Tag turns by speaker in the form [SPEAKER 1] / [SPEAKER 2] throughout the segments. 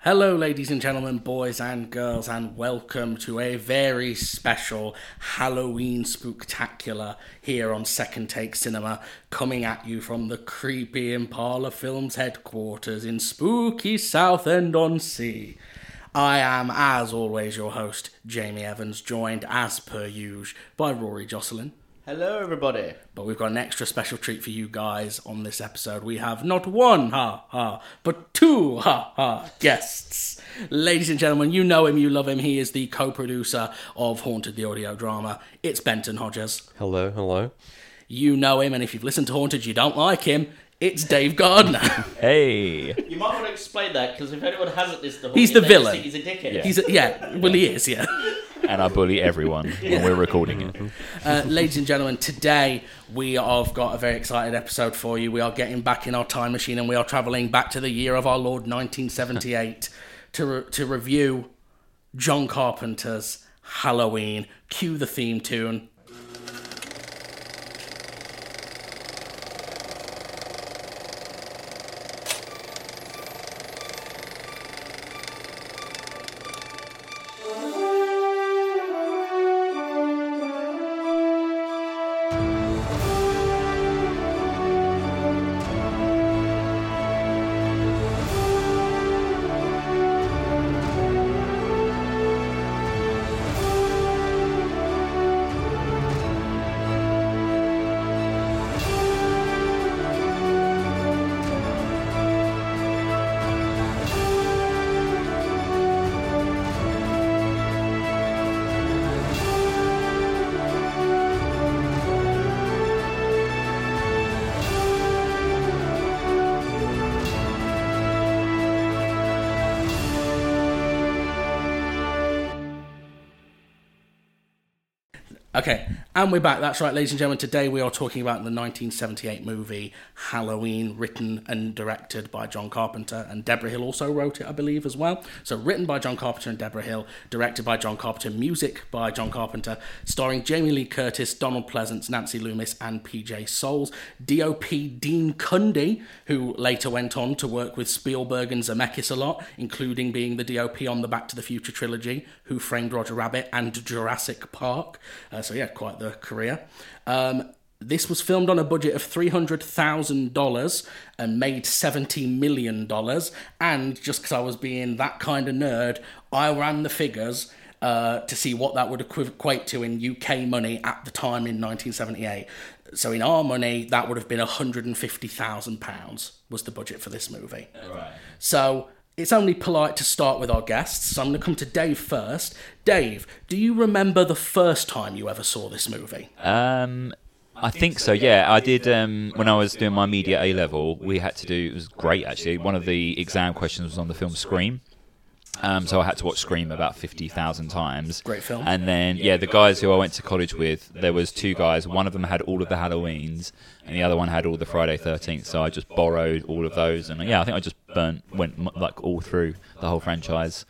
[SPEAKER 1] Hello, ladies and gentlemen, boys and girls, and welcome to a very special Halloween spooktacular here on Second Take Cinema, coming at you from the creepy Impala Films headquarters in spooky Southend on Sea. I am, as always, your host, Jamie Evans, joined as per usual by Rory Jocelyn.
[SPEAKER 2] Hello, everybody.
[SPEAKER 1] But we've got an extra special treat for you guys on this episode. We have not one ha ha, but two ha ha guests. Ladies and gentlemen, you know him, you love him. He is the co producer of Haunted the Audio Drama. It's Benton Hodges.
[SPEAKER 3] Hello, hello.
[SPEAKER 1] You know him, and if you've listened to Haunted, you don't like him. It's Dave Gardner.
[SPEAKER 3] Hey.
[SPEAKER 2] You might want to explain that because if anyone hasn't listened to
[SPEAKER 1] He's
[SPEAKER 2] Hawkins,
[SPEAKER 1] the
[SPEAKER 2] they just
[SPEAKER 1] villain.
[SPEAKER 2] think He's a dickhead.
[SPEAKER 1] He's a, yeah, well, he is, yeah.
[SPEAKER 4] and I bully everyone when we're recording it.
[SPEAKER 1] Uh, ladies and gentlemen, today we have got a very excited episode for you. We are getting back in our time machine and we are travelling back to the year of our Lord 1978 to, re- to review John Carpenter's Halloween. Cue the theme tune. Okay, and we're back. That's right, ladies and gentlemen. Today we are talking about the 1978 movie Halloween, written and directed by John Carpenter, and Deborah Hill also wrote it, I believe, as well. So, written by John Carpenter and Deborah Hill, directed by John Carpenter, music by John Carpenter, starring Jamie Lee Curtis, Donald Pleasance, Nancy Loomis, and PJ Souls. DOP Dean Cundy, who later went on to work with Spielberg and Zemeckis a lot, including being the DOP on the Back to the Future trilogy, Who Framed Roger Rabbit, and Jurassic Park. Uh, so, yeah, quite the career. Um, this was filmed on a budget of $300,000 and made $70 million. And just because I was being that kind of nerd, I ran the figures uh, to see what that would equiv- equate to in UK money at the time in 1978. So in our money, that would have been 150,000 pounds was the budget for this movie. Right. So it's only polite to start with our guests. So I'm going to come to Dave first. Dave, do you remember the first time you ever saw this movie?
[SPEAKER 4] Um, I think so. Yeah, I did. Um, when I was doing my media A level, we had to do. It was great actually. One of the exam questions was on the film Scream. Um, so I had to watch Scream about fifty thousand times.
[SPEAKER 1] Great film.
[SPEAKER 4] And then yeah, the guys who I went to college with, there was two guys. One of them had all of the Halloweens, and the other one had all the Friday Thirteenth. So I just borrowed all of those, and yeah, I think I just burnt went m- like all through the whole franchise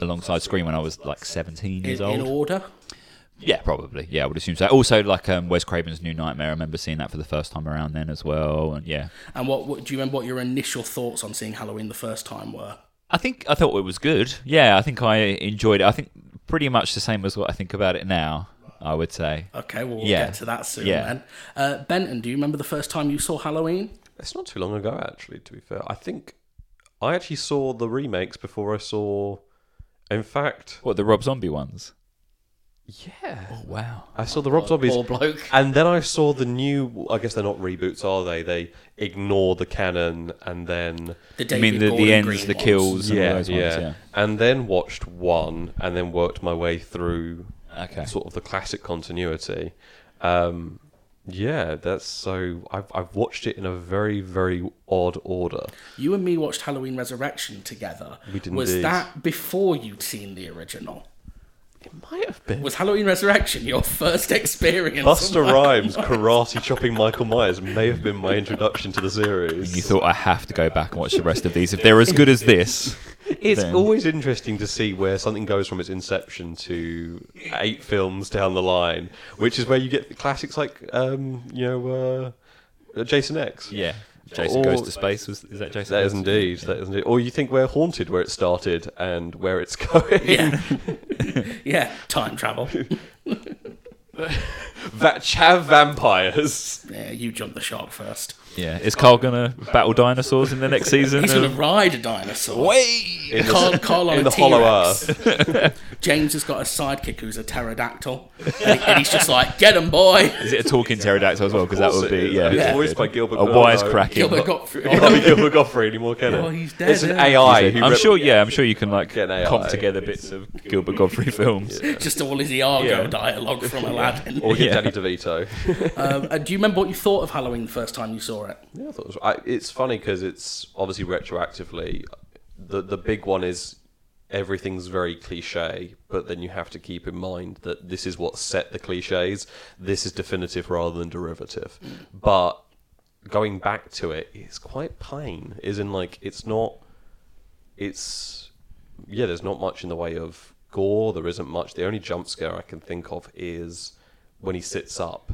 [SPEAKER 4] alongside Scream when I was like seventeen years
[SPEAKER 1] In,
[SPEAKER 4] old.
[SPEAKER 1] in order?
[SPEAKER 4] Yeah, probably. Yeah, I would assume so. Also, like um, Wes Craven's New Nightmare, I remember seeing that for the first time around then as well. And yeah,
[SPEAKER 1] And what, what do you remember what your initial thoughts on seeing Halloween the first time were?
[SPEAKER 4] I think I thought it was good. Yeah, I think I enjoyed it. I think pretty much the same as what I think about it now. I would say.
[SPEAKER 1] Okay, well, we'll
[SPEAKER 4] Yeah.
[SPEAKER 1] get to that soon
[SPEAKER 4] Yeah.
[SPEAKER 1] then. Uh, Benton, do you remember the first time you saw Halloween?
[SPEAKER 3] It's not too long ago, actually, to be fair. I think I actually saw the remakes before I saw. In fact,
[SPEAKER 4] What the Rob Zombie ones?
[SPEAKER 3] yeah.
[SPEAKER 4] Wow.
[SPEAKER 3] I saw the Rob Zombies.
[SPEAKER 2] Poor bloke.
[SPEAKER 3] And then I saw the new. I guess they're not reboots, are they? They ignore the canon and then.
[SPEAKER 1] The
[SPEAKER 4] I
[SPEAKER 1] David
[SPEAKER 4] mean the,
[SPEAKER 1] Gordon
[SPEAKER 4] the ends,
[SPEAKER 1] Green
[SPEAKER 4] the
[SPEAKER 1] ones.
[SPEAKER 4] kills, and
[SPEAKER 3] yeah,
[SPEAKER 4] all those ones.
[SPEAKER 3] yeah.
[SPEAKER 4] Yeah.
[SPEAKER 3] And then watched one and then worked my way through
[SPEAKER 4] Okay.
[SPEAKER 3] sort of the classic continuity. Um, yeah, that's so. I've, I've watched it in a very, very odd order.
[SPEAKER 1] You and me watched Halloween Resurrection together.
[SPEAKER 3] We did
[SPEAKER 1] Was
[SPEAKER 3] indeed.
[SPEAKER 1] that before you'd seen the original?
[SPEAKER 3] It might have been.
[SPEAKER 1] Was Halloween Resurrection your first experience? Oh
[SPEAKER 3] Buster
[SPEAKER 1] Michael
[SPEAKER 3] Rhymes
[SPEAKER 1] Myers?
[SPEAKER 3] karate chopping Michael Myers may have been my introduction to the series.
[SPEAKER 4] You thought I have to go back and watch the rest of these if they're as good as this.
[SPEAKER 3] it's
[SPEAKER 4] then.
[SPEAKER 3] always interesting to see where something goes from its inception to eight films down the line, which is where you get classics like, um, you know, uh, Jason X.
[SPEAKER 4] Yeah. Jason
[SPEAKER 3] Or-
[SPEAKER 4] Goes to Space was is that Jason?
[SPEAKER 3] That
[SPEAKER 4] Goes
[SPEAKER 3] is
[SPEAKER 4] to
[SPEAKER 3] indeed.
[SPEAKER 4] Space?
[SPEAKER 3] That is indeed. Or you think we're haunted where it started and where it's going.
[SPEAKER 1] Yeah. yeah, time travel.
[SPEAKER 3] Va- chav vampires.
[SPEAKER 1] Yeah, you jump the shark first.
[SPEAKER 4] Yeah. Is Carl gonna battle dinosaurs in the next season?
[SPEAKER 1] He's going to ride a dinosaur.
[SPEAKER 4] Wait.
[SPEAKER 3] In
[SPEAKER 1] Carl,
[SPEAKER 3] the,
[SPEAKER 1] Carl on
[SPEAKER 3] in
[SPEAKER 1] a
[SPEAKER 3] the hollow
[SPEAKER 1] T-Rex.
[SPEAKER 3] earth.
[SPEAKER 1] James has got a sidekick who's a pterodactyl. And, he- and he's just like, get him, boy.
[SPEAKER 4] Is it a talking pterodactyl as well? Because that
[SPEAKER 3] course
[SPEAKER 4] would
[SPEAKER 3] it
[SPEAKER 4] be
[SPEAKER 3] is.
[SPEAKER 4] yeah.
[SPEAKER 3] It's
[SPEAKER 4] yeah.
[SPEAKER 3] voiced by Gilbert
[SPEAKER 4] A
[SPEAKER 3] Godfrey.
[SPEAKER 1] Gilbert
[SPEAKER 4] wisecracking.
[SPEAKER 1] Gottfried.
[SPEAKER 3] Can't be Gilbert Godfrey anymore, can
[SPEAKER 1] Oh,
[SPEAKER 3] it?
[SPEAKER 1] he's dead,
[SPEAKER 3] It's an
[SPEAKER 1] yeah.
[SPEAKER 3] AI.
[SPEAKER 4] I'm
[SPEAKER 3] who rep-
[SPEAKER 4] sure. Yeah, I'm sure you can like
[SPEAKER 3] Get an AI.
[SPEAKER 4] comp together bits of Gilbert Godfrey films.
[SPEAKER 1] Just all his Iago
[SPEAKER 4] Yeah.
[SPEAKER 1] dialogue from Aladdin.
[SPEAKER 3] Or get
[SPEAKER 4] Yeah.
[SPEAKER 3] Danny DeVito.
[SPEAKER 1] Um, uh, do you remember what you thought of Halloween the first time you saw it?
[SPEAKER 3] Yeah, I thought it was, I, it's funny because it's obviously retroactively. The the big one is everything's very cliche, but then you have to keep in mind that this is what set the cliches. This is definitive rather than derivative. But going back to it, it's quite plain. Is in like it's not. It's yeah. There's not much in the way of gore. There isn't much. The only jump scare I can think of is when he sits up.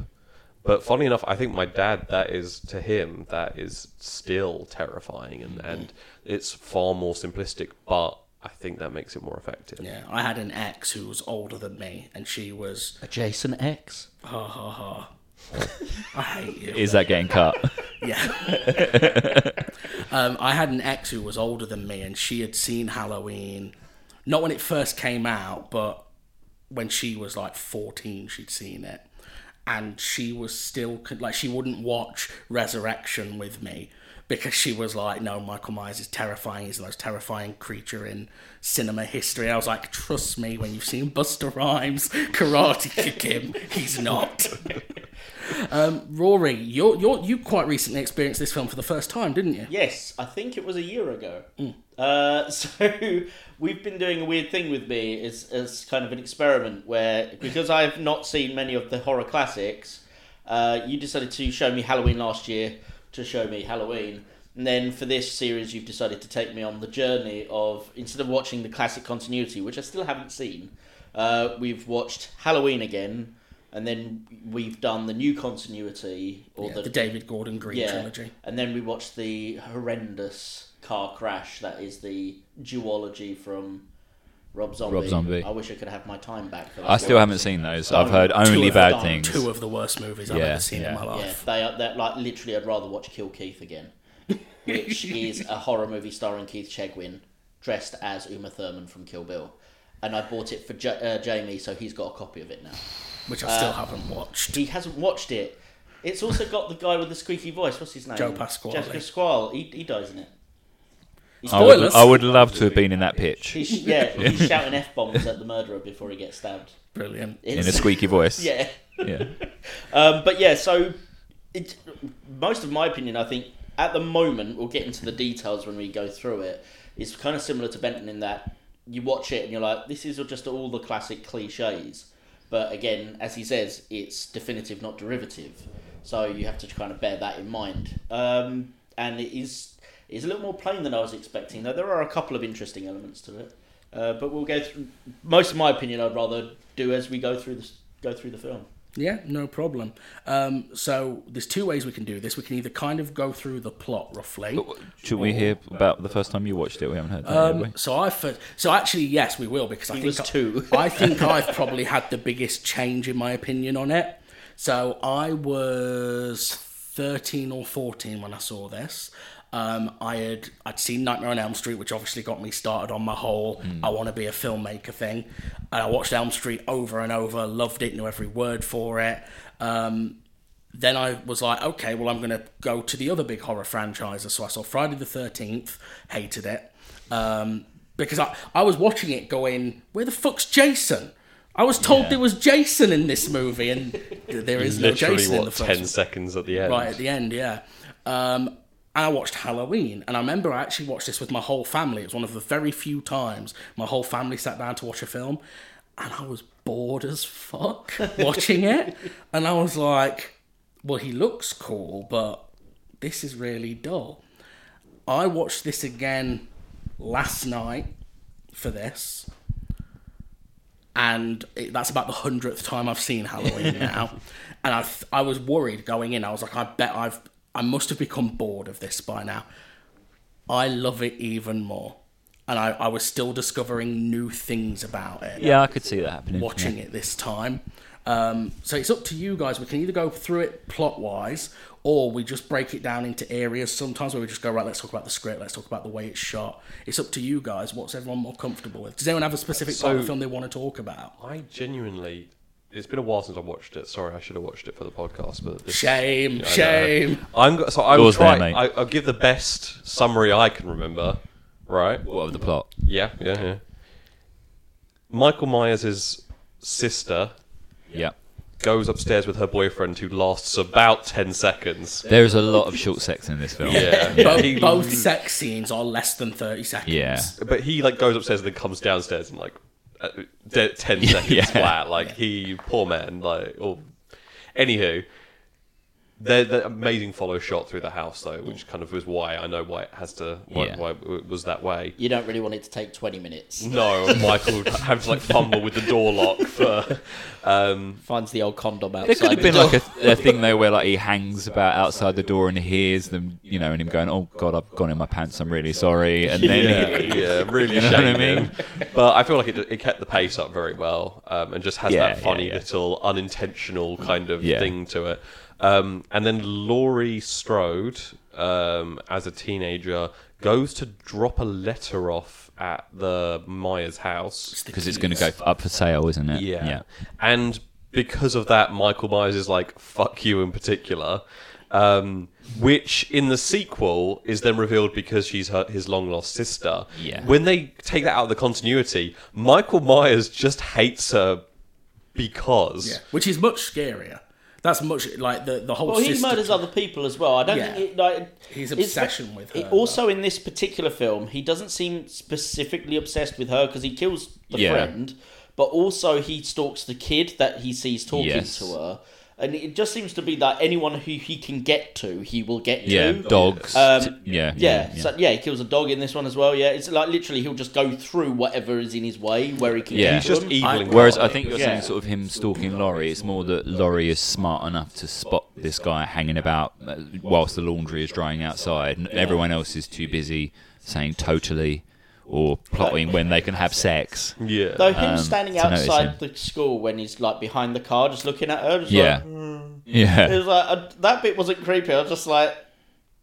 [SPEAKER 3] But funny enough, I think my dad, that is to him, that is still terrifying
[SPEAKER 1] Mm-hmm.
[SPEAKER 3] and, and it's far more simplistic, but I think that makes it more effective.
[SPEAKER 1] Yeah, I had an ex who was older than me, and she was,
[SPEAKER 2] A Jason X.
[SPEAKER 1] ha ha ha. I hate you.
[SPEAKER 4] Is that getting cut?
[SPEAKER 1] Yeah. um, I had an ex who was older than me, and she had seen Halloween, not when it first came out, but when she was like 14, she'd seen it. And she was still, con- like, she wouldn't watch Resurrection with me because she was like, no, Michael Myers is terrifying. He's the most terrifying creature in cinema history. I was like, trust me, when you've seen Buster Rhymes karate kick him, he's not. Um, Rory, you you you quite recently experienced this film for the first time, didn't you?
[SPEAKER 2] Yes, I think it was a year ago.
[SPEAKER 1] Mm.
[SPEAKER 2] Uh, so we've been doing a weird thing with me is as kind of an experiment where because I've not seen many of the horror classics, uh, you decided to show me Halloween last year to show me Halloween. And then for this series, you've decided to take me on the journey of instead of watching the classic continuity, which I still haven't seen, uh, we've watched Halloween again, and then we've done the new continuity or
[SPEAKER 1] Yeah,
[SPEAKER 2] the,
[SPEAKER 1] the David Gordon Green
[SPEAKER 2] yeah.
[SPEAKER 1] trilogy.
[SPEAKER 2] And then we watched the horrendous car crash that is the duology from Rob Zombie.
[SPEAKER 4] Rob Zombie.
[SPEAKER 2] I wish I could have my time back for that.
[SPEAKER 4] I still
[SPEAKER 2] one.
[SPEAKER 4] haven't seen those. I've heard only
[SPEAKER 2] of
[SPEAKER 4] bad
[SPEAKER 2] them.
[SPEAKER 4] things.
[SPEAKER 1] Two of the worst movies I've
[SPEAKER 4] Yeah,
[SPEAKER 1] ever seen in
[SPEAKER 4] yeah.
[SPEAKER 1] my
[SPEAKER 2] Yeah,
[SPEAKER 1] life.
[SPEAKER 2] they are they're, like literally I'd rather watch Kill Keith again. Which is a horror movie starring Keith Chegwin dressed as Uma Thurman from Kill Bill. And I bought it for J- uh, Jamie, so he's got a copy of it now.
[SPEAKER 1] Which I still haven't watched.
[SPEAKER 2] He hasn't watched it. It's also got the guy with the squeaky voice. What's his name?
[SPEAKER 1] Joe Pasquale.
[SPEAKER 2] Joe Pasquale. He, he dies in it.
[SPEAKER 4] I would,
[SPEAKER 1] Spoilers.
[SPEAKER 4] I would love to have been in that pitch
[SPEAKER 2] He's, yeah, he's shouting f bombs at the murderer before he gets stabbed.
[SPEAKER 1] Brilliant.
[SPEAKER 4] in
[SPEAKER 2] It's-
[SPEAKER 4] a squeaky voice.
[SPEAKER 2] yeah,
[SPEAKER 4] yeah.
[SPEAKER 2] um, but yeah, so it, most of my opinion, I think, at the moment, we'll get into the details when we go through it. It's kind of similar to Benton in that you watch it and you're like, this is just all the classic cliches. But again, as he says, it's definitive, not derivative. So you have to kind of bear that in mind. Um, and it is it's a little more plain than I was expecting, though there are a couple of interesting elements to it. Uh, but we'll go through. Most of my opinion, I'd rather do as we go through the go through the film.
[SPEAKER 1] Yeah, no problem. Um, so there's two ways we can do this. We can either kind of go through the plot roughly.
[SPEAKER 4] Should we hear about the first time you watched it? We haven't heard that. have
[SPEAKER 1] Um,
[SPEAKER 4] we?
[SPEAKER 1] so I fir- so actually yes we will because I think
[SPEAKER 2] was
[SPEAKER 1] I,
[SPEAKER 2] two.
[SPEAKER 1] I think I've probably had the biggest change in my opinion on it. So I was thirteen or fourteen when I saw this. Um, I had I'd seen Nightmare on Elm Street, which obviously got me started on my whole I want to be a filmmaker thing. And I watched Elm Street over and over, loved it, knew every word for it. Um, then I was like, okay, well, I'm going to go to the other big horror franchises. So I saw Friday the 13th, hated it. Um, because I, I was watching it going, where the fuck's Jason? I was told there was Jason in this movie, and th- there is no
[SPEAKER 3] Literally,
[SPEAKER 1] Jason in the
[SPEAKER 3] what,
[SPEAKER 1] first
[SPEAKER 3] 10
[SPEAKER 1] one.
[SPEAKER 3] seconds at the end?
[SPEAKER 1] Right at the end, yeah. Um, and I watched Halloween, and I remember I actually watched this with my whole family. It was one of the very few times my whole family sat down to watch a film, and I was bored as fuck watching it. And I was like, well, he looks cool, but this is really dull. I watched this again last night for this, and it, that's about the hundredth time I've seen Halloween now. And I, th- I was worried going in. I was like, I bet I've I must have become bored of this by now. I love it even more. And I, I was still discovering new things about it
[SPEAKER 4] Yeah, I could see that happening.
[SPEAKER 1] watching it this time. Um, so it's up to you guys. We can either go through it plot wise, or we just break it down into areas. Sometimes where we just go right. Let's talk about the script. Let's talk about the way it's shot. It's up to you guys. What's everyone more comfortable with? Does anyone have a specific part of the
[SPEAKER 3] So-
[SPEAKER 1] film they want to talk about?
[SPEAKER 3] I genuinely. It's been a while since I watched it. Sorry, I should have watched it for the podcast. But this,
[SPEAKER 1] Shame,
[SPEAKER 3] I know.
[SPEAKER 1] shame.
[SPEAKER 3] I'm go- so I will
[SPEAKER 4] Yours there,
[SPEAKER 3] try.
[SPEAKER 4] mate.
[SPEAKER 3] I, I'll give the best summary I can remember. Right.
[SPEAKER 4] What of the plot?
[SPEAKER 3] Yeah. Yeah. Yeah. Michael Myers' sister
[SPEAKER 4] Yeah.
[SPEAKER 3] goes upstairs with her boyfriend, who lasts about ten seconds.
[SPEAKER 4] There is a lot of short sex in this film.
[SPEAKER 3] Yeah. He-
[SPEAKER 1] Both, both sex scenes are less than thirty seconds.
[SPEAKER 4] Yeah.
[SPEAKER 3] But he like goes upstairs and then comes downstairs in like uh, de- ten seconds
[SPEAKER 4] Yeah.
[SPEAKER 3] flat. Like he, poor man. Like, oh. Anywho, the the amazing follow shot through the house though, which kind of was why I know why it has to why,
[SPEAKER 4] Yeah.
[SPEAKER 3] why it was that way.
[SPEAKER 2] You don't really want it to take 20 minutes.
[SPEAKER 3] No, Michael had to like fumble with the door lock for. Um,
[SPEAKER 1] Mm.
[SPEAKER 2] Finds the old condom outside.
[SPEAKER 4] There could have
[SPEAKER 2] the
[SPEAKER 4] been
[SPEAKER 2] door.
[SPEAKER 4] like a, a thing though where like he hangs about outside the door and hears them, you know, and him going, "Oh God, I've gone in my pants. I'm really sorry." And then
[SPEAKER 3] yeah,
[SPEAKER 4] he,
[SPEAKER 3] yeah, really
[SPEAKER 4] You know
[SPEAKER 3] shame
[SPEAKER 4] what I
[SPEAKER 3] him.
[SPEAKER 4] mean?
[SPEAKER 3] But I feel like it, it kept the pace up very well, um, and just has
[SPEAKER 4] Yeah,
[SPEAKER 3] that funny
[SPEAKER 4] yeah, yeah.
[SPEAKER 3] little unintentional kind of
[SPEAKER 4] Yeah.
[SPEAKER 3] thing to it. Um, and then Laurie Strode, um, as a teenager, goes to drop a letter off at the Myers house.
[SPEAKER 4] because it's going to go up for sale, isn't it?
[SPEAKER 3] Yeah.
[SPEAKER 4] yeah.
[SPEAKER 3] And because of that, Michael Myers is like, fuck you in particular. Um, which in the sequel is then revealed because she's her, his long lost sister.
[SPEAKER 4] Yeah.
[SPEAKER 3] When they take that out of the continuity, Michael Myers just hates her because.
[SPEAKER 1] Yeah. Which is much scarier. That's much like the the whole.
[SPEAKER 2] Well, he
[SPEAKER 1] sister-
[SPEAKER 2] murders other people as well. I don't
[SPEAKER 1] Yeah.
[SPEAKER 2] think it, like
[SPEAKER 1] His
[SPEAKER 2] it's-
[SPEAKER 1] obsession with
[SPEAKER 2] it-
[SPEAKER 1] her,
[SPEAKER 2] also, in this particular film, he doesn't seem specifically obsessed with her because he kills the
[SPEAKER 4] Yeah.
[SPEAKER 2] friend, but also he stalks the kid that he sees talking
[SPEAKER 4] Yes.
[SPEAKER 2] to her, and it just seems to be that anyone who he can get to, he will get
[SPEAKER 4] Yeah,
[SPEAKER 2] to.
[SPEAKER 4] dogs.
[SPEAKER 2] Um,
[SPEAKER 4] t- yeah,
[SPEAKER 2] Yeah, yeah, so, yeah, he kills a dog in this one as well. Yeah, it's like literally he'll just go through whatever is in his way where he can.
[SPEAKER 4] Yeah.
[SPEAKER 2] get
[SPEAKER 3] He's
[SPEAKER 2] to
[SPEAKER 3] just
[SPEAKER 2] them.
[SPEAKER 3] evil.
[SPEAKER 1] I-
[SPEAKER 3] and
[SPEAKER 4] Whereas I
[SPEAKER 3] cunty.
[SPEAKER 4] think you're
[SPEAKER 2] Yeah.
[SPEAKER 4] saying sort of him stalking Laurie. It's more that Laurie is smart enough to spot this guy hanging about uh, whilst the laundry is drying outside, and everyone else is too busy saying totally or plotting when they can have sex.
[SPEAKER 3] Yeah.
[SPEAKER 2] Though him
[SPEAKER 4] Um,
[SPEAKER 2] standing
[SPEAKER 4] to notice
[SPEAKER 2] outside the school when he's like behind the car, just looking at her, just
[SPEAKER 4] Yeah,
[SPEAKER 2] like,
[SPEAKER 3] mm.
[SPEAKER 2] it
[SPEAKER 4] yeah,
[SPEAKER 2] was like I, that bit wasn't creepy. I was just like,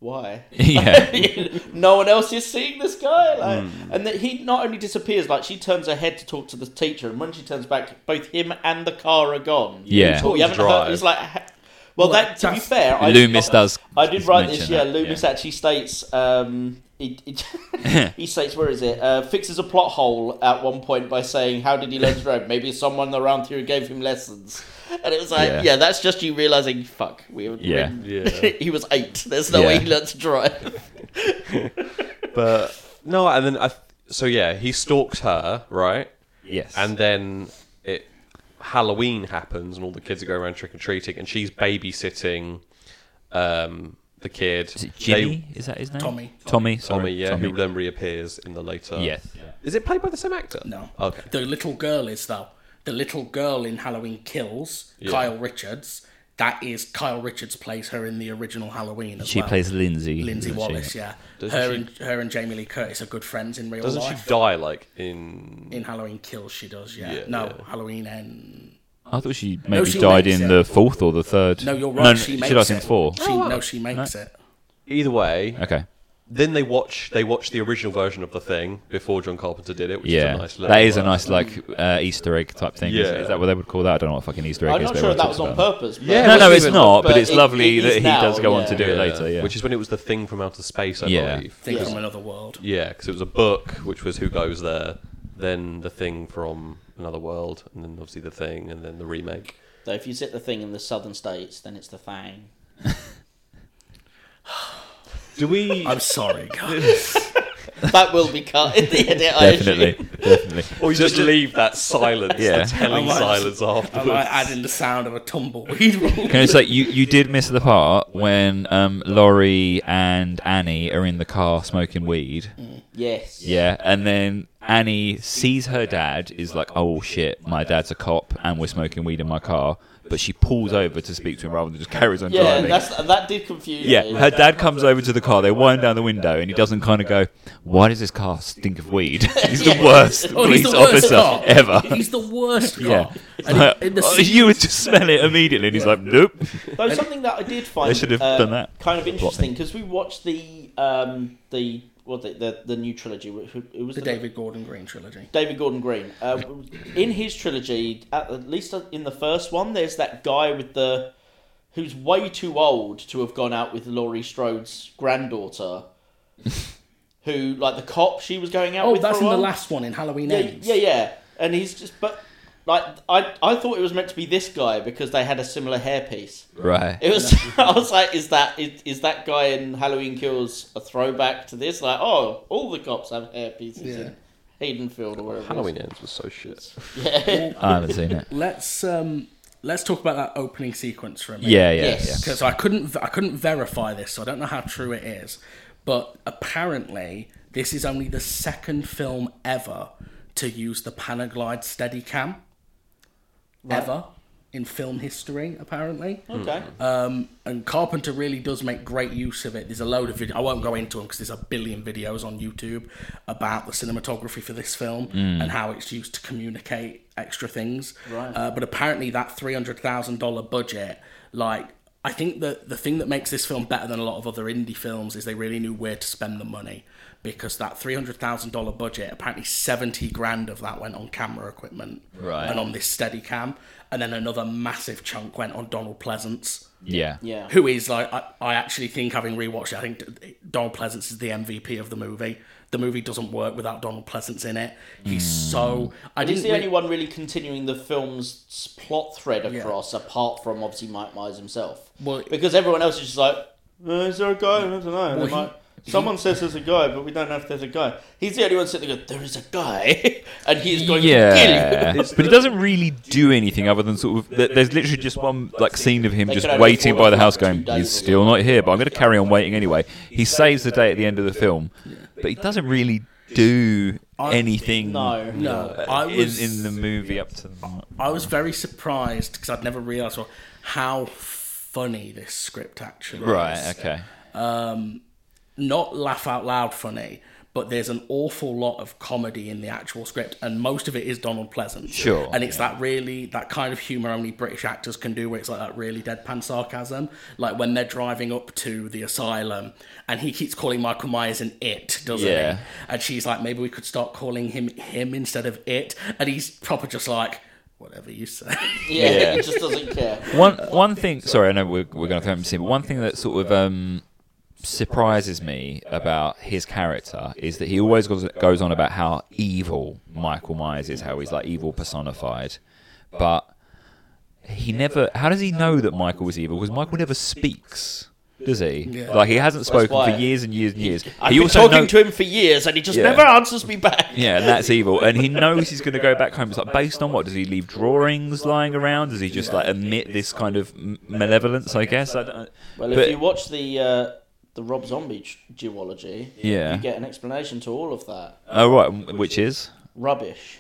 [SPEAKER 2] why?
[SPEAKER 4] yeah.
[SPEAKER 2] no one else is seeing this guy, like, and that he not only disappears, like she turns her head to talk to the teacher, and when she turns back, both him and the car are gone.
[SPEAKER 4] Yeah.
[SPEAKER 2] It's all- you haven't
[SPEAKER 3] Drive.
[SPEAKER 2] heard. It's like, ha- well,
[SPEAKER 1] Well,
[SPEAKER 2] that to be
[SPEAKER 1] that's-
[SPEAKER 2] fair, I
[SPEAKER 4] Loomis
[SPEAKER 2] I-
[SPEAKER 4] does
[SPEAKER 2] I did write this.
[SPEAKER 4] mention
[SPEAKER 2] Yeah,
[SPEAKER 4] that,
[SPEAKER 2] Loomis
[SPEAKER 4] yeah.
[SPEAKER 2] actually states. Um, he, he, he states, where is it? Uh, fixes a plot hole at one point by saying, "How did he learn to drive? Maybe someone around here gave him lessons." And it was like, yeah,
[SPEAKER 4] Yeah.
[SPEAKER 2] that's just you realizing, fuck, we were,
[SPEAKER 4] Yeah.
[SPEAKER 3] Yeah.
[SPEAKER 2] he was eight. There's no way
[SPEAKER 4] Yeah.
[SPEAKER 2] he learned to drive.
[SPEAKER 3] but no, and then I. th- So yeah, he stalks her, right?
[SPEAKER 4] Yes.
[SPEAKER 3] And then it Halloween happens, and all the kids are going around trick or treating, and she's babysitting um, the kid.
[SPEAKER 4] Is it Jimmy? is that his name?
[SPEAKER 1] Tommy.
[SPEAKER 4] Tommy.
[SPEAKER 3] They, Tommy,
[SPEAKER 4] Sorry.
[SPEAKER 3] yeah, who then reappears in the later.
[SPEAKER 4] Yes.
[SPEAKER 3] Is it played by the same actor?
[SPEAKER 1] No.
[SPEAKER 3] Okay.
[SPEAKER 1] The little girl is though. The little girl in Halloween Kills, Kyle Richards. That is Kyle Richards plays her in the original Halloween as
[SPEAKER 4] She
[SPEAKER 1] well.
[SPEAKER 4] plays Lindsay.
[SPEAKER 1] Lindsay
[SPEAKER 4] doesn't she?
[SPEAKER 1] Wallace, yeah.
[SPEAKER 3] Doesn't
[SPEAKER 1] Her
[SPEAKER 3] she-
[SPEAKER 1] and her and Jamie Lee Curtis are good friends in real
[SPEAKER 3] Doesn't
[SPEAKER 1] life.
[SPEAKER 3] she die like in?
[SPEAKER 1] in Halloween Kills, she does, yeah.
[SPEAKER 3] Yeah,
[SPEAKER 1] no,
[SPEAKER 3] yeah.
[SPEAKER 1] Halloween and
[SPEAKER 4] I thought she maybe
[SPEAKER 1] she
[SPEAKER 4] died
[SPEAKER 1] makes
[SPEAKER 4] in
[SPEAKER 1] it.
[SPEAKER 4] the fourth or the third.
[SPEAKER 1] no, you're right.
[SPEAKER 4] No,
[SPEAKER 1] she
[SPEAKER 4] she,
[SPEAKER 1] makes
[SPEAKER 4] dies
[SPEAKER 1] it.
[SPEAKER 4] in four.
[SPEAKER 1] She, No, she makes it.
[SPEAKER 3] Either way,
[SPEAKER 4] Okay.
[SPEAKER 3] then they watch they watch the original version of the thing before John Carpenter did it, which
[SPEAKER 4] Yeah,
[SPEAKER 3] is a nice. little
[SPEAKER 4] that is a
[SPEAKER 3] one.
[SPEAKER 4] nice like uh, Easter egg type thing. Is,
[SPEAKER 3] Yeah.
[SPEAKER 4] is that what they would call that? I don't know what fucking Easter egg
[SPEAKER 2] I'm
[SPEAKER 4] is.
[SPEAKER 2] not
[SPEAKER 4] but
[SPEAKER 2] sure if
[SPEAKER 4] everyone
[SPEAKER 2] that was
[SPEAKER 4] talks
[SPEAKER 2] on
[SPEAKER 4] about
[SPEAKER 2] purpose.
[SPEAKER 3] Yeah,
[SPEAKER 4] it.
[SPEAKER 3] purpose,
[SPEAKER 4] No, no,
[SPEAKER 2] but-
[SPEAKER 4] it's not. But,
[SPEAKER 2] but
[SPEAKER 4] it's
[SPEAKER 2] it-
[SPEAKER 4] lovely
[SPEAKER 2] it
[SPEAKER 4] that
[SPEAKER 2] is
[SPEAKER 4] he
[SPEAKER 2] now,
[SPEAKER 4] does go on
[SPEAKER 2] yeah.
[SPEAKER 4] to do it later. Yeah,
[SPEAKER 3] uh, Which is when it was the thing from outer space, I
[SPEAKER 4] Yeah.
[SPEAKER 3] believe.
[SPEAKER 1] Thing
[SPEAKER 2] Yeah.
[SPEAKER 1] from another world.
[SPEAKER 3] Yeah, because it was a book, which was Who Goes There, then the thing from Another World, and then obviously the thing, and then the remake.
[SPEAKER 2] Though if you sit the thing in the southern states, then it's the thing.
[SPEAKER 3] Do we?
[SPEAKER 1] I'm sorry, guys.
[SPEAKER 2] That will be cut in the edit. I
[SPEAKER 4] definitely,
[SPEAKER 2] assume.
[SPEAKER 4] definitely.
[SPEAKER 3] or just leave that silence,
[SPEAKER 4] Yeah.
[SPEAKER 3] the telling
[SPEAKER 1] I might-
[SPEAKER 3] silence
[SPEAKER 1] Am
[SPEAKER 3] afterwards.
[SPEAKER 1] I adding the sound of a tumbleweed roll?
[SPEAKER 4] Can I say you, you did miss the part when um, Laurie and Annie are in the car smoking
[SPEAKER 1] Mm.
[SPEAKER 4] weed.
[SPEAKER 2] Yes.
[SPEAKER 4] Yeah, and then Annie sees her dad is like, "Oh shit, my dad's a cop, and we're smoking weed in my car." but she pulls over to speak to him rather than just carries on
[SPEAKER 2] Yeah,
[SPEAKER 4] driving.
[SPEAKER 2] that's, that did confuse
[SPEAKER 4] Yeah,
[SPEAKER 2] me.
[SPEAKER 4] her dad comes over to the car. They wind down the window, and he doesn't kind of go, "Why does this car stink of weed?" he's the worst
[SPEAKER 1] Oh,
[SPEAKER 4] police
[SPEAKER 1] he's the worst
[SPEAKER 4] officer
[SPEAKER 1] cop.
[SPEAKER 4] ever.
[SPEAKER 1] He's the worst cop.
[SPEAKER 4] yeah,
[SPEAKER 1] And
[SPEAKER 4] Like,
[SPEAKER 1] in the
[SPEAKER 4] "Oh,
[SPEAKER 1] scene-
[SPEAKER 4] you would just smell it immediately, and he's like, "Nope."
[SPEAKER 2] Though something that I did find
[SPEAKER 4] They should have
[SPEAKER 2] uh,
[SPEAKER 4] done that.
[SPEAKER 2] kind of interesting
[SPEAKER 4] thing.
[SPEAKER 2] because we watched the um, the what the, the the new trilogy. which- It was
[SPEAKER 1] the David Gordon Green trilogy.
[SPEAKER 2] David Gordon Green. Uh, in his trilogy, at, at least in the first one, there's that guy with the who's way too old to have gone out with Laurie Strode's granddaughter, who like the cop she was going out
[SPEAKER 1] Oh,
[SPEAKER 2] with.
[SPEAKER 1] that's
[SPEAKER 2] for
[SPEAKER 1] in
[SPEAKER 2] a
[SPEAKER 1] the
[SPEAKER 2] while.
[SPEAKER 1] last one in Halloween
[SPEAKER 2] Yeah,
[SPEAKER 1] Ends.
[SPEAKER 2] yeah, yeah. And he's just but like I I thought it was meant to be this guy because they had a similar hairpiece.
[SPEAKER 4] Right.
[SPEAKER 2] It was. I was like, is that is, is that guy in Halloween Kills a throwback to this? Like, oh, all the cops have hairpieces in Haydenfield or wherever. it
[SPEAKER 3] Halloween ends was so shit.
[SPEAKER 2] is. Yeah.
[SPEAKER 4] I haven't seen it.
[SPEAKER 1] Let's um, let's talk about that opening sequence for a minute.
[SPEAKER 4] Yeah, yeah,
[SPEAKER 2] Yes.
[SPEAKER 1] because I couldn't I couldn't verify this, so I don't know how true it is. But apparently, this is only the second film ever to use the Panaglide Steadicam ever in film history. Apparently,
[SPEAKER 2] Okay.
[SPEAKER 4] Uh,
[SPEAKER 1] um, and Carpenter really does make great use of it. There's a load of video. I won't go into them because there's a billion videos on YouTube about the cinematography for this film and how it's used to communicate extra things.
[SPEAKER 2] Right.
[SPEAKER 1] Uh, but apparently, that three hundred thousand dollar budget, like. I think that the thing that makes this film better than a lot of other indie films is they really knew where to spend the money because that $300,000 budget, apparently 70 grand of that went on camera equipment
[SPEAKER 4] Right.
[SPEAKER 1] and on this steady cam. And then another massive chunk went on Donald Pleasance
[SPEAKER 4] Yeah.
[SPEAKER 2] yeah.
[SPEAKER 1] who is like I, I actually think having rewatched it, I think Donald Pleasance is the MVP of the movie. The movie doesn't work without Donald Pleasance in it. He's
[SPEAKER 4] Hmm.
[SPEAKER 1] so I didn't
[SPEAKER 2] He's the
[SPEAKER 1] re-
[SPEAKER 2] only one really continuing the film's s- plot thread across, apart from obviously Mike Myers himself.
[SPEAKER 1] Well-
[SPEAKER 2] because everyone else is just like, "Uh, is there a guy? I don't know. There
[SPEAKER 1] he-
[SPEAKER 2] might- Someone says there's a guy, but we don't know if there's a guy. He's the only one sitting there going, there is a guy, and he's going to kill you.
[SPEAKER 4] Yeah, but he doesn't really do anything other than sort of. th- There's literally just one like scene of him
[SPEAKER 2] They
[SPEAKER 4] just
[SPEAKER 2] could only
[SPEAKER 4] waiting
[SPEAKER 2] afford
[SPEAKER 4] by the
[SPEAKER 2] like
[SPEAKER 4] house,
[SPEAKER 2] two
[SPEAKER 4] going,
[SPEAKER 2] days
[SPEAKER 4] "He's
[SPEAKER 2] of
[SPEAKER 4] still not here," but I'm going to carry on waiting anyway. He saves the day at the end of the film, but he doesn't really do anything.
[SPEAKER 2] No.
[SPEAKER 1] no.
[SPEAKER 4] uh,
[SPEAKER 1] I was
[SPEAKER 4] in, in the movie up to the.
[SPEAKER 1] I was very surprised because I'd never realised well, how funny this script actually is.
[SPEAKER 4] Right. Okay.
[SPEAKER 1] not laugh out loud funny, but there's an awful lot of comedy in the actual script, and most of it is Donald Pleasant.
[SPEAKER 4] Sure,
[SPEAKER 1] And it's that really that kind of humor only British actors can do, where it's like that really deadpan sarcasm, like when they're driving up to the asylum, and he keeps calling Michael Myers an it, doesn't
[SPEAKER 4] Yeah.
[SPEAKER 1] he? And she's like, maybe we could start calling him him instead of it, and he's proper just like. Whatever you say.
[SPEAKER 2] Yeah,
[SPEAKER 4] Yeah.
[SPEAKER 2] he just doesn't care.
[SPEAKER 4] one one thing. Sorry, I know we're we're going to throw him in, but one thing that sort of um, surprises me about his character is that he always goes goes on about how evil Michael Myers is, how he's like evil personified, but he never. How does he know that Michael was evil? Because Michael never speaks. Does he?
[SPEAKER 1] Yeah.
[SPEAKER 4] Like he hasn't spoken
[SPEAKER 2] why.
[SPEAKER 4] for years and years and years.
[SPEAKER 2] I've
[SPEAKER 4] he
[SPEAKER 2] been
[SPEAKER 4] also
[SPEAKER 2] talking
[SPEAKER 4] know-
[SPEAKER 2] to him for years, and he just
[SPEAKER 4] Yeah.
[SPEAKER 2] never answers me back.
[SPEAKER 4] yeah, and that's evil. And he knows he's going to go back home. It's like, based on what? Does he leave drawings lying around? Does he just like emit this kind of m- malevolence? I guess. I don't,
[SPEAKER 2] Well,
[SPEAKER 4] but-
[SPEAKER 2] if you watch the uh, the Rob Zombie g- duology,
[SPEAKER 4] Yeah.
[SPEAKER 2] you get an explanation to all of that.
[SPEAKER 4] oh right, m- which is
[SPEAKER 2] Rubbish.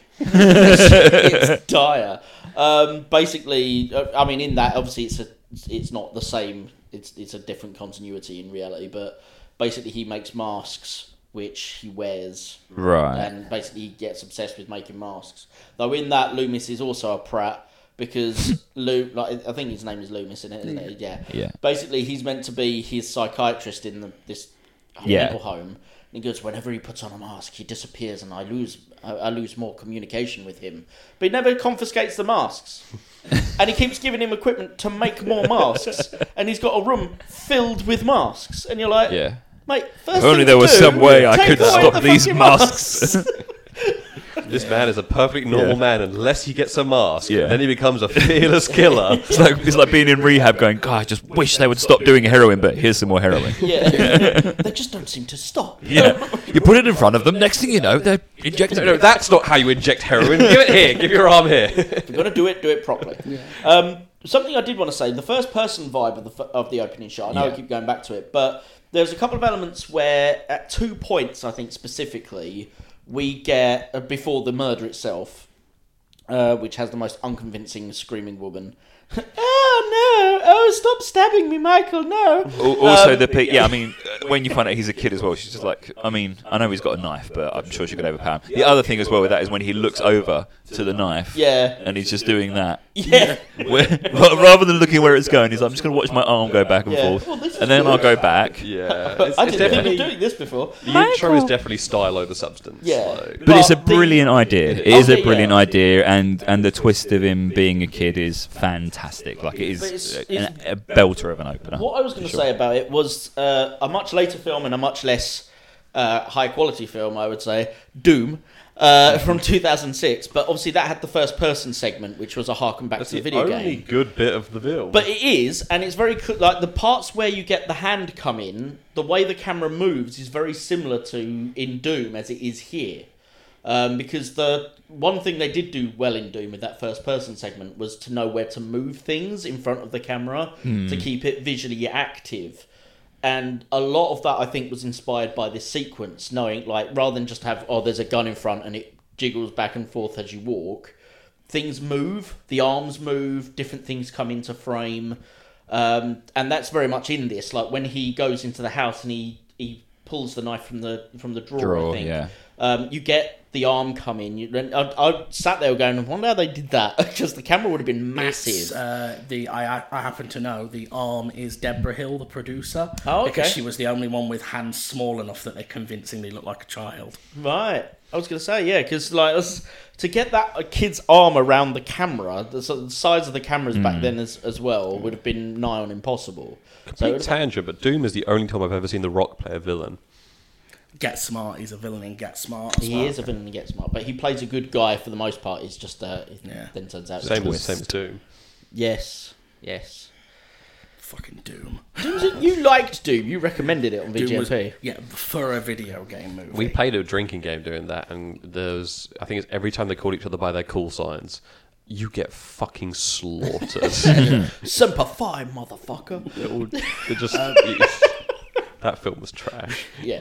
[SPEAKER 2] it's dire. Um, basically, uh, I mean, in that obviously it's a, it's not the same. It's it's a different continuity in reality, but basically he makes masks which he wears,
[SPEAKER 4] right.
[SPEAKER 2] and basically he gets obsessed with making masks. Though in that, Loomis is also a prat because Loo, like I think his name is Loomis, in it, isn't it? Yeah.
[SPEAKER 4] Yeah.
[SPEAKER 2] Basically, he's meant to be his psychiatrist in the, this
[SPEAKER 4] Yeah.
[SPEAKER 2] mental home. And he goes, whenever he puts on a mask, he disappears, and I lose, I, I lose more communication with him. But he never confiscates the masks, and he keeps giving him equipment to make more masks. and he's got a room filled with masks, and you're like,
[SPEAKER 4] Yeah.
[SPEAKER 2] mate. First
[SPEAKER 4] If only
[SPEAKER 2] thing
[SPEAKER 4] there
[SPEAKER 2] to
[SPEAKER 4] was
[SPEAKER 2] do,
[SPEAKER 4] some way I
[SPEAKER 2] take
[SPEAKER 4] could
[SPEAKER 2] away
[SPEAKER 4] stop
[SPEAKER 2] the
[SPEAKER 4] these
[SPEAKER 2] fucking
[SPEAKER 4] masks.
[SPEAKER 3] This man is a perfect normal
[SPEAKER 4] Yeah.
[SPEAKER 3] man unless he gets a mask.
[SPEAKER 4] Yeah.
[SPEAKER 3] Then he becomes a fearless killer.
[SPEAKER 4] it's like it's like being in rehab, going, God, I just wish they would stop doing heroin, but here's some more heroin.
[SPEAKER 2] Yeah. they just don't seem to stop.
[SPEAKER 4] Yeah, you put it in front of them. Next thing you know, they're injecting.
[SPEAKER 3] no, no, that's not how you inject heroin. give it here. Give your arm here.
[SPEAKER 2] If you're going to do it, do it properly. Um, something I did want to say the first person vibe of the, f- of the opening shot, I know I
[SPEAKER 4] Yeah.
[SPEAKER 2] keep going back to it, but there's a couple of elements where, at two points, I think specifically, we get, uh, before the murder itself, uh, which has the most unconvincing screaming woman. oh no! Oh, stop stabbing me, Michael! No.
[SPEAKER 4] Al- Also,
[SPEAKER 2] Um,
[SPEAKER 4] the pic. Yeah, I mean, uh, when you find out he's a kid as well, she's just like, I mean, I know he's got a knife, but I'm sure she could overpower him. The other thing as well with that is when he looks over to the knife,
[SPEAKER 2] Yeah.
[SPEAKER 4] and he's just doing that.
[SPEAKER 2] Yeah.
[SPEAKER 4] Where, ra- rather than looking where it's going, he's like, I'm just going to watch my arm go back and
[SPEAKER 2] Yeah.
[SPEAKER 4] forth,
[SPEAKER 2] Well, this is
[SPEAKER 4] and then
[SPEAKER 2] good.
[SPEAKER 4] I'll go back.
[SPEAKER 3] Yeah,
[SPEAKER 2] But
[SPEAKER 3] it's,
[SPEAKER 2] I
[SPEAKER 3] it's
[SPEAKER 2] didn't think
[SPEAKER 3] definitely
[SPEAKER 2] of doing this before.
[SPEAKER 3] the intro is definitely style over substance.
[SPEAKER 2] Yeah.
[SPEAKER 3] like-
[SPEAKER 4] But it's a
[SPEAKER 2] But the-
[SPEAKER 4] brilliant idea. It
[SPEAKER 2] Oh,
[SPEAKER 4] is
[SPEAKER 2] yeah,
[SPEAKER 4] a
[SPEAKER 2] yeah.
[SPEAKER 4] brilliant idea, and, and the twist of him being a kid is fantastic. Like it is
[SPEAKER 2] But it's-
[SPEAKER 4] uh,
[SPEAKER 2] it's-
[SPEAKER 4] an- a belter of an opener.
[SPEAKER 2] What I was going to
[SPEAKER 4] uh, for sure.
[SPEAKER 2] say about it was uh, a much later film and a much less uh, high quality film, I would say, Doom. Uh, from 2006, but obviously that had the first person segment, which was a harken back
[SPEAKER 3] That's
[SPEAKER 2] to the
[SPEAKER 3] the,
[SPEAKER 2] video
[SPEAKER 3] only
[SPEAKER 2] game.
[SPEAKER 3] good bit of the film.
[SPEAKER 2] But it is, and it's very cool. Like the parts where you get the hand come in, the way the camera moves is very similar to in Doom as it is here. Um, because the one thing they did do well in Doom with that first person segment was to know where to move things in front of the camera to keep it visually active. And a lot of that I think was inspired by this sequence, knowing like rather than just have oh there's a gun in front and it jiggles back and forth as you walk, things move, the arms move, different things come into frame, um, and that's very much in this. Like when he goes into the house and he he pulls the knife from the from the drawer,
[SPEAKER 4] Drawer,
[SPEAKER 2] I think.
[SPEAKER 4] yeah.
[SPEAKER 2] Um, you get the arm coming. You, and I, I sat there going, I wonder how they did that because the camera would have been
[SPEAKER 1] It's,
[SPEAKER 2] massive.
[SPEAKER 1] uh, the I, I happen to know the arm is Deborah Hill, the producer,
[SPEAKER 2] Oh, okay.
[SPEAKER 1] because she was the only one with hands small enough that they convincingly look like a child.
[SPEAKER 2] Right. I was gonna say yeah, because like us- to get that a kid's arm around the camera, the, so the size of the cameras
[SPEAKER 4] Mm.
[SPEAKER 2] back then as, as well would have been nigh on impossible. So it
[SPEAKER 3] Big
[SPEAKER 2] would have-
[SPEAKER 3] tangent, but Doom is the only time I've ever seen the Rock play a villain.
[SPEAKER 1] Get Smart is a villain in Get Smart. as
[SPEAKER 2] he
[SPEAKER 1] well.
[SPEAKER 2] is a villain and gets smart, but he plays a good guy for the most part. He's just uh, it
[SPEAKER 1] Yeah.
[SPEAKER 2] then turns out
[SPEAKER 3] Same as
[SPEAKER 4] twist.
[SPEAKER 3] same as Doom.
[SPEAKER 2] yes, yes.
[SPEAKER 1] fucking Doom.
[SPEAKER 2] Doom's a- you liked Doom. You recommended it on
[SPEAKER 1] Doom was-
[SPEAKER 2] VGMP.
[SPEAKER 1] yeah, for a video game movie.
[SPEAKER 3] We played a drinking game doing that, and there's I think it's every time they called each other by their call signs, you get fucking slaughtered.
[SPEAKER 2] Semper Fi, motherfucker.
[SPEAKER 3] It all- it just that film was trash.
[SPEAKER 2] Yeah.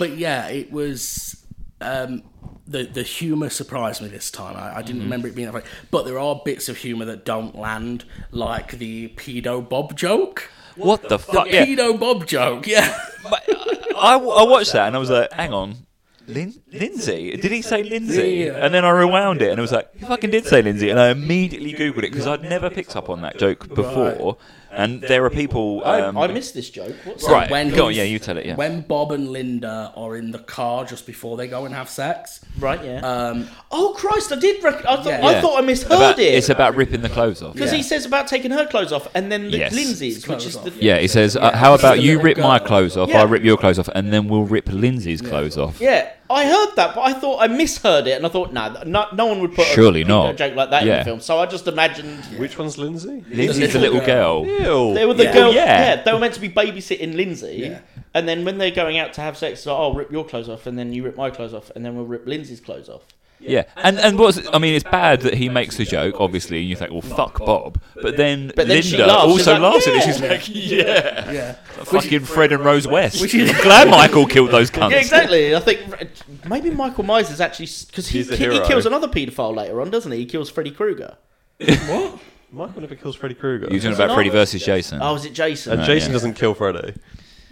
[SPEAKER 1] but yeah, it was um, the the humor surprised me this time. I, I didn't
[SPEAKER 2] Mm-hmm.
[SPEAKER 1] remember it being that funny, but there are bits of humor that don't land, like the pedo Bob joke.
[SPEAKER 4] What the, fuck?
[SPEAKER 2] Oh,
[SPEAKER 1] The
[SPEAKER 4] Yeah.
[SPEAKER 1] pedo Bob joke, yeah.
[SPEAKER 4] But I, I I watched that and I was like, hang on. Lin- Lindsay? Did he say Lindsay?
[SPEAKER 1] Yeah.
[SPEAKER 4] And then I rewound it and it was like, he fucking did say Lindsay. And I immediately Googled it because I'd never picked up on that joke before. And there are people. Um,
[SPEAKER 2] I, I missed this joke. What's
[SPEAKER 4] Right.
[SPEAKER 1] when
[SPEAKER 4] go on,
[SPEAKER 1] he's-
[SPEAKER 4] yeah, you tell it, yeah.
[SPEAKER 1] When Bob and Linda are in the car just before they go and have sex,
[SPEAKER 2] Right, yeah.
[SPEAKER 1] um,
[SPEAKER 2] oh Christ! I did. Rec- I, thought,
[SPEAKER 1] Yeah.
[SPEAKER 2] I
[SPEAKER 1] Yeah.
[SPEAKER 2] thought I misheard
[SPEAKER 4] about,
[SPEAKER 2] it.
[SPEAKER 4] It's about ripping the clothes off.
[SPEAKER 2] Because
[SPEAKER 1] Yeah.
[SPEAKER 2] he says about taking her clothes off and then the
[SPEAKER 4] Yes.
[SPEAKER 2] Lindsay's,
[SPEAKER 1] Clothes
[SPEAKER 2] which is
[SPEAKER 1] off,
[SPEAKER 2] the
[SPEAKER 1] yeah.
[SPEAKER 4] Yeah, he says, uh, "How about you
[SPEAKER 1] little
[SPEAKER 4] rip my
[SPEAKER 1] girl.
[SPEAKER 4] clothes off?
[SPEAKER 2] Yeah.
[SPEAKER 4] I'll rip your clothes off, and then we'll rip Lindsay's clothes off."
[SPEAKER 2] Yeah, I heard that, but I thought I misheard it, and I thought, nah, no, no one would put
[SPEAKER 4] Surely
[SPEAKER 2] a,
[SPEAKER 4] not.
[SPEAKER 2] a joke like that in
[SPEAKER 4] Yeah.
[SPEAKER 2] the film. So I just imagined
[SPEAKER 3] Which one's Lindsay?
[SPEAKER 4] Lindsay's the little girl.
[SPEAKER 2] they
[SPEAKER 3] Ew.
[SPEAKER 2] were the
[SPEAKER 1] Yeah.
[SPEAKER 2] girl.
[SPEAKER 4] Well,
[SPEAKER 2] Yeah.
[SPEAKER 4] yeah.
[SPEAKER 2] they were meant to be babysitting Lindsay,
[SPEAKER 1] Yeah.
[SPEAKER 2] and then when they're going out to have sex, it's like, oh, rip your clothes off, and then you rip my clothes off, and then we'll rip Lindsay's clothes off.
[SPEAKER 4] Yeah, and and what's I mean, it's bad that he makes the joke, obviously, and you think, "Well, fuck Bob," but then,
[SPEAKER 2] But then she
[SPEAKER 4] Linda
[SPEAKER 2] laughs, she's
[SPEAKER 4] also
[SPEAKER 2] like,
[SPEAKER 4] laughs at it.
[SPEAKER 2] "Yeah."
[SPEAKER 4] She's like, "Yeah,
[SPEAKER 1] yeah,
[SPEAKER 4] fucking Fred and Rose West."
[SPEAKER 1] which is-
[SPEAKER 4] I'm glad Michael killed those cunts.
[SPEAKER 2] Yeah, exactly. I think maybe Michael Myers is actually because he,
[SPEAKER 3] He's the
[SPEAKER 2] he, he
[SPEAKER 3] hero.
[SPEAKER 2] kills another paedophile later on, doesn't he? He kills Freddy Krueger.
[SPEAKER 1] what?
[SPEAKER 3] Michael never kills Freddy Krueger.
[SPEAKER 4] You're talking about
[SPEAKER 2] not-
[SPEAKER 4] Freddy versus Jason.
[SPEAKER 2] Oh, is it Jason?
[SPEAKER 4] Uh,
[SPEAKER 3] And Jason
[SPEAKER 4] yeah.
[SPEAKER 3] doesn't kill Freddy.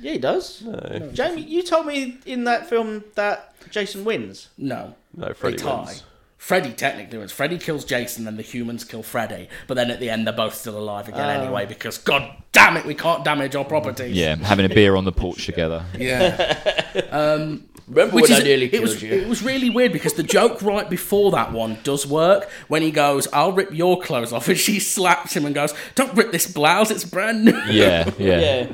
[SPEAKER 2] yeah, he does.
[SPEAKER 3] No,
[SPEAKER 2] Jamie, you told me in that film that Jason wins.
[SPEAKER 1] No,
[SPEAKER 3] no,
[SPEAKER 1] they
[SPEAKER 3] Freddy
[SPEAKER 1] tie.
[SPEAKER 3] wins.
[SPEAKER 1] Freddy technically wins. Freddy kills Jason, then the humans kill Freddy. But then at the end, they're both still alive again
[SPEAKER 2] Oh.
[SPEAKER 1] anyway because God damn it, we can't damage our properties.
[SPEAKER 4] yeah, having a beer on the porch together.
[SPEAKER 1] Yeah. Um,
[SPEAKER 2] Remember
[SPEAKER 1] Which
[SPEAKER 2] when
[SPEAKER 1] is,
[SPEAKER 2] I nearly
[SPEAKER 1] it,
[SPEAKER 2] killed
[SPEAKER 1] was,
[SPEAKER 2] you?
[SPEAKER 1] it was really weird because the joke right before that one does work when he goes, I'll rip your clothes off. And she slaps him and goes, Don't rip this blouse, it's brand new.
[SPEAKER 4] Yeah, yeah.
[SPEAKER 2] yeah,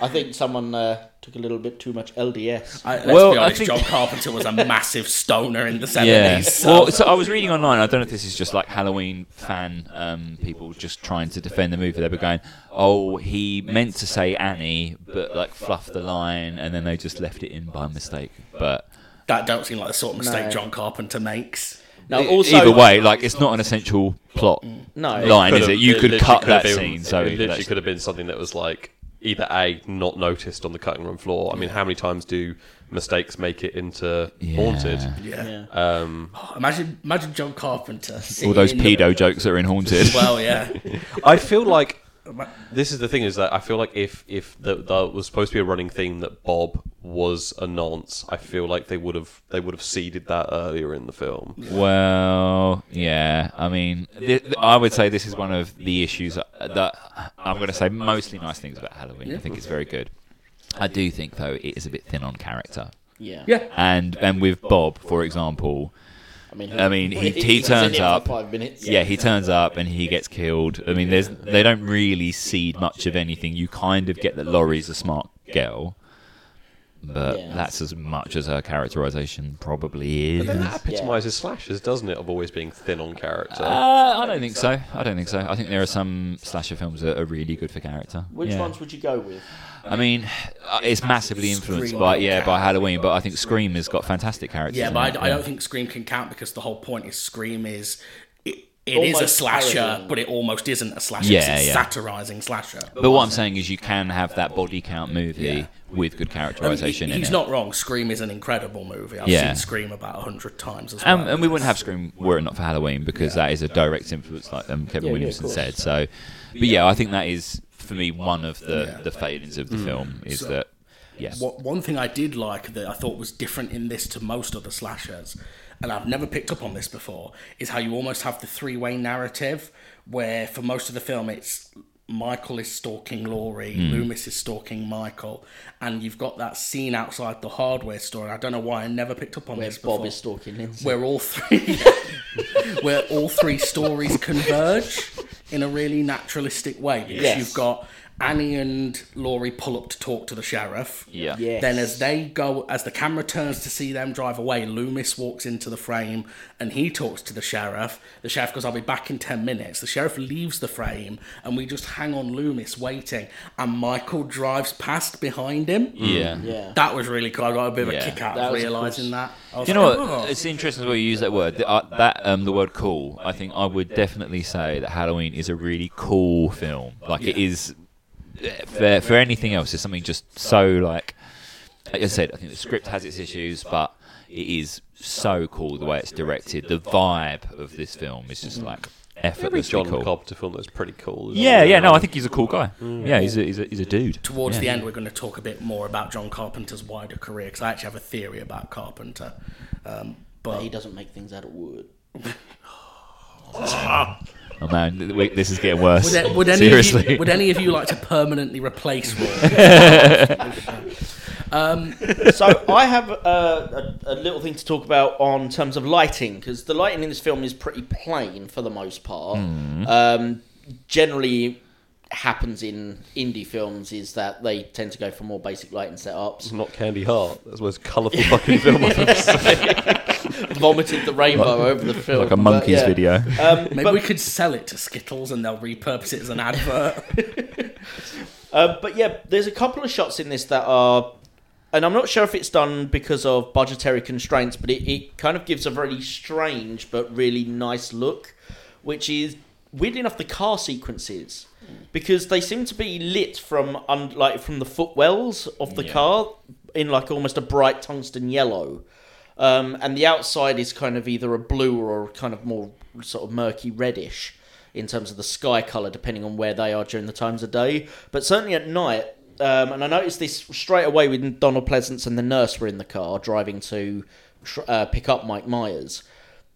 [SPEAKER 2] I think someone uh, took a little bit too much LDS.
[SPEAKER 1] I, Uh, let's
[SPEAKER 4] Well,
[SPEAKER 1] be
[SPEAKER 4] I
[SPEAKER 1] honest,
[SPEAKER 4] think-
[SPEAKER 1] John Carpenter was a massive stoner in the 70s. so-
[SPEAKER 4] Well, so I was reading online. I don't know if this is just like Halloween fan um, people just trying to defend the movie. They were going, "Oh, he meant to say Annie, but like fluffed the line, and then they just left it in by mistake." But
[SPEAKER 1] that don't seem like the sort of mistake
[SPEAKER 2] No.
[SPEAKER 1] John Carpenter makes.
[SPEAKER 2] no, also
[SPEAKER 4] e- either way, like it's not an essential plot
[SPEAKER 2] no.
[SPEAKER 4] line, is
[SPEAKER 3] Could've-
[SPEAKER 4] it? You could
[SPEAKER 3] literally
[SPEAKER 4] cut
[SPEAKER 3] could've
[SPEAKER 4] that
[SPEAKER 3] been-
[SPEAKER 4] scene. So
[SPEAKER 3] it literally
[SPEAKER 4] that's-
[SPEAKER 3] could have been something that was like either a not noticed on the cutting room floor. I mean, how many times do mistakes make it into haunted?
[SPEAKER 1] Yeah.
[SPEAKER 2] Yeah.
[SPEAKER 3] Um,
[SPEAKER 1] Oh, imagine, imagine John Carpenter.
[SPEAKER 4] All those
[SPEAKER 1] sitting in-
[SPEAKER 4] pedo jokes that are in Haunted.
[SPEAKER 1] Well, yeah.
[SPEAKER 3] I feel like
[SPEAKER 1] Ima-
[SPEAKER 3] this is the thing is that I feel like if if the, the was supposed to be a running theme that Bob was a nonce, I feel like they would have they would have seeded that earlier in the film.
[SPEAKER 4] Well, yeah. I mean, th- th- I would say this is one of the issues that, that I'm going to say mostly nice things about Halloween. I think it's very good. I do think, though, it is a bit thin on character.
[SPEAKER 2] yeah.
[SPEAKER 1] Yeah.
[SPEAKER 4] And and with Bob, for example,
[SPEAKER 2] I mean,
[SPEAKER 4] I mean, he- he
[SPEAKER 2] he's in
[SPEAKER 4] turns
[SPEAKER 2] it for
[SPEAKER 4] up.
[SPEAKER 2] five minutes.
[SPEAKER 4] yeah, he turns up and he gets killed. I mean, there's they don't really seed much of anything. You kind of get that Laurie's a smart girl, but
[SPEAKER 2] Yeah.
[SPEAKER 4] that's as much as her characterization probably is.
[SPEAKER 3] Then that
[SPEAKER 4] Uh,
[SPEAKER 3] epitomizes slashes, doesn't it? Of always being thin on character.
[SPEAKER 4] I don't think so. I don't think so. I think there are some slasher films that are really good for character.
[SPEAKER 2] Which
[SPEAKER 4] Yeah.
[SPEAKER 2] ones would you go with?
[SPEAKER 4] I mean, uh, it's massively influenced
[SPEAKER 1] Scream.
[SPEAKER 4] by yeah by Halloween, but I think Scream has got fantastic characters.
[SPEAKER 1] Yeah,
[SPEAKER 4] in
[SPEAKER 1] but I,
[SPEAKER 4] it,
[SPEAKER 1] I don't think Scream can count because the whole point is Scream is it, it is a
[SPEAKER 2] Almost
[SPEAKER 1] slasher,
[SPEAKER 2] parodying.
[SPEAKER 1] but it almost isn't a slasher.
[SPEAKER 4] Yeah,
[SPEAKER 1] it's a
[SPEAKER 4] yeah.
[SPEAKER 1] satirizing slasher.
[SPEAKER 4] But what I'm saying is, you can have that body count movie with good characterization
[SPEAKER 1] He- he's
[SPEAKER 4] in it.
[SPEAKER 1] not wrong. Scream is an incredible movie. I've
[SPEAKER 4] Yeah.
[SPEAKER 1] seen Scream about a hundred times as well.
[SPEAKER 4] Um, and we wouldn't have Scream were it not for Halloween because that is a direct influence, like um, Kevin
[SPEAKER 2] Yeah, yeah,
[SPEAKER 4] Williamson
[SPEAKER 2] of course.
[SPEAKER 4] said. So, but yeah, I think that is for me one of the the failings of the film is that yes,
[SPEAKER 1] What, one thing I did like that I thought was different in this to most other slashers, and I've never picked up on this before, is how you almost have the three way narrative where for most of the film it's Michael is stalking Laurie, Loomis is stalking Michael, and you've got that scene outside the hardware store. And I don't know why I never picked up on
[SPEAKER 2] Where
[SPEAKER 1] this before.
[SPEAKER 2] Bob is stalking Lindsay.
[SPEAKER 1] where all three where all three stories converge in a really naturalistic way. Because
[SPEAKER 2] Yes.
[SPEAKER 1] you've got Annie and Laurie pull up to talk to the sheriff.
[SPEAKER 4] yeah,
[SPEAKER 2] Yes.
[SPEAKER 1] Then as they go as the camera turns to see them drive away, Loomis walks into the frame and he talks to the sheriff. The sheriff goes, I'll be back in ten minutes. The sheriff leaves the frame and we just hang on Loomis waiting and Michael drives past behind him.
[SPEAKER 4] yeah.
[SPEAKER 2] yeah.
[SPEAKER 1] That was really cool. I got a bit of
[SPEAKER 4] Mm. Yeah.
[SPEAKER 1] a kick out
[SPEAKER 2] That
[SPEAKER 1] of
[SPEAKER 2] was a cool
[SPEAKER 1] realising
[SPEAKER 2] s-
[SPEAKER 1] that. I was
[SPEAKER 4] Do you know
[SPEAKER 1] like,
[SPEAKER 4] what?
[SPEAKER 1] "Oh."
[SPEAKER 4] It's interesting the way you use that word. The, uh, that um, the word "cool." I think I would definitely say that Halloween is a really cool film. Like it is uh, for, for anything else. It's something just so like. Like I said, I think the script has its issues, but it is so cool the way it's directed. The vibe of this film is just like
[SPEAKER 3] Every
[SPEAKER 4] effortlessly
[SPEAKER 3] John
[SPEAKER 4] cool.
[SPEAKER 3] Carpenter film that's pretty cool. isn't
[SPEAKER 4] Yeah,
[SPEAKER 3] it?
[SPEAKER 4] yeah. No, I think he's a cool guy.
[SPEAKER 3] Mm.
[SPEAKER 4] Yeah, he's a, he's a, he's a dude.
[SPEAKER 1] towards
[SPEAKER 4] yeah.
[SPEAKER 1] the end, we're going to talk a bit more about John Carpenter's wider career because I actually have a theory about Carpenter. Um,
[SPEAKER 2] He
[SPEAKER 1] but
[SPEAKER 2] doesn't make things out of wood.
[SPEAKER 4] Oh man, th- wait, this is getting worse.
[SPEAKER 1] would, a- would any
[SPEAKER 4] Seriously.
[SPEAKER 1] Of you, would any of you like to permanently replace Roy?
[SPEAKER 2] so I have a, a, a little thing to talk about on terms of lighting because the lighting in this film is pretty plain for the most part. Um, generally, happens in indie films is that they tend to go for more basic lighting setups.
[SPEAKER 3] It's not Candy Heart. That's the most colourful fucking film I've ever seen.
[SPEAKER 2] Vomited the rainbow over the film
[SPEAKER 4] like a
[SPEAKER 2] but
[SPEAKER 4] monkey's
[SPEAKER 2] yeah.
[SPEAKER 4] video.
[SPEAKER 2] Um,
[SPEAKER 1] Maybe
[SPEAKER 2] but
[SPEAKER 1] we could sell it to Skittles and they'll repurpose it as an advert.
[SPEAKER 2] Uh, but yeah, there's a couple of shots in this that are, and I'm not sure if it's done because of budgetary constraints, but it, it kind of gives a very strange but really nice look, which is weirdly enough the car sequences because they seem to be lit from un, like from the footwells of the
[SPEAKER 4] Yeah.
[SPEAKER 2] car in like almost a bright tungsten yellow. Um, and the outside is kind of either a blue or a kind of more sort of murky reddish in terms of the sky color, depending on where they are during the times of day. But certainly at night, um, and I noticed this straight away when Donald Pleasance and the nurse were in the car driving to tr- uh, pick up Mike Myers.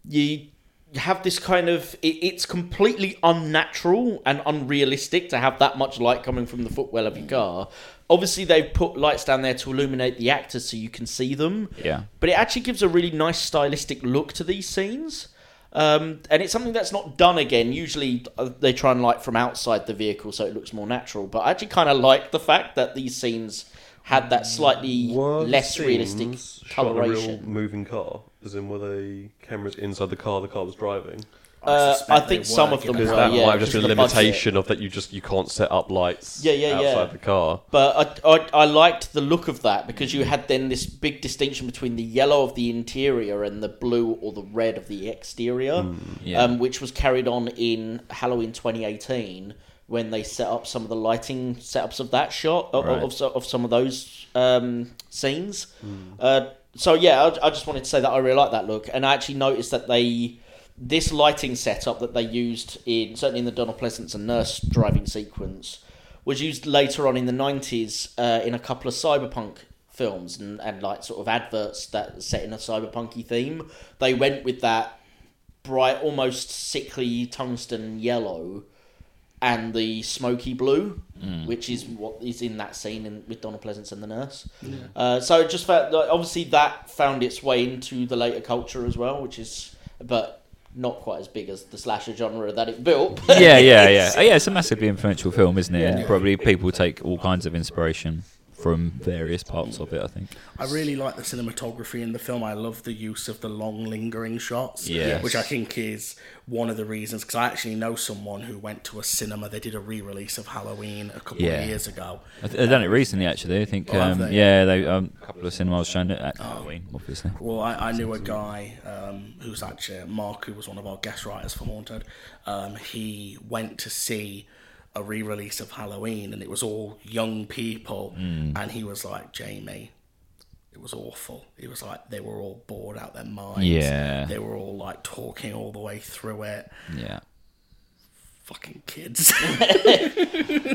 [SPEAKER 2] You you have this kind of it, it's completely unnatural and unrealistic to have that much light coming from the footwell of your car obviously they've put lights down there to illuminate the actors so you can see them
[SPEAKER 4] Yeah.
[SPEAKER 2] but it actually gives a really nice stylistic look to these scenes um, and it's something that's not done again usually uh, they try and light from outside the vehicle so it looks more natural but i actually kind of like the fact that these scenes had that slightly less realistic
[SPEAKER 3] Shot in a real
[SPEAKER 2] coloration
[SPEAKER 3] moving car, as in were they cameras inside the car the car was driving?
[SPEAKER 2] Uh,
[SPEAKER 1] suspect
[SPEAKER 2] I think
[SPEAKER 1] they
[SPEAKER 2] some
[SPEAKER 1] were,
[SPEAKER 2] of them
[SPEAKER 1] given
[SPEAKER 3] Because
[SPEAKER 2] were,
[SPEAKER 1] how-
[SPEAKER 3] that
[SPEAKER 2] yeah,
[SPEAKER 3] might have just
[SPEAKER 2] because
[SPEAKER 3] been a
[SPEAKER 2] of the budget.
[SPEAKER 3] limitation of that you just you can't set up lights
[SPEAKER 2] Yeah, yeah, yeah.
[SPEAKER 3] outside the car.
[SPEAKER 2] But I, I, I liked the look of that because you had then this big distinction between the yellow of the interior and the blue or the red of the exterior,
[SPEAKER 4] Mm, yeah.
[SPEAKER 2] um, which was carried on in Halloween 2018 when they set up some of the lighting setups of that shot of,
[SPEAKER 4] Right.
[SPEAKER 2] of, so- of some of those um, scenes. Uh, so yeah, I, I just wanted to say that I really like that look, and I actually noticed that they this lighting setup that they used in certainly in the Donald Pleasance and Nurse driving sequence was used later on in the nineties uh, in a couple of cyberpunk films and, and like sort of adverts that set in a cyberpunky theme. They went with that bright, almost sickly tungsten yellow and the smoky blue,
[SPEAKER 4] Mm.
[SPEAKER 2] which is what is in that scene in, with Donald Pleasance and the nurse. Uh, so it just felt like obviously that found its way into the later culture as well, which is but not quite as big as the slasher genre that it built.
[SPEAKER 4] yeah, yeah, yeah. Oh, yeah, it's a massively influential film, isn't it? And probably people take all kinds of inspiration from various parts of it. I think.
[SPEAKER 1] I really like the cinematography in the film. I love the use of the long lingering shots,
[SPEAKER 4] Yes.
[SPEAKER 1] which I think is one of the reasons. Because I actually know someone who went to a cinema. They did a re-release of Halloween a couple
[SPEAKER 4] Yeah.
[SPEAKER 1] of years ago.
[SPEAKER 4] I th- They've done it recently, actually. I think.
[SPEAKER 1] Oh, have
[SPEAKER 4] Um,
[SPEAKER 1] they?
[SPEAKER 4] yeah, they, um, a couple of cinemas shown it at Halloween, obviously.
[SPEAKER 1] Well, I, I knew a guy um, who's actually Mark, who was one of our guest writers for Haunted. Um, he went to see a re-release of Halloween, and it was all young people,
[SPEAKER 4] Hmm.
[SPEAKER 1] and he was like, "Jamie, it was awful." He was like, "They were all bored out their minds.
[SPEAKER 4] Yeah.
[SPEAKER 1] they were all like talking all the way through it.
[SPEAKER 4] Yeah.
[SPEAKER 1] Fucking kids."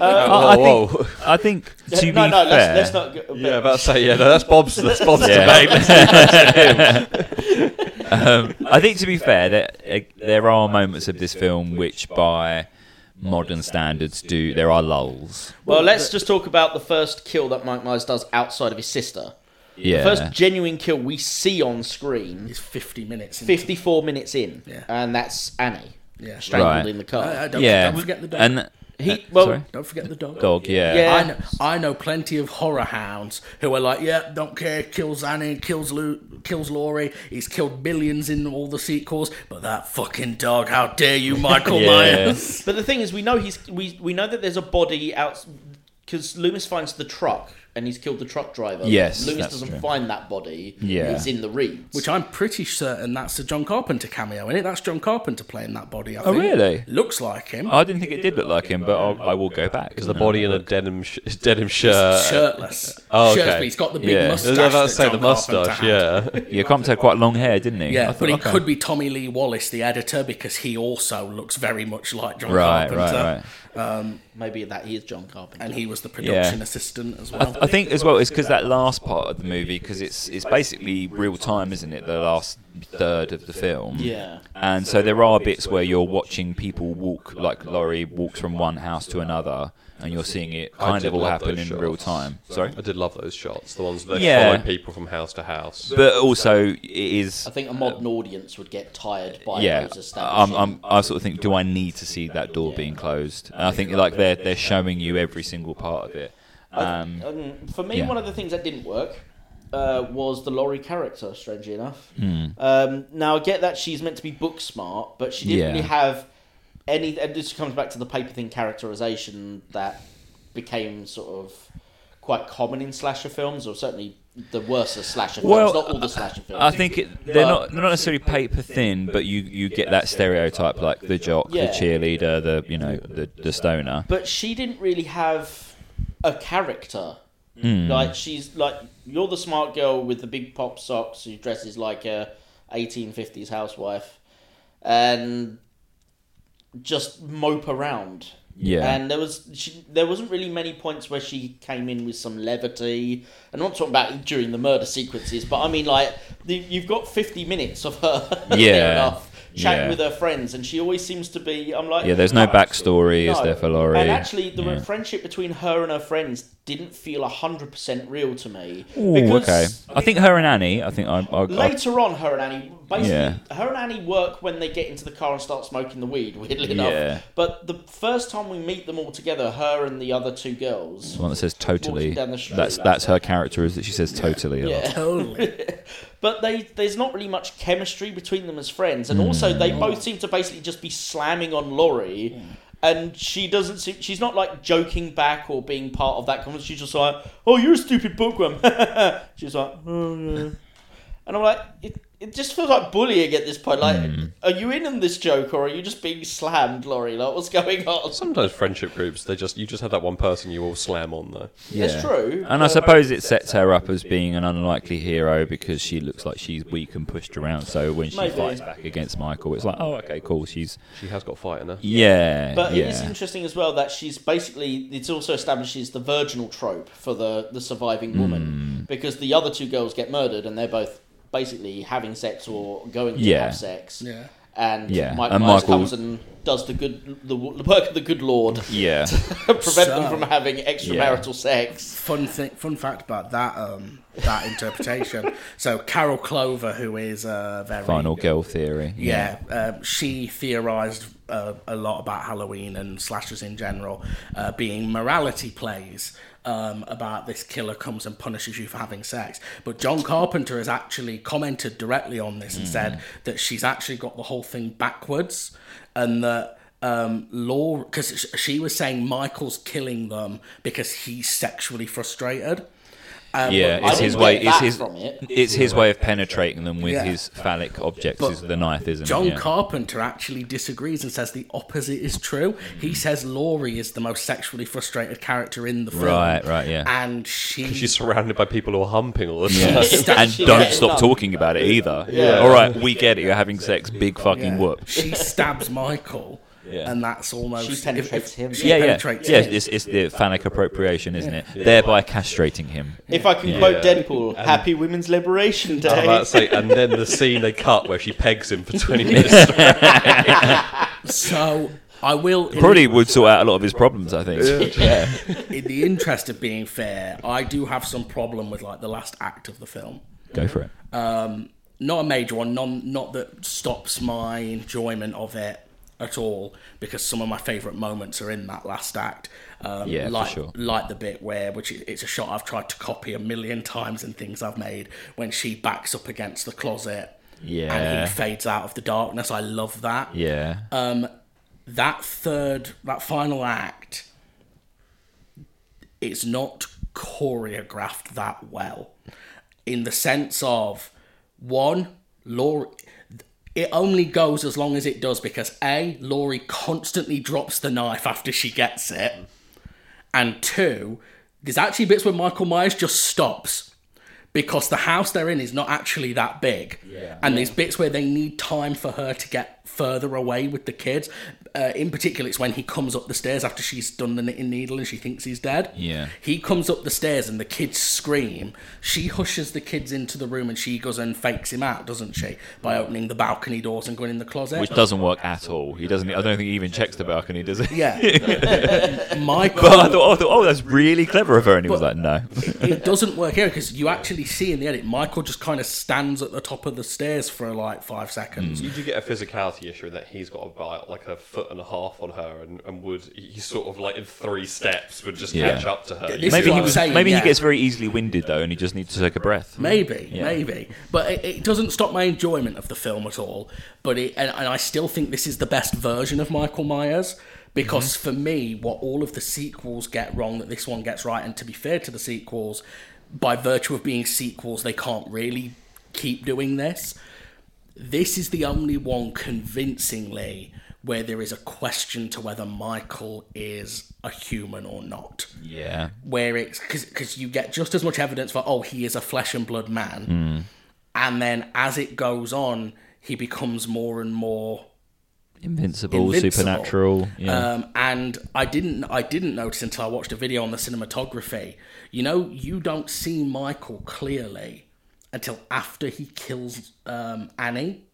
[SPEAKER 2] Uh,
[SPEAKER 1] Oh,
[SPEAKER 4] I, I
[SPEAKER 3] whoa,
[SPEAKER 4] think.
[SPEAKER 3] whoa.
[SPEAKER 4] I think to
[SPEAKER 2] no,
[SPEAKER 4] be
[SPEAKER 2] no,
[SPEAKER 4] fair,
[SPEAKER 2] let's, let's not. Go,
[SPEAKER 3] Yeah, about to say yeah. No, that's Bob's. That's Bob's
[SPEAKER 4] Yeah.
[SPEAKER 3] debate.
[SPEAKER 4] um, I think to be fair, there, uh, there are moments of this film which, by modern standards, do there are lulls.
[SPEAKER 2] well, let's just talk about the first kill that Mike Myers does outside of his sister.
[SPEAKER 4] Yeah.
[SPEAKER 2] First genuine kill we see on screen,
[SPEAKER 1] It's fifty minutes. into-
[SPEAKER 2] 54 minutes in,
[SPEAKER 1] Yeah.
[SPEAKER 2] and that's Annie
[SPEAKER 1] Yeah.
[SPEAKER 2] strangled
[SPEAKER 4] Right.
[SPEAKER 2] in the car.
[SPEAKER 1] I- I don't,
[SPEAKER 4] yeah.
[SPEAKER 1] Don't forget the dog.
[SPEAKER 4] And
[SPEAKER 2] He-
[SPEAKER 4] uh,
[SPEAKER 2] well-
[SPEAKER 4] sorry?
[SPEAKER 1] don't forget the dog.
[SPEAKER 4] dog. Yeah.
[SPEAKER 2] Yeah.
[SPEAKER 1] I know, I know plenty of horror hounds who are like, yeah, don't care, kills Annie, kills Lou, kills Laurie. He's killed millions in all the sequels, but that fucking dog, how dare you, Michael
[SPEAKER 4] Yeah.
[SPEAKER 1] Myers?
[SPEAKER 2] But the thing is, we know he's we we know that there's a body out because Loomis finds the truck and he's killed the truck driver.
[SPEAKER 4] Yes,
[SPEAKER 2] Loomis
[SPEAKER 4] that's
[SPEAKER 2] doesn't
[SPEAKER 4] true.
[SPEAKER 2] find that body.
[SPEAKER 4] Yeah.
[SPEAKER 2] it's in the reeds.
[SPEAKER 1] Which I'm pretty certain that's a John Carpenter cameo in it. That's John Carpenter playing that body. I
[SPEAKER 4] Oh,
[SPEAKER 1] think.
[SPEAKER 4] really?
[SPEAKER 1] Looks like him.
[SPEAKER 4] I didn't think it did look like him, but I'll, I will go back
[SPEAKER 3] Because the body in a denim sh- denim shirt.
[SPEAKER 1] Shirtless.
[SPEAKER 3] Oh,
[SPEAKER 1] Shirtless,
[SPEAKER 3] okay.
[SPEAKER 1] but he's got the big
[SPEAKER 4] uh, Yeah. I was
[SPEAKER 1] mustache.
[SPEAKER 3] I was about to
[SPEAKER 1] that
[SPEAKER 3] say the
[SPEAKER 1] John Carpenter
[SPEAKER 3] mustache.
[SPEAKER 1] had.
[SPEAKER 3] Yeah.
[SPEAKER 4] Yeah, Compton had quite long hair, didn't he?
[SPEAKER 1] Yeah,
[SPEAKER 4] I thought,
[SPEAKER 1] but he
[SPEAKER 4] okay.
[SPEAKER 1] could be Tommy Lee Wallace, the editor, because he also looks very much like John
[SPEAKER 4] Right,
[SPEAKER 1] Carpenter.
[SPEAKER 4] right, right.
[SPEAKER 2] Maybe that he is John Carpenter.
[SPEAKER 1] And he was the production assistant as well.
[SPEAKER 4] I, I think as well it's because that last part of the movie because it's it's basically real time, isn't it? The last third of the film.
[SPEAKER 2] Yeah.
[SPEAKER 4] And so there are bits where you're watching people walk, like Laurie walks from one house to another, and you're seeing it
[SPEAKER 3] I
[SPEAKER 4] kind
[SPEAKER 3] did
[SPEAKER 4] of all
[SPEAKER 3] love
[SPEAKER 4] happen in
[SPEAKER 3] those
[SPEAKER 4] real
[SPEAKER 3] shots.
[SPEAKER 4] time. Sorry.
[SPEAKER 3] I did love those shots. The ones that
[SPEAKER 4] Yeah.
[SPEAKER 3] follow people from house to house.
[SPEAKER 4] But also it is.
[SPEAKER 2] I think a modern audience would get tired by
[SPEAKER 4] Yeah,
[SPEAKER 2] those
[SPEAKER 4] I'm,
[SPEAKER 2] establishing.
[SPEAKER 4] I'm, I sort of think, do I need to see that door being closed? And I think like they're they're showing you every single part of it. Um,
[SPEAKER 2] Um, for me,
[SPEAKER 4] yeah.
[SPEAKER 2] one of the things that didn't work uh, was the Laurie character. Strangely enough,
[SPEAKER 4] Hmm.
[SPEAKER 2] um, now I get that she's meant to be book smart, but she didn't
[SPEAKER 4] Yeah.
[SPEAKER 2] really have any. And this comes back to the paper thin characterization that became sort of quite common in slasher films, or certainly the worst of slasher films.
[SPEAKER 4] Well,
[SPEAKER 2] not all the slasher films.
[SPEAKER 4] I think it, they're
[SPEAKER 2] But-
[SPEAKER 4] not they're not necessarily paper thin, but you, you get that stereotype like the jock,
[SPEAKER 2] Yeah.
[SPEAKER 4] the cheerleader, the you know the, the stoner.
[SPEAKER 2] but she didn't really have a character.
[SPEAKER 4] Hmm.
[SPEAKER 2] Like she's like you're the smart girl with the big pop socks who dresses like a 1850s housewife and just mope around.
[SPEAKER 4] Yeah.
[SPEAKER 2] And there was she, there wasn't really many points where she came in with some levity. And I'm not talking about during the murder sequences, but I mean like the, you've got 50 minutes of her fair
[SPEAKER 4] Yeah.
[SPEAKER 2] enough chatting
[SPEAKER 4] Yeah.
[SPEAKER 2] with her friends and she always seems to be I'm like
[SPEAKER 4] Yeah, there's no backstory, is
[SPEAKER 2] no.
[SPEAKER 4] there for Laurie?
[SPEAKER 2] And actually, the
[SPEAKER 4] Yeah.
[SPEAKER 2] friendship between her and her friends didn't feel 100% real to me.
[SPEAKER 4] Ooh,
[SPEAKER 2] because
[SPEAKER 4] okay. I think her and Annie. I think I. I, I
[SPEAKER 2] Later on, her and Annie, basically,
[SPEAKER 4] Yeah.
[SPEAKER 2] her and Annie work when they get into the car and start smoking the weed, weirdly enough.
[SPEAKER 4] Yeah.
[SPEAKER 2] But the first time we meet them all together, her and the other two girls,
[SPEAKER 4] the one that says totally.
[SPEAKER 2] Walking down the street.
[SPEAKER 4] That's that's her character is that she says totally a lot.
[SPEAKER 2] yeah.
[SPEAKER 1] Totally.
[SPEAKER 2] But they, there's not really much chemistry between them as friends, and also
[SPEAKER 4] Mm.
[SPEAKER 2] they both seem to basically just be slamming on Laurie, and she doesn't. Seem, she's not like joking back or being part of that conversation. She's just like, "Oh, you're a stupid bookworm." she's like, "Oh yeah," and I'm like, it, it just feels like bullying at this point. Like,
[SPEAKER 4] Mm.
[SPEAKER 2] are you in on this joke or are you just being slammed, Laurie? Like, what's going on?
[SPEAKER 3] Sometimes friendship groups, they just you just have that one person you all slam on though.
[SPEAKER 4] Yeah.
[SPEAKER 2] It's true,
[SPEAKER 4] And I
[SPEAKER 2] but-
[SPEAKER 4] suppose it sets her up as being an unlikely hero because she looks like she's weak and pushed around. So when she
[SPEAKER 2] Maybe.
[SPEAKER 4] fights back against Michael, it's like, oh, okay, cool. She's
[SPEAKER 3] She has got fight in her.
[SPEAKER 4] yeah,
[SPEAKER 2] But
[SPEAKER 4] yeah.
[SPEAKER 2] it is interesting as well that she's basically it's also establishes the virginal trope for the the surviving
[SPEAKER 4] Mm.
[SPEAKER 2] woman because the other two girls get murdered and they're both basically having sex or going to
[SPEAKER 4] Yeah.
[SPEAKER 2] have sex.
[SPEAKER 1] Yeah.
[SPEAKER 2] And
[SPEAKER 4] Yeah,
[SPEAKER 2] Mike
[SPEAKER 4] and
[SPEAKER 2] Myers
[SPEAKER 4] Michael-
[SPEAKER 2] comes and does the good the, w- the work of the good Lord
[SPEAKER 4] yeah,
[SPEAKER 2] prevent them
[SPEAKER 1] So-
[SPEAKER 2] from having extramarital sex.
[SPEAKER 1] Fun thing, fun fact about that um, that interpretation. so Carol Clover, who is uh, very
[SPEAKER 4] final girl theory.
[SPEAKER 1] Yeah, um, she theorized uh, a lot about Halloween and slashers in general uh, being morality plays um, about this killer comes and punishes you for having sex. But John Carpenter has actually commented directly on this and said that she's actually got the whole thing backwards and that. Um, law because she was saying Michael's killing them because he's sexually frustrated. Um,
[SPEAKER 4] Yeah,
[SPEAKER 1] but
[SPEAKER 4] it's
[SPEAKER 1] I
[SPEAKER 4] his
[SPEAKER 1] think
[SPEAKER 2] didn't
[SPEAKER 4] way.
[SPEAKER 2] get
[SPEAKER 4] It's
[SPEAKER 2] that
[SPEAKER 4] his.
[SPEAKER 2] from it.
[SPEAKER 4] It's his way of penetrating them with
[SPEAKER 1] Yeah.
[SPEAKER 4] his phallic objects
[SPEAKER 1] But
[SPEAKER 4] is the knife, isn't
[SPEAKER 1] John
[SPEAKER 4] it? Yeah.
[SPEAKER 1] Carpenter actually disagrees and says the opposite is true.
[SPEAKER 4] Mm-hmm.
[SPEAKER 1] He says Laurie is the most sexually frustrated character in the film.
[SPEAKER 4] Right, right, yeah.
[SPEAKER 1] And she,
[SPEAKER 3] She's surrounded by people who are humping all the
[SPEAKER 4] Yeah.
[SPEAKER 3] time.
[SPEAKER 4] and
[SPEAKER 2] actually
[SPEAKER 4] don't
[SPEAKER 2] getting
[SPEAKER 4] stop
[SPEAKER 2] done.
[SPEAKER 4] talking about it either.
[SPEAKER 2] Yeah.
[SPEAKER 4] All right, we get it. You're having sex. Big fucking
[SPEAKER 1] yeah,
[SPEAKER 4] whoop.
[SPEAKER 1] she stabs Michael, and that's almost
[SPEAKER 2] She penetrates him.
[SPEAKER 1] she
[SPEAKER 4] Yeah, yeah,
[SPEAKER 1] penetrates
[SPEAKER 4] yeah.
[SPEAKER 1] him.
[SPEAKER 4] It's, it's the phallic appropriation, isn't it? Thereby castrating him.
[SPEAKER 2] If I can quote
[SPEAKER 3] Yeah.
[SPEAKER 2] Deadpool, "Happy Women's Liberation Day."
[SPEAKER 3] I was about to say, and then the scene they cut where she pegs him for 20 minutes.
[SPEAKER 1] So I will in-
[SPEAKER 4] Probably would sort out a lot of his problems. I think.
[SPEAKER 1] in the interest of being fair, I do have some problem with like the last act of the film.
[SPEAKER 4] Go for it.
[SPEAKER 1] not a major one, none, not that stops my enjoyment of it at all, because some of my favourite moments are in that last act. Um,
[SPEAKER 4] Yeah, for
[SPEAKER 1] like,
[SPEAKER 4] sure.
[SPEAKER 1] Like the bit where, which i- it's a shot I've tried to copy a million times in things I've made, when she backs up against the closet
[SPEAKER 4] Yeah.
[SPEAKER 1] and he fades out of the darkness. I love that.
[SPEAKER 4] Yeah.
[SPEAKER 1] Uh, That third, that final act, it's not choreographed that well in the sense of one Laurie it only goes as long as it does because a Laurie constantly drops the knife after she gets it and two there's actually bits where Michael Myers just stops because the house they're in is not actually that big and there's bits where they need time for her to get further away with the kids uh, in particular it's when he comes up the stairs after she's done the knitting needle and she thinks he's dead
[SPEAKER 4] Yeah.
[SPEAKER 1] he comes up the stairs and the kids scream. She hushes the kids into the room and she goes and fakes him out, doesn't she? By opening the balcony doors and going in the closet.
[SPEAKER 4] Which doesn't work at all. He doesn't. I don't think he even checks the balcony, does he?
[SPEAKER 1] yeah. Michael.
[SPEAKER 4] But I thought, I thought, oh, that's really clever of her, and he was
[SPEAKER 1] But-
[SPEAKER 4] like, no.
[SPEAKER 1] it doesn't work here because you actually see in the edit Michael just kind of stands at the top of the stairs for like five seconds.
[SPEAKER 3] You do get a physicality issue in that he's got about like a foot and a half on her, and, and would he sort of like in three steps would just
[SPEAKER 4] Yeah.
[SPEAKER 3] catch up to her.
[SPEAKER 1] This
[SPEAKER 3] You
[SPEAKER 1] is
[SPEAKER 3] see
[SPEAKER 4] Maybe
[SPEAKER 1] what I'm
[SPEAKER 4] he
[SPEAKER 3] that?
[SPEAKER 4] was.
[SPEAKER 1] saying,
[SPEAKER 4] Maybe
[SPEAKER 1] yeah.
[SPEAKER 4] he gets very easily winded though, and he just needs to take a breath.
[SPEAKER 1] Maybe,
[SPEAKER 4] Mm. Yeah.
[SPEAKER 1] maybe, but it, it doesn't stop my enjoyment of the film at all. But it, and, and I still think this is the best version of Michael Myers because for me, what all of the sequels get wrong that this one gets right, and to be fair to the sequels, by virtue of being sequels, they can't really keep doing this. This is the only one convincingly where there is a question to whether Michael is a human or not
[SPEAKER 4] Yeah.
[SPEAKER 1] where it's because you get just as much evidence for oh he is a flesh and blood man and then as it goes on he becomes more and more
[SPEAKER 4] Invincible,
[SPEAKER 1] Invincible.
[SPEAKER 4] supernatural. Yeah.
[SPEAKER 1] um, and i didn't i didn't notice until i watched a video on the cinematography you know you don't see michael clearly until after he kills um, annie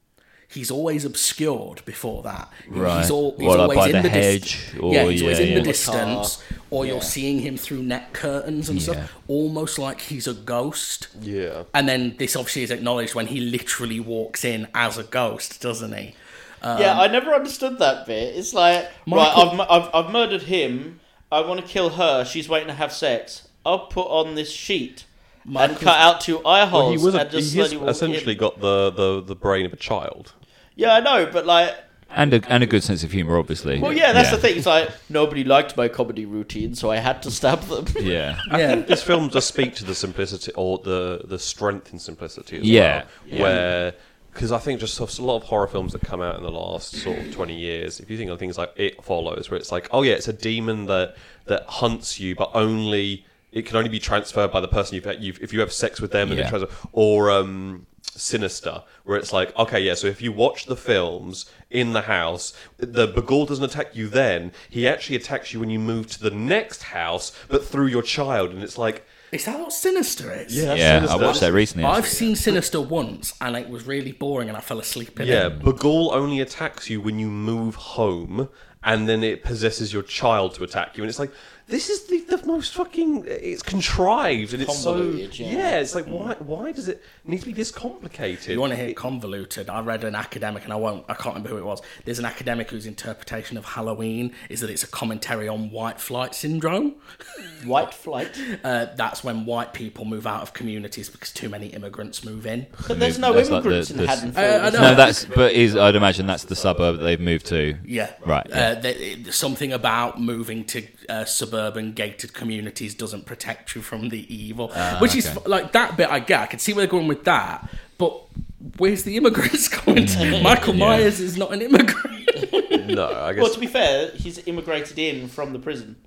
[SPEAKER 1] He's always obscured before that.
[SPEAKER 4] Right.
[SPEAKER 1] He's, all, he's
[SPEAKER 4] Well,
[SPEAKER 1] always
[SPEAKER 4] like by
[SPEAKER 1] in
[SPEAKER 4] the
[SPEAKER 1] the dis-
[SPEAKER 4] hedge or-
[SPEAKER 1] yeah, he's always
[SPEAKER 4] yeah,
[SPEAKER 1] in the
[SPEAKER 4] yeah.
[SPEAKER 1] distance, or you're seeing him through net curtains and
[SPEAKER 4] Yeah.
[SPEAKER 1] stuff, almost like he's a ghost.
[SPEAKER 3] Yeah.
[SPEAKER 1] And then this obviously is acknowledged when he literally walks in as a ghost, doesn't he?
[SPEAKER 3] Um,
[SPEAKER 2] yeah, I never understood that bit. It's like,
[SPEAKER 1] Michael-
[SPEAKER 2] right, I've, mu- I've, I've murdered him. I want to kill her. She's waiting to have sex. I'll put on this sheet and
[SPEAKER 1] Michael's-
[SPEAKER 2] cut out two eye
[SPEAKER 3] Well,
[SPEAKER 2] holes
[SPEAKER 3] he was a,
[SPEAKER 2] and just
[SPEAKER 3] he's
[SPEAKER 2] slowly walk
[SPEAKER 3] essentially
[SPEAKER 2] in.
[SPEAKER 3] got the, the, the brain of a child.
[SPEAKER 2] Yeah, I know, but like,
[SPEAKER 4] and a and a good sense of humor, obviously.
[SPEAKER 2] well, yeah, that's the thing. It's like nobody liked my comedy routine, so I had to stab them.
[SPEAKER 4] Yeah.
[SPEAKER 1] Yeah.
[SPEAKER 3] This film does speak to the simplicity or the the strength in simplicity as
[SPEAKER 4] Yeah.
[SPEAKER 3] well. Where because I think just a lot of horror films that come out in the last sort of twenty years. If you think of things like It Follows, where it's like, oh yeah, it's a demon that that hunts you, but only it can only be transferred by the person you've, you've if you have sex with them, and it
[SPEAKER 4] Yeah.
[SPEAKER 3] transfers. Or um, Sinister, where it's like, okay, yeah, so if you watch the films in the house, the Bagul doesn't attack you then. He actually attacks you when you move to the next house, but through your child, and it's like,
[SPEAKER 1] Is that what Sinister is?
[SPEAKER 3] yeah,
[SPEAKER 4] Yeah, I
[SPEAKER 3] Sinister.
[SPEAKER 4] watched that recently.
[SPEAKER 1] I've
[SPEAKER 4] actually.
[SPEAKER 1] seen Sinister once and it was really boring and I fell asleep in
[SPEAKER 3] Yeah,
[SPEAKER 1] it.
[SPEAKER 3] Bagul only attacks you when you move home, and then it possesses your child to attack you. And it's like, this is the, the most fucking. It's contrived, and it's so.
[SPEAKER 2] Convoluted, yeah.
[SPEAKER 3] Yeah. it's like, why why does it need to be this complicated?
[SPEAKER 1] You want to hear convoluted? I read an academic, and I won't. I can't remember who it was. There's an academic whose interpretation of Halloween is that it's a commentary on white flight syndrome.
[SPEAKER 2] White flight.
[SPEAKER 1] Uh, that's when white people move out of communities because too many immigrants move in.
[SPEAKER 2] But there's no
[SPEAKER 4] That's like
[SPEAKER 2] immigrants
[SPEAKER 4] the-
[SPEAKER 2] in
[SPEAKER 4] the-
[SPEAKER 2] Haddonfield.
[SPEAKER 1] Uh, I
[SPEAKER 2] is
[SPEAKER 1] know.
[SPEAKER 2] there?
[SPEAKER 4] No, that's but is I'd imagine that's the suburb that they've moved to.
[SPEAKER 1] Yeah,
[SPEAKER 4] Right,
[SPEAKER 1] Uh, th- it- something about moving to uh, suburban gated communities doesn't protect you from the evil, which is
[SPEAKER 4] Ah, okay.
[SPEAKER 1] like that bit. I get. I can see where they're going with that, but where's the immigrants going? to? Michael
[SPEAKER 4] Yeah.
[SPEAKER 1] Myers is not an immigrant.
[SPEAKER 3] no, I guess
[SPEAKER 2] Well, to be fair, he's immigrated in from the prison.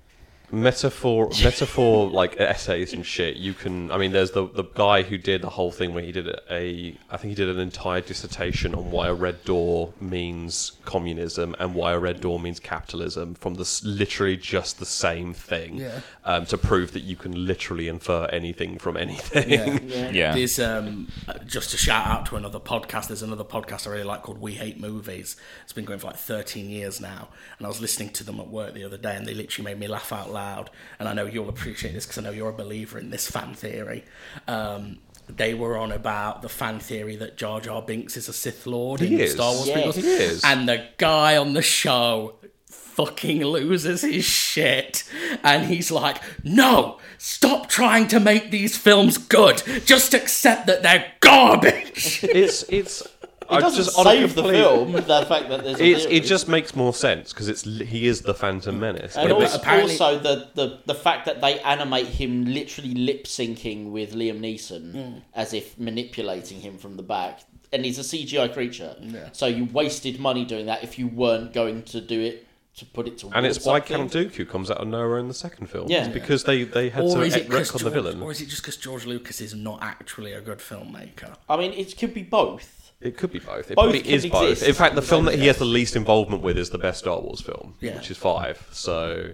[SPEAKER 3] metaphor metaphor like essays and shit you can i mean there's the the guy who did the whole thing where he did a i think he did an entire dissertation on why a red door means communism and why a red door means capitalism from this literally just the same thing
[SPEAKER 1] Yeah.
[SPEAKER 3] um, to prove that you can literally infer anything from anything
[SPEAKER 4] Yeah,
[SPEAKER 1] There's um, uh, just a shout out to another podcast. There's another podcast I really like called We Hate Movies. It's been going for like 13 years now, and I was listening to them at work the other day, and they literally made me laugh out loud. And I know you'll appreciate this because I know you're a believer in this fan theory. Um, they were on about the fan theory that Jar Jar Binks is a Sith Lord in
[SPEAKER 3] is.
[SPEAKER 1] Star Wars.
[SPEAKER 2] Yes.
[SPEAKER 1] prequels.
[SPEAKER 2] He
[SPEAKER 3] is.
[SPEAKER 1] And the guy on the show fucking loses his shit. And he's like, no, stop trying to make these films good. Just accept that they're garbage.
[SPEAKER 3] it's it's
[SPEAKER 2] It doesn't
[SPEAKER 3] just on a
[SPEAKER 2] save the
[SPEAKER 3] complete-
[SPEAKER 2] film. The fact that there's a
[SPEAKER 3] it's,
[SPEAKER 2] theory.
[SPEAKER 3] it just makes more sense because it's li- he is the phantom menace
[SPEAKER 2] And
[SPEAKER 3] But it
[SPEAKER 2] also,
[SPEAKER 3] makes-
[SPEAKER 1] apparently-
[SPEAKER 2] also the, the, the fact that they animate him literally lip syncing with Liam Neeson as if manipulating him from the back. And he's a CGI creature. So you wasted money doing that if you weren't going to do it to put it to
[SPEAKER 3] and it's why Count Dooku comes out of nowhere in the second film.
[SPEAKER 2] Yeah.
[SPEAKER 3] It's because they, they had to
[SPEAKER 1] Or is, it
[SPEAKER 3] retcon
[SPEAKER 1] 'cause
[SPEAKER 3] the
[SPEAKER 1] George,
[SPEAKER 3] villain.
[SPEAKER 1] or is it just because George Lucas is not actually a good filmmaker?
[SPEAKER 2] I mean, it could be both.
[SPEAKER 3] It could be both. It
[SPEAKER 2] Both
[SPEAKER 3] probably
[SPEAKER 2] can
[SPEAKER 3] is both.
[SPEAKER 2] exist.
[SPEAKER 3] In fact, the film that he has the least involvement with is the best Star Wars film,
[SPEAKER 1] Yeah.
[SPEAKER 3] which is five. So,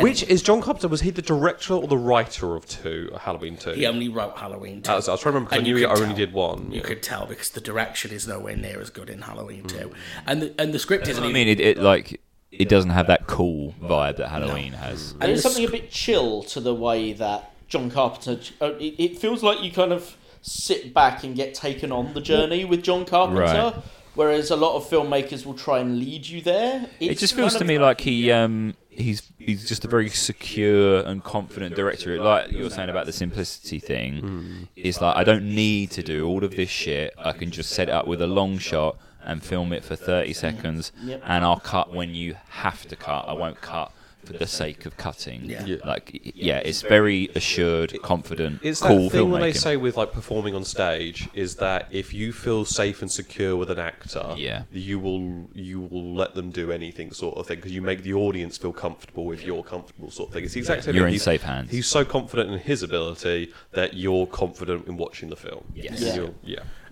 [SPEAKER 3] which is John Carpenter? Was he the director or the writer of two Halloween two?
[SPEAKER 1] He only wrote Halloween 2.
[SPEAKER 3] I was, I was trying to remember because I
[SPEAKER 1] And you
[SPEAKER 3] knew he
[SPEAKER 1] could
[SPEAKER 3] only
[SPEAKER 1] tell.
[SPEAKER 3] did one.
[SPEAKER 1] you
[SPEAKER 3] yeah.
[SPEAKER 1] could tell because the direction is nowhere near as good in Halloween 2. And the, and the script isn't
[SPEAKER 4] I
[SPEAKER 1] even
[SPEAKER 4] mean it, it like it doesn't have that cool vibe that Halloween has.
[SPEAKER 1] And
[SPEAKER 2] There's
[SPEAKER 1] the
[SPEAKER 2] something a bit chill to the way that John Carpenter. uh, It, it feels like you kind of sit back and get taken on the journey with John Carpenter.
[SPEAKER 4] Right.
[SPEAKER 2] Whereas a lot of filmmakers will try and lead you there.
[SPEAKER 4] It
[SPEAKER 2] It's
[SPEAKER 4] just feels
[SPEAKER 2] kind
[SPEAKER 4] to
[SPEAKER 2] of-
[SPEAKER 4] me like he um he's he's just a very secure and confident director. Like you were saying about the simplicity thing,
[SPEAKER 3] Hmm.
[SPEAKER 4] it's like I don't need to do all of this shit. I can just set it up with a long shot and film it for thirty seconds,
[SPEAKER 2] Yep.
[SPEAKER 4] and I'll cut when you have to cut. I won't cut for the sake of cutting.
[SPEAKER 1] Yeah.
[SPEAKER 3] Yeah.
[SPEAKER 4] Like yeah, it's very assured, confident,
[SPEAKER 3] It's
[SPEAKER 4] cool
[SPEAKER 3] that thing
[SPEAKER 4] filmmaking.
[SPEAKER 3] when they say with like performing on stage is that if you feel safe and secure with an actor,
[SPEAKER 4] Yeah.
[SPEAKER 3] you will you will let them do anything sort of thing because you make the audience feel comfortable if you're comfortable sort of thing. It's the exact same.
[SPEAKER 4] You're
[SPEAKER 3] thing.
[SPEAKER 4] in
[SPEAKER 3] He's-
[SPEAKER 4] safe hands.
[SPEAKER 3] He's so confident in his ability that you're confident in watching the film.
[SPEAKER 4] Yes.
[SPEAKER 2] Yeah.
[SPEAKER 3] yeah.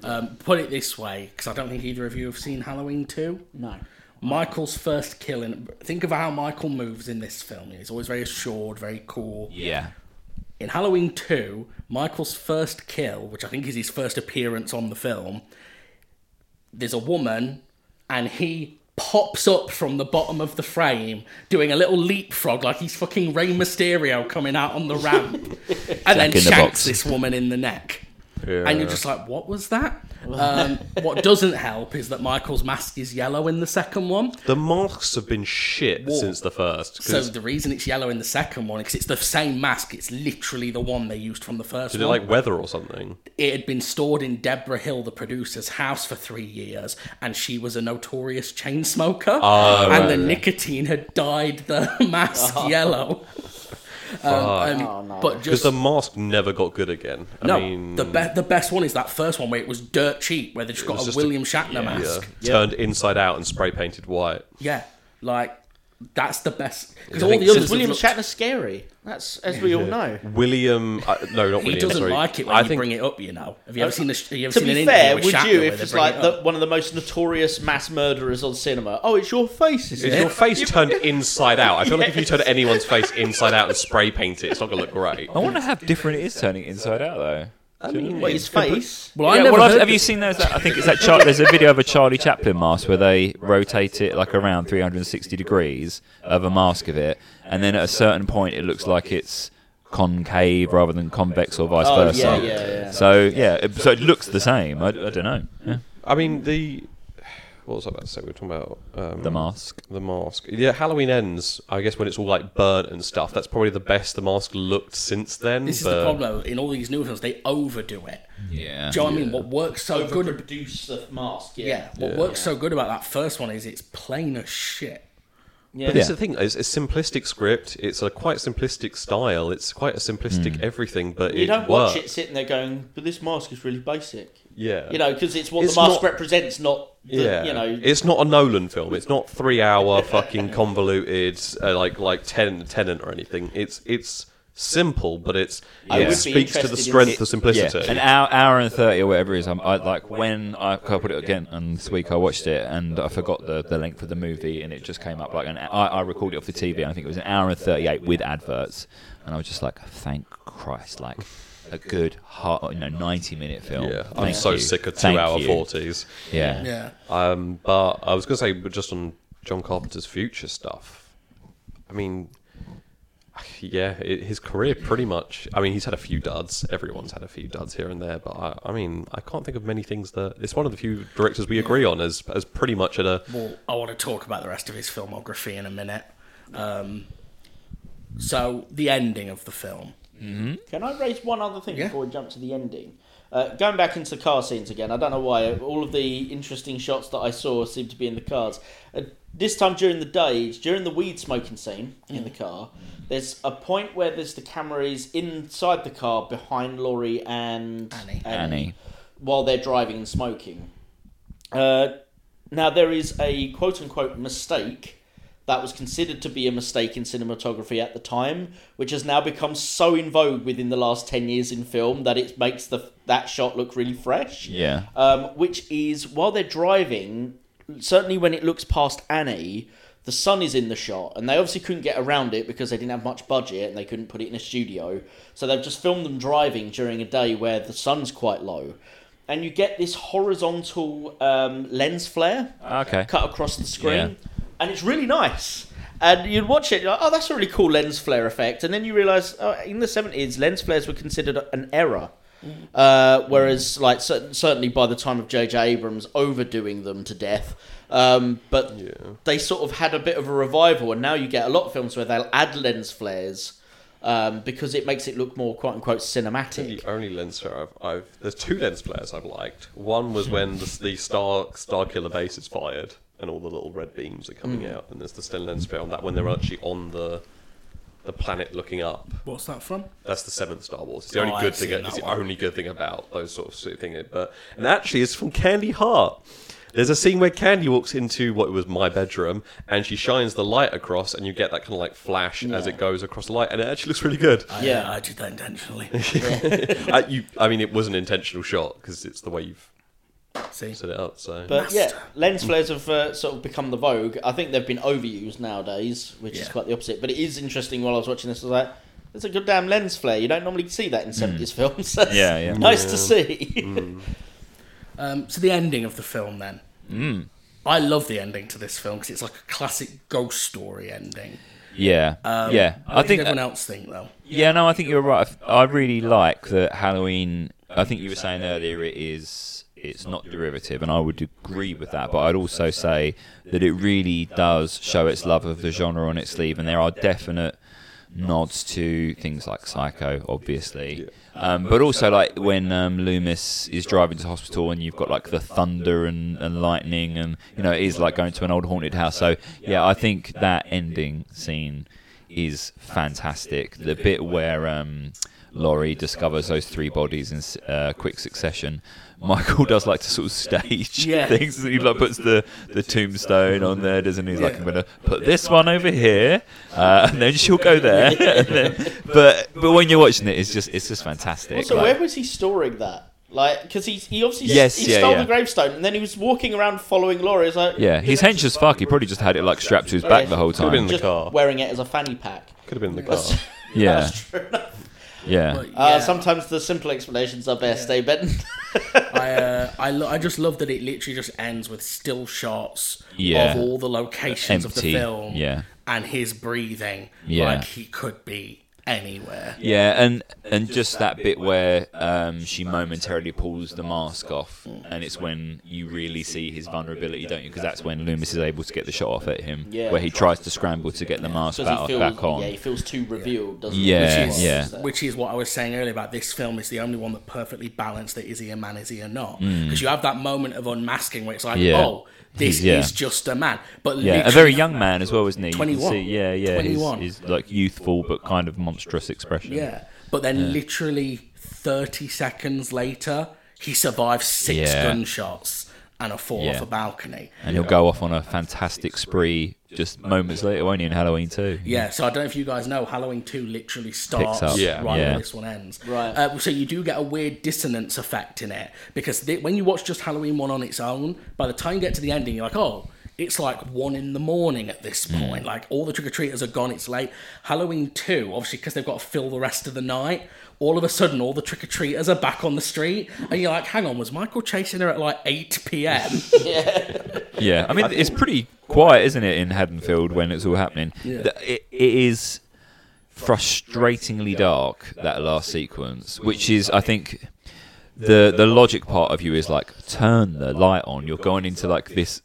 [SPEAKER 3] yeah.
[SPEAKER 1] Um, put it this way, because I don't think either of you have seen Halloween 2.
[SPEAKER 2] No.
[SPEAKER 1] Michael's first kill in. Think of how Michael moves in this film. He's always very assured, very cool.
[SPEAKER 4] yeah.
[SPEAKER 1] In Halloween 2, Michael's first kill, which I think is his first appearance on the film, there's a woman and he pops up from the bottom of the frame doing a little leapfrog like he's fucking Rey Mysterio coming out on the ramp and then
[SPEAKER 4] in the
[SPEAKER 1] shanks
[SPEAKER 4] box.
[SPEAKER 1] this woman in the neck. And you're just like, what was that? Um, what doesn't help is that Michael's mask is yellow in the second one.
[SPEAKER 3] The masks have been shit since the first. 'cause
[SPEAKER 1] So the reason it's yellow in the second one, because it's the same mask, it's literally the one they used from the first
[SPEAKER 3] did it
[SPEAKER 1] one.
[SPEAKER 3] like weather or something?
[SPEAKER 1] it had been stored in Deborah Hill, the producer's house, for three years, and she was a notorious chain
[SPEAKER 3] Oh,
[SPEAKER 1] smoker, and the nicotine had dyed the mask yellow. Um,
[SPEAKER 2] Oh, no.
[SPEAKER 1] But
[SPEAKER 3] Because
[SPEAKER 1] just
[SPEAKER 3] Oh. the mask never got good again. I
[SPEAKER 1] no,
[SPEAKER 3] mean,
[SPEAKER 1] the best the best one is that first one where it was dirt cheap, where they just got
[SPEAKER 3] was
[SPEAKER 1] a
[SPEAKER 3] just a-
[SPEAKER 1] William Shatner
[SPEAKER 3] yeah,
[SPEAKER 4] yeah.
[SPEAKER 1] mask.
[SPEAKER 3] turned inside out and spray painted white.
[SPEAKER 1] Yeah, like that's the best because
[SPEAKER 3] I
[SPEAKER 1] all
[SPEAKER 3] think
[SPEAKER 1] the others.
[SPEAKER 2] Because
[SPEAKER 1] have
[SPEAKER 2] William
[SPEAKER 1] looked-
[SPEAKER 2] Shatner's scary. That's as we all know.
[SPEAKER 3] William, uh, no, not
[SPEAKER 1] He
[SPEAKER 3] William.
[SPEAKER 1] doesn't
[SPEAKER 3] sorry.
[SPEAKER 1] like it when
[SPEAKER 3] I
[SPEAKER 1] you
[SPEAKER 3] think Uh,
[SPEAKER 1] bring it up. You know, have you ever seen the? Have you ever
[SPEAKER 2] To
[SPEAKER 1] seen an
[SPEAKER 2] be
[SPEAKER 1] interview
[SPEAKER 2] fair,
[SPEAKER 1] with
[SPEAKER 2] would
[SPEAKER 1] Shatner
[SPEAKER 2] you
[SPEAKER 1] where
[SPEAKER 2] if
[SPEAKER 1] they
[SPEAKER 2] it's
[SPEAKER 1] bring
[SPEAKER 2] like
[SPEAKER 1] it
[SPEAKER 2] the,
[SPEAKER 1] up?
[SPEAKER 2] one of the most notorious mass murderers on cinema? Oh, it's your face, isn't
[SPEAKER 3] Is
[SPEAKER 2] it?
[SPEAKER 3] your face turned inside out? I feel like if you turn anyone's face inside out and spray paint it, it's not gonna look great.
[SPEAKER 4] I wonder how different it is turning it inside out though.
[SPEAKER 3] I mean,
[SPEAKER 2] Wait, his face?
[SPEAKER 1] Well, I
[SPEAKER 4] yeah,
[SPEAKER 1] never
[SPEAKER 4] well, I've-
[SPEAKER 1] heard
[SPEAKER 4] have
[SPEAKER 1] that-
[SPEAKER 4] you seen those? That, I think it's that chart. There's a video of a Charlie Chaplin mask where they rotate it like around 360 degrees of a mask of it, and then at a certain point it looks like it's concave rather than convex or vice
[SPEAKER 2] Oh,
[SPEAKER 4] versa.
[SPEAKER 2] yeah, yeah, yeah.
[SPEAKER 4] So yeah, it, so it looks the same. I, don't know. Yeah.
[SPEAKER 3] I mean the. What was I about to say? We were talking about um,
[SPEAKER 4] The mask.
[SPEAKER 3] The mask. Yeah, Halloween ends. I guess when it's all like burnt and stuff. That's probably the best the mask looked since then.
[SPEAKER 1] This is
[SPEAKER 3] but
[SPEAKER 1] the problem in all these new films. They overdo it.
[SPEAKER 4] Yeah.
[SPEAKER 1] Do you know what I mean? What works so good?
[SPEAKER 2] produce the mask.
[SPEAKER 1] Yeah, what works so good about that first one is it's plain as shit.
[SPEAKER 2] yeah.
[SPEAKER 3] This is the thing. It's a simplistic script. It's a quite simplistic style. It's quite a simplistic everything, but
[SPEAKER 2] You
[SPEAKER 3] it
[SPEAKER 2] don't
[SPEAKER 3] works.
[SPEAKER 2] watch it sitting there going, but this mask is really basic.
[SPEAKER 3] Yeah.
[SPEAKER 2] You know, because it's what
[SPEAKER 3] It's
[SPEAKER 2] the mask
[SPEAKER 3] not-
[SPEAKER 2] represents, not the,
[SPEAKER 3] yeah,
[SPEAKER 2] you know.
[SPEAKER 3] it's not a Nolan film. It's not three-hour fucking convoluted, uh, like like ten, Tenant or anything. It's it's simple, but it's
[SPEAKER 2] I
[SPEAKER 3] it
[SPEAKER 2] would be
[SPEAKER 3] speaks to
[SPEAKER 2] interested
[SPEAKER 3] the
[SPEAKER 2] in-
[SPEAKER 3] strength
[SPEAKER 2] Yeah.
[SPEAKER 3] of simplicity.
[SPEAKER 4] an hour, hour and thirty or whatever it is. I'm, I like when I, I put it again, and this week I watched it, and I forgot the, the length of the movie, and it just came up like an. I, I recorded it off the TV. And I think it was an hour and thirty-eight with adverts, and I was just like, thank Christ, like a good heart, you know, ninety-minute film.
[SPEAKER 3] yeah, I'm
[SPEAKER 4] Thank
[SPEAKER 3] so
[SPEAKER 4] you.
[SPEAKER 3] sick of
[SPEAKER 4] Thank
[SPEAKER 3] two-hour
[SPEAKER 4] you.
[SPEAKER 3] forties.
[SPEAKER 4] Yeah.
[SPEAKER 1] Yeah,
[SPEAKER 3] Um, but I was gonna say but just on John Carpenter's future stuff. I mean, yeah, it, his career pretty much. I mean, he's had a few duds. Everyone's had a few duds here and there. But I, I mean, I can't think of many things that it's one of the few directors we agree on as as pretty much at a
[SPEAKER 1] well, I want to talk about the rest of his filmography in a minute. Um, so the ending of the film.
[SPEAKER 2] Can I raise one other thing
[SPEAKER 1] Yeah.
[SPEAKER 2] before we jump to the ending? Uh, going back into the car scenes again, I don't know why. All of the interesting shots that I saw seemed to be in the cars. Uh, this time during the day, it's during the weed smoking scene
[SPEAKER 1] Mm.
[SPEAKER 2] in the car, there's a point where there's the camera is inside the car behind Laurie and
[SPEAKER 1] Annie.
[SPEAKER 4] Annie.
[SPEAKER 2] while they're driving and smoking. Uh, now, there is a quote unquote mistake that was considered to be a mistake in cinematography at the time, which has now become so in vogue within the last 10 years in film that it makes the, that shot look really fresh.
[SPEAKER 4] Yeah.
[SPEAKER 2] Um, which is while they're driving, certainly when it looks past Annie, the sun is in the shot, and they obviously couldn't get around it because they didn't have much budget and they couldn't put it in a studio. So they've just filmed them driving during a day where the sun's quite low, and you get this horizontal um, lens flare
[SPEAKER 4] Okay.
[SPEAKER 2] cut across the screen, and it's really nice. And you'd watch it, you're like, oh, that's a really cool lens flare effect. And then you realise, oh, in the 70s, lens flares were considered an error. Uh, whereas, like, cer- certainly by the time of J.J. Abrams, overdoing them to death. Um, but they sort of had a bit of a revival, and now you get a lot of films where they'll add lens flares um, because it makes it look more quote unquote cinematic.
[SPEAKER 3] The only lens flare I've, I've there's two lens flares I've liked. One was when the, the Star Star Killer base is fired and all the little red beams are coming out, and there's the Sten lens flare on that when they're actually on the the planet looking up.
[SPEAKER 1] What's that from?
[SPEAKER 3] That's the seventh Star Wars. It's the
[SPEAKER 1] Oh,
[SPEAKER 3] only
[SPEAKER 1] I
[SPEAKER 3] good
[SPEAKER 1] see
[SPEAKER 3] thing.
[SPEAKER 1] that
[SPEAKER 3] It's the
[SPEAKER 1] one.
[SPEAKER 3] only good thing about those sort of sort of thing. But and actually, it's from Candy Heart. There's a scene where Candy walks into what was my bedroom, and she shines the light across, and you get that kind of like flash as
[SPEAKER 2] Yeah.
[SPEAKER 3] it goes across the light, and it actually looks really good.
[SPEAKER 2] Yeah.
[SPEAKER 1] I did that intentionally.
[SPEAKER 3] I, you, I mean, it was an intentional shot because it's the way you've
[SPEAKER 1] See,
[SPEAKER 3] set it up. So
[SPEAKER 2] But yeah,
[SPEAKER 1] Master.
[SPEAKER 2] lens flares have uh, sort of become the vogue. I think they've been overused nowadays, which is
[SPEAKER 1] Yeah.
[SPEAKER 2] quite the opposite. But it is interesting while I was watching this, I was like, that's a good damn lens flare. You don't normally see that in 70s films. That's
[SPEAKER 4] Hmm. Yeah, yeah.
[SPEAKER 2] Nice to
[SPEAKER 1] Mm.
[SPEAKER 2] see.
[SPEAKER 1] um, so the ending of the film then. I love the ending to this film because it's like a classic ghost story ending.
[SPEAKER 4] Yeah. yeah. Um, I
[SPEAKER 1] What did
[SPEAKER 4] think uh,
[SPEAKER 1] everyone else think though.
[SPEAKER 4] Yeah, no, I think you're right. I really like that Halloween. I think you were saying earlier it is it's not derivative, and I would agree with that. But I'd also say that it really does show its love of the genre on its sleeve, and there are definite nods to things like Psycho, obviously, um, but also like when um, Loomis is driving to hospital, and you've got like the thunder and, and lightning, and you know it is like going to an old haunted house. So yeah, I think that ending scene is fantastic. The bit where um, Laurie discovers those three bodies in s- uh, quick succession, Michael does like to sort of stage
[SPEAKER 1] Yeah.
[SPEAKER 4] things. He like puts the, the tombstone on there, doesn't he? He's like, I'm gonna put this one over here, uh, and then she'll go there. And then- but but when you're watching it, it's just it's just fantastic.
[SPEAKER 2] Also,
[SPEAKER 4] Like-
[SPEAKER 2] where was he storing that? Like, because he he obviously
[SPEAKER 4] Yes,
[SPEAKER 2] he
[SPEAKER 4] yeah,
[SPEAKER 2] stole
[SPEAKER 4] yeah.
[SPEAKER 2] the gravestone and then he was walking around following Laura. It's like
[SPEAKER 4] yeah, he's hench as fuck. He probably just had it like strapped to his back the whole
[SPEAKER 3] Could've been
[SPEAKER 4] time.
[SPEAKER 3] the
[SPEAKER 2] just
[SPEAKER 3] car.
[SPEAKER 2] wearing it as a fanny pack.
[SPEAKER 3] Could have been in the car.
[SPEAKER 2] That's,
[SPEAKER 4] Yeah,
[SPEAKER 2] that's true.
[SPEAKER 4] yeah.
[SPEAKER 1] But yeah,
[SPEAKER 2] Uh, sometimes the simple explanations are best, eh, Ben?
[SPEAKER 1] I, uh, I, lo- I just love that it literally just ends with still shots
[SPEAKER 4] Yeah.
[SPEAKER 1] of all the locations of the
[SPEAKER 4] Empty,
[SPEAKER 1] film
[SPEAKER 4] yeah.
[SPEAKER 1] and his breathing
[SPEAKER 4] Yeah.
[SPEAKER 1] like he could be anywhere.
[SPEAKER 4] Yeah, and and just that bit where um, she momentarily pulls the mask off, and it's when you really see his vulnerability, don't you? Because that's when Loomis is able to get the shot off at him,
[SPEAKER 2] Yeah.
[SPEAKER 4] where he tries to scramble to get the mask
[SPEAKER 2] Because he
[SPEAKER 4] back,
[SPEAKER 2] feels
[SPEAKER 4] back on.
[SPEAKER 2] yeah, he feels too revealed, doesn't
[SPEAKER 4] Yeah,
[SPEAKER 2] he?
[SPEAKER 1] Which is,
[SPEAKER 4] yeah.
[SPEAKER 1] which is what I was saying earlier about this film is the only one that perfectly balanced that is he a man, is he a not? Because you have that moment of unmasking where it's like,
[SPEAKER 4] Hmm. Yeah.
[SPEAKER 1] oh, this
[SPEAKER 4] He's- yeah.
[SPEAKER 1] is just a man. But
[SPEAKER 4] Yeah, a
[SPEAKER 1] literally-
[SPEAKER 4] very young man as well, isn't he? You can
[SPEAKER 1] 21.
[SPEAKER 4] see- yeah, yeah, his-
[SPEAKER 1] 21.
[SPEAKER 4] his, like youthful but kind of monstrous expression.
[SPEAKER 1] Yeah. But then literally 30 seconds later, he survives six
[SPEAKER 4] Yeah.
[SPEAKER 1] gunshots and a fall
[SPEAKER 4] Yeah.
[SPEAKER 1] off a balcony.
[SPEAKER 4] and he'll go off on a fantastic spree just moments later, won't he? In Halloween too.
[SPEAKER 1] Yeah, so I don't know if you guys know, Halloween 2 literally starts
[SPEAKER 4] up.
[SPEAKER 3] Yeah.
[SPEAKER 1] right
[SPEAKER 4] Yeah.
[SPEAKER 1] where this one ends.
[SPEAKER 2] Right.
[SPEAKER 1] Uh, so you do get a weird dissonance effect in it because the, when you watch just Halloween 1 on its own, by the time you get to the ending, you're like, oh, it's like one in the morning at this
[SPEAKER 4] Mm.
[SPEAKER 1] point. Like all the trick or treaters are gone, it's late. Halloween 2, obviously, because they've got to fill the rest of the night. All of a sudden, all the trick or treaters are back on the street, and you're like, "Hang on, was Michael chasing her at like 8 p.m.?"
[SPEAKER 4] Yeah, I mean, it's pretty quiet, isn't it, in Haddonfield when it's all happening? Th- It, it is frustratingly dark that last sequence, which is, I think, the the logic part of you is like, turn the light on. You're going into like this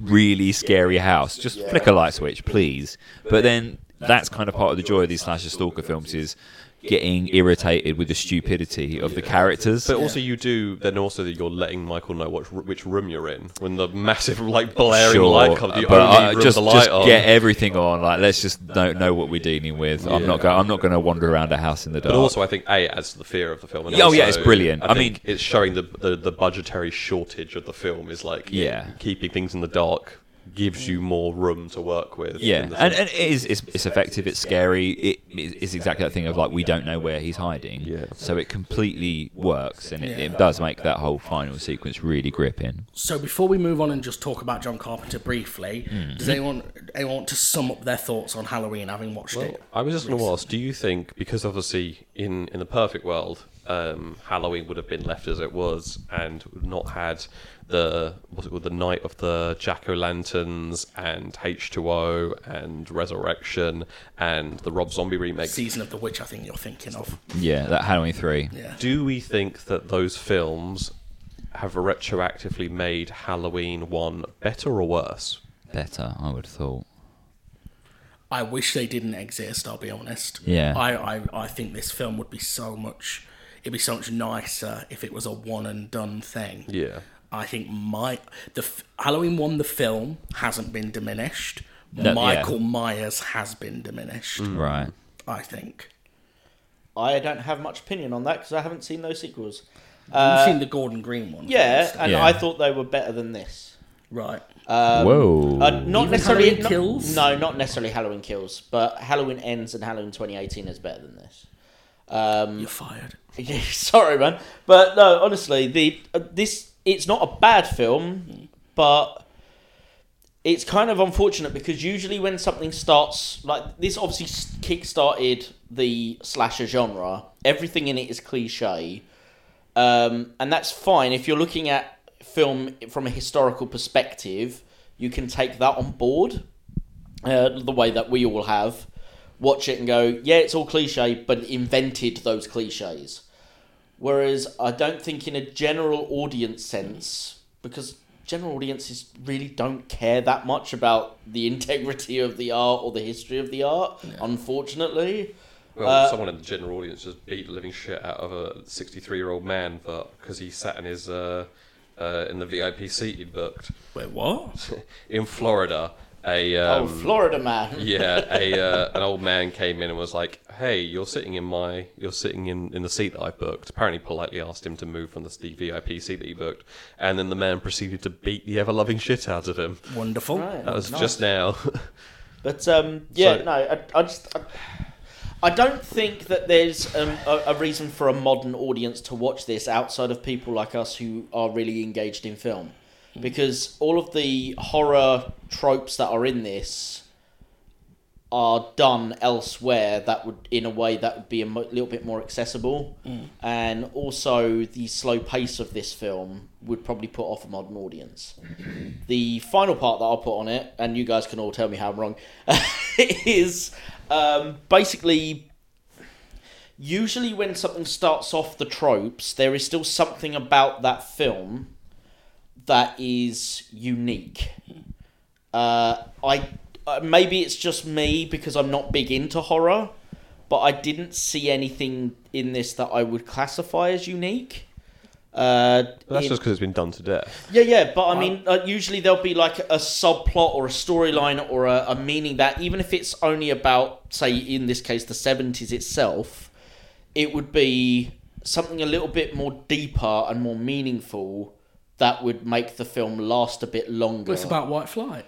[SPEAKER 4] really scary house. Just flick a light switch, please. But then that's kind of part of the joy of these slasher stalker films is getting irritated with the stupidity of the characters.
[SPEAKER 3] But also, you do then also that you're letting Michael know what, which room you're in when the massive like blaring light comes. You
[SPEAKER 4] but
[SPEAKER 3] only
[SPEAKER 4] I-
[SPEAKER 3] room
[SPEAKER 4] just,
[SPEAKER 3] the light
[SPEAKER 4] just
[SPEAKER 3] on.
[SPEAKER 4] get everything on. Like, let's just don't know what we're dealing with. I'm not. Go- I'm not going to wander around a house in the dark.
[SPEAKER 3] But also, I think a adds to the fear of the film. And
[SPEAKER 4] Yeah, oh,
[SPEAKER 3] also,
[SPEAKER 4] yeah, it's brilliant. I
[SPEAKER 3] think
[SPEAKER 4] mean-
[SPEAKER 3] it's showing the, the the budgetary shortage of the film is like
[SPEAKER 4] Yeah.
[SPEAKER 3] keeping things in the dark gives you more room to work with.
[SPEAKER 4] yeah,
[SPEAKER 3] in the
[SPEAKER 4] and,
[SPEAKER 3] film.
[SPEAKER 4] and it is. It's, it's effective. It's scary. It, it's exactly that thing of like we don't know where he's hiding.
[SPEAKER 3] Yeah.
[SPEAKER 4] So it completely works, and it,
[SPEAKER 1] Yeah.
[SPEAKER 4] it does make that whole final sequence really gripping.
[SPEAKER 1] So before we move on and just talk about John Carpenter briefly,
[SPEAKER 4] Hmm.
[SPEAKER 1] does anyone anyone want to sum up their thoughts on Halloween having watched it?
[SPEAKER 3] I was just going to ask: Do you think because obviously in in the perfect world, um, Halloween would have been left as it was and not had the what's it called the night of the jack o' lanterns and H two O and Resurrection and the Rob Zombie remake?
[SPEAKER 1] Season of the Witch, I think you're thinking of.
[SPEAKER 4] Yeah, that Halloween three.
[SPEAKER 1] Yeah.
[SPEAKER 3] Do we think that those films have retroactively made Halloween one better or worse?
[SPEAKER 4] Better, I would have thought.
[SPEAKER 1] I wish they didn't exist, I'll be honest.
[SPEAKER 4] Yeah.
[SPEAKER 1] I, I, I think this film would be so much it'd be so much nicer if it was a one and done thing.
[SPEAKER 3] Yeah.
[SPEAKER 1] I think my the f- Halloween one the film hasn't been diminished.
[SPEAKER 4] No, yeah. Hmm.
[SPEAKER 1] Michael Myers has been diminished,
[SPEAKER 3] Hmm.
[SPEAKER 4] Right.
[SPEAKER 1] I think.
[SPEAKER 2] I don't have much opinion on that because I haven't seen those sequels.
[SPEAKER 1] You've seen the Gordon Green one. for
[SPEAKER 2] Yeah,
[SPEAKER 1] instance.
[SPEAKER 2] and
[SPEAKER 4] Yeah.
[SPEAKER 2] I thought they were better than this.
[SPEAKER 1] Right.
[SPEAKER 3] Um,
[SPEAKER 4] Whoa.
[SPEAKER 2] Uh, not necessarily
[SPEAKER 1] Halloween
[SPEAKER 2] not-
[SPEAKER 1] Kills?
[SPEAKER 2] No, not necessarily Halloween Kills, but Halloween Ends and Halloween 2018 is better than this.
[SPEAKER 1] You're fired.
[SPEAKER 2] Yeah, sorry, man, but no, honestly, the uh, this it's not a bad film, but it's kind of unfortunate because usually when something starts like this, obviously s- kick-started the slasher genre. Everything in it is cliche, um, and that's fine if you're looking at film from a historical perspective. You can take that on board, uh, the way that we all have. Watch it and go, yeah, it's all cliche, but it invented those cliches. Whereas I don't think in a general audience sense, because general audiences really don't care that much about the integrity of the art or the history of the art, unfortunately.
[SPEAKER 3] Well,
[SPEAKER 2] Uh,
[SPEAKER 3] someone in the general audience just beat the living shit out of a 63 year old man for because he sat in his uh, uh, in the VIP seat he booked
[SPEAKER 1] Wait, what?
[SPEAKER 3] in Florida. a
[SPEAKER 2] oh,
[SPEAKER 3] um,
[SPEAKER 2] Florida man.
[SPEAKER 3] yeah, a uh, an old man came in and was like, "Hey, you're sitting in my, you're sitting in, in the seat that I booked." Apparently, politely asked him to move from the, the VIP seat that he booked, and then the man proceeded to beat the ever loving shit out of him.
[SPEAKER 1] Wonderful.
[SPEAKER 2] Right,
[SPEAKER 3] That was
[SPEAKER 2] nice.
[SPEAKER 3] just now.
[SPEAKER 2] But um, yeah,
[SPEAKER 3] So-
[SPEAKER 2] no, I, I just I, I don't think that there's um, a, a reason for a modern audience to watch this outside of people like us who are really engaged in film, because all of the horror tropes that are in this are done elsewhere that would in a way that would be a mo- little bit more accessible and also the slow pace of this film would probably put off a modern audience the final part that i'll put on it and you guys can all tell me how i'm wrong is um, basically usually when something starts off the tropes there is still something about that film that is unique uh, I uh, maybe it's just me because I'm not big into horror, but I didn't see anything in this that I would classify as unique. Uh,
[SPEAKER 3] That's
[SPEAKER 2] in-
[SPEAKER 3] just because it's been done to death.
[SPEAKER 2] yeah, yeah, but I mean, uh, usually there'll be like a subplot or a storyline or a, a meaning that, even if it's only about, say, in this case, the 70s itself, it would be something a little bit more deeper and more meaningful that would make the film last a bit longer.
[SPEAKER 1] It's about white flight.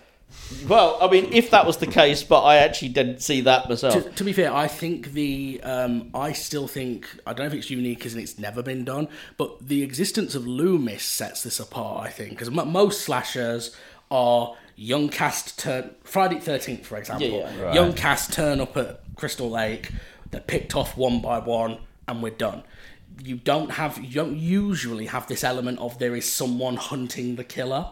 [SPEAKER 2] Well, I mean, if that was the case, but I actually didn't see that myself.
[SPEAKER 1] To, to be fair, I think the um, I still think I don't know if it's unique as in it's never been done, but the existence of Loomis sets this apart. I think because m- most slashers are young cast turn Friday Thirteenth, for example,
[SPEAKER 2] Yeah, yeah.
[SPEAKER 1] young cast turn up at Crystal Lake, they're picked off one by one, and we're done. You don't have you don't usually have this element of there is someone hunting the killer.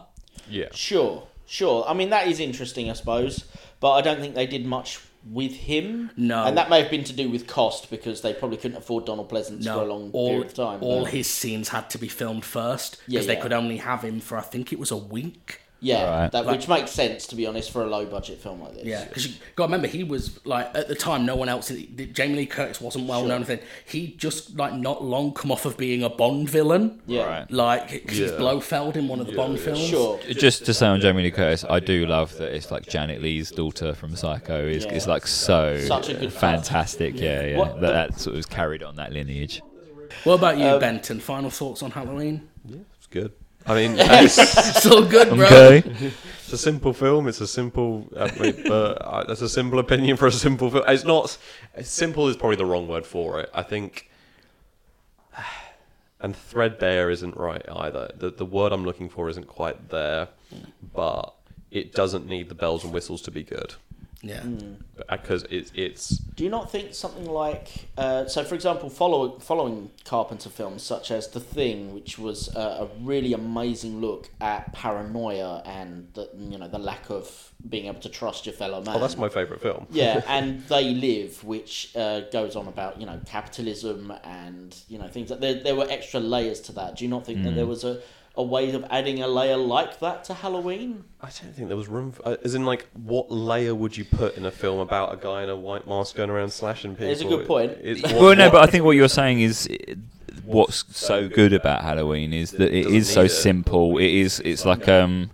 [SPEAKER 3] Yeah,
[SPEAKER 2] Sure, sure. I mean, that is interesting, I suppose, but I don't think they did much with him.
[SPEAKER 1] No.
[SPEAKER 2] And that may have been to do with cost because they probably couldn't afford Donald Pleasance for a long period of time.
[SPEAKER 1] all
[SPEAKER 2] but-
[SPEAKER 1] his scenes had to be filmed first because
[SPEAKER 2] Yeah,
[SPEAKER 1] they
[SPEAKER 2] yeah.
[SPEAKER 1] could only have him for I think it was a week.
[SPEAKER 2] yeah,
[SPEAKER 4] Right.
[SPEAKER 2] that, which makes sense, to be honest, for a low budget film like this.
[SPEAKER 1] Yeah, because you got to remember he was like at the time no one else, Jamie Lee Curtis wasn't well
[SPEAKER 2] Sure.
[SPEAKER 1] known. Thing he just like not long come off of being a Bond villain.
[SPEAKER 2] Yeah.
[SPEAKER 4] Right.
[SPEAKER 1] Like 'cause he's
[SPEAKER 3] Yeah.
[SPEAKER 1] Blofeld in one of the Bond films.
[SPEAKER 2] Sure.
[SPEAKER 4] Just to say on Jamie Lee Curtis, I do love that it's like Janet Lee's daughter from Psycho is is like so
[SPEAKER 2] Such a good
[SPEAKER 4] fantastic. Yeah, yeah.
[SPEAKER 2] What the-
[SPEAKER 4] That, that sort of was carried on that lineage.
[SPEAKER 1] What about
[SPEAKER 2] Um,
[SPEAKER 1] you, Benton? Final thoughts on Halloween?
[SPEAKER 3] it's good. I mean, it's,
[SPEAKER 1] Still good, bro.
[SPEAKER 4] Okay.
[SPEAKER 3] it's a simple film. It's a simple, uh, but uh, that's a simple opinion for a simple film. It's not simple is probably the wrong word for it. I think, and threadbare isn't right either. The the word I'm looking for isn't quite there, but it doesn't need the bells and whistles to be good
[SPEAKER 1] Yeah.
[SPEAKER 2] Hmm.
[SPEAKER 3] because it's it's
[SPEAKER 2] Do you not think something like, uh, so for example, follow, following Carpenter films such as The Thing, which was uh, a really amazing look at paranoia and the, you know the lack of being able to trust your fellow man.
[SPEAKER 3] oh that's my favorite film.
[SPEAKER 2] yeah, and they live, which uh, goes on about you know capitalism and you know things. Like, there, there were extra layers to that. Do you not think that
[SPEAKER 1] Mm.
[SPEAKER 2] there was a, a way of adding a layer like that to Halloween?
[SPEAKER 3] I don't think there was room. For, uh, as in, like, what layer would you put in a film about a guy in a white mask going around slashing people?
[SPEAKER 2] It's a good point.
[SPEAKER 3] It's
[SPEAKER 4] Well, no, but I think what you're saying is eh, what's so good about Halloween is that it
[SPEAKER 3] Doesn't
[SPEAKER 4] is so
[SPEAKER 3] need it.
[SPEAKER 4] simple. It is. It's like um,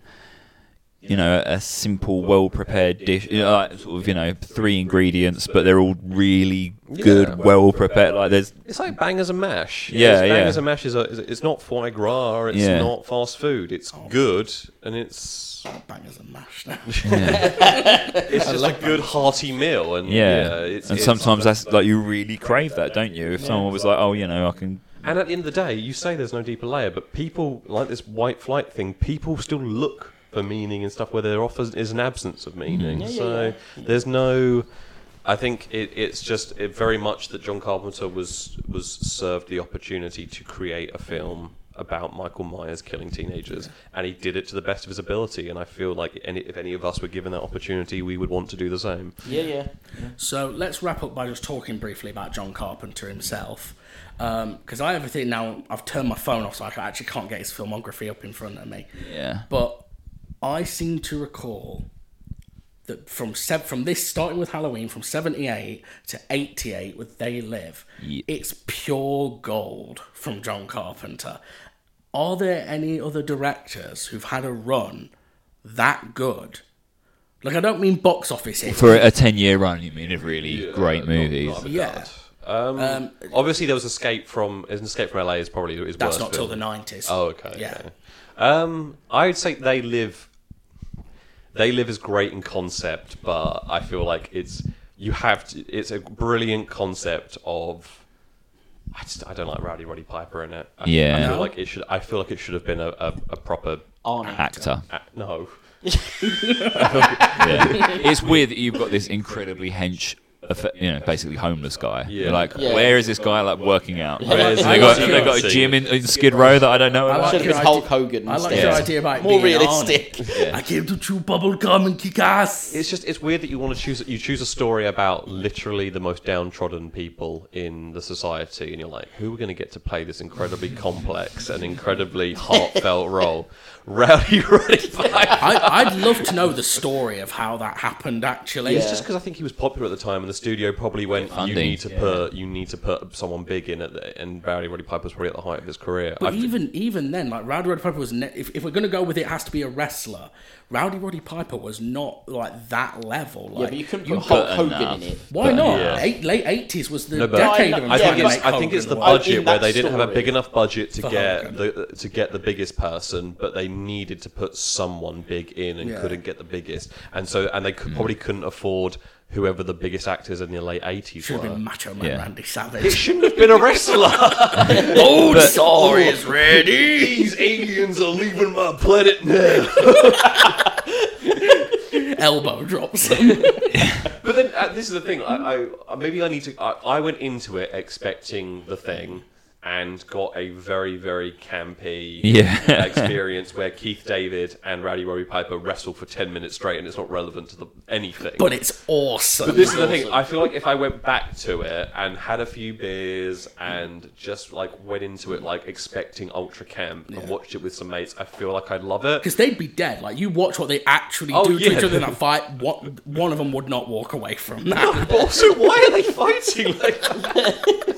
[SPEAKER 4] you know, a simple, well prepared dish. You know, like sort of, you know, three ingredients, but they're all really
[SPEAKER 3] Yeah.
[SPEAKER 4] good, well prepared. Like there's
[SPEAKER 3] It's like bangers and mash.
[SPEAKER 4] Yeah,
[SPEAKER 3] It's-
[SPEAKER 4] yeah.
[SPEAKER 3] Bangers and mash is a, is a- it's not foie gras. It's
[SPEAKER 4] Yeah.
[SPEAKER 3] not fast food. It's
[SPEAKER 2] Oh.
[SPEAKER 3] good and it's
[SPEAKER 1] Bangers and mash.
[SPEAKER 3] it's just a good hearty meal and
[SPEAKER 4] yeah,
[SPEAKER 3] it's,
[SPEAKER 4] and
[SPEAKER 3] it's-
[SPEAKER 4] sometimes that's like you really crave that, don't you? If someone was like, oh, you know, I can.
[SPEAKER 3] and at the end of the day, you say there's no deeper layer, but people like this white flight thing. People still look for meaning and stuff where there often is an absence of meaning.
[SPEAKER 2] Yeah, yeah,
[SPEAKER 3] so there's no. I think it, it's just it very much that John Carpenter was was served the opportunity to create a film about Michael Myers killing teenagers, and he did it to the best of his ability. And I feel like any, if any of us were given that opportunity, we would want to do the same.
[SPEAKER 2] Yeah, yeah.
[SPEAKER 1] So let's wrap up by just talking briefly about John Carpenter himself. Because I have a thing now, I've turned my phone off so I ca- actually can't get his filmography up in front of me.
[SPEAKER 4] Yeah.
[SPEAKER 1] But I seem to recall that from sev- from this, starting with Halloween, from 78 to 88 with They Live, it's pure gold from John Carpenter. Are there any other directors who've had a run that good Like, I don't mean box office hit.
[SPEAKER 4] for a ten-year run. You mean of really great movies?
[SPEAKER 1] yeah,
[SPEAKER 3] Um,
[SPEAKER 1] Um,
[SPEAKER 3] obviously, there was Escape from Escape from LA is probably his
[SPEAKER 1] that's
[SPEAKER 3] worst
[SPEAKER 1] not till
[SPEAKER 3] film.
[SPEAKER 1] the nineties.
[SPEAKER 3] Oh, okay.
[SPEAKER 1] Yeah.
[SPEAKER 3] okay. Um, I would say they live. They live is great in concept, but I feel like it's you have to. It's a brilliant concept of. I just I don't like Rowdy Roddy Piper in it. I, I
[SPEAKER 4] Yeah.
[SPEAKER 3] feel like it should. I feel like it should have been a, a, a proper.
[SPEAKER 2] Arnie.
[SPEAKER 4] Actor.
[SPEAKER 3] a- No.
[SPEAKER 4] Yeah. it's weird that you've got this incredibly hench, affe- you know, basically homeless guy.
[SPEAKER 3] Yeah.
[SPEAKER 4] You're like,
[SPEAKER 2] Yeah.
[SPEAKER 4] where is this guy like working out?
[SPEAKER 3] Where
[SPEAKER 4] Where
[SPEAKER 3] is
[SPEAKER 4] is
[SPEAKER 3] he?
[SPEAKER 4] they got,
[SPEAKER 3] Yeah.
[SPEAKER 4] they got a gym in, in Skid Row that I don't know
[SPEAKER 1] like
[SPEAKER 4] about.
[SPEAKER 2] Should have
[SPEAKER 1] your
[SPEAKER 2] been
[SPEAKER 1] idea-
[SPEAKER 2] Hulk Hogan
[SPEAKER 1] I like
[SPEAKER 2] instead.
[SPEAKER 1] your
[SPEAKER 4] Yeah.
[SPEAKER 1] idea about it
[SPEAKER 2] More
[SPEAKER 1] being Arnie.
[SPEAKER 2] realistic.
[SPEAKER 1] I came to chew bubble gum and kick ass.
[SPEAKER 3] It's just it's weird that you want to choose you choose a story about literally the most downtrodden people in the society, and you're like, who are we going to get to play this incredibly complex and incredibly heartfelt role? Rowdy Roddy Piper.
[SPEAKER 1] I, I'd love to know the story of how that happened. Actually,
[SPEAKER 3] It's just because I think he was popular at the time, and the studio probably went, "You
[SPEAKER 4] Funding,
[SPEAKER 3] need to
[SPEAKER 4] yeah.
[SPEAKER 3] put, you need to put someone big in at the." And Barry Roddy Piper was probably at the height of his career.
[SPEAKER 1] But
[SPEAKER 3] I've-
[SPEAKER 1] even even then, like Rowdy Roddy Piper was. Ne- if, if we're gonna go with it, has to be a wrestler. Rowdy Roddy Piper was not like that level.
[SPEAKER 2] Yeah,
[SPEAKER 1] Like,
[SPEAKER 2] but you couldn't
[SPEAKER 4] You
[SPEAKER 2] put Hulk
[SPEAKER 4] put
[SPEAKER 2] Hogan
[SPEAKER 4] enough.
[SPEAKER 2] in it.
[SPEAKER 1] why not?
[SPEAKER 3] yeah.
[SPEAKER 1] Eight, late eighties was the
[SPEAKER 3] No, but-
[SPEAKER 1] decade
[SPEAKER 2] No, I-
[SPEAKER 1] of him
[SPEAKER 3] I
[SPEAKER 1] trying
[SPEAKER 3] think
[SPEAKER 1] to
[SPEAKER 3] it's,
[SPEAKER 1] make
[SPEAKER 3] I think
[SPEAKER 1] Hogan
[SPEAKER 3] it's the
[SPEAKER 1] work.
[SPEAKER 2] I mean,
[SPEAKER 3] budget where they didn't have a
[SPEAKER 2] that's
[SPEAKER 3] big
[SPEAKER 2] story.
[SPEAKER 3] enough budget to
[SPEAKER 1] For
[SPEAKER 3] get
[SPEAKER 1] Hogan.
[SPEAKER 3] the, to get the biggest person, but they needed to put someone big in and
[SPEAKER 1] Yeah.
[SPEAKER 3] couldn't get the biggest, and so and they could, probably couldn't afford whoever the biggest actors in the late eighties
[SPEAKER 1] Should have
[SPEAKER 3] were.
[SPEAKER 1] been Macho Man
[SPEAKER 4] Yeah.
[SPEAKER 1] Randy
[SPEAKER 3] It
[SPEAKER 1] Savage.
[SPEAKER 3] shouldn't have been a wrestler.
[SPEAKER 1] oh, sorry, it's
[SPEAKER 3] ready. These aliens are leaving my planet now.
[SPEAKER 1] elbow drops. him.
[SPEAKER 3] But then uh, this is the thing. I, I maybe I need to. I, I went into it expecting the thing, and got a very very campy
[SPEAKER 4] Yeah.
[SPEAKER 3] experience where Keith David and Rowdy Roddy Piper wrestle for ten minutes straight, and it's not relevant to the, anything.
[SPEAKER 1] but it's awesome.
[SPEAKER 3] But this is the thing. I feel like if I went back to it and had a few beers and just like went into it like expecting ultra camp and watched it with some mates, I feel like I'd love it.
[SPEAKER 1] because they'd be dead. Like you watch what they actually
[SPEAKER 3] Oh,
[SPEAKER 1] do to
[SPEAKER 3] yeah.
[SPEAKER 1] each other in that fight. What one of them would not walk away from that.
[SPEAKER 3] But also, why are they fighting like that?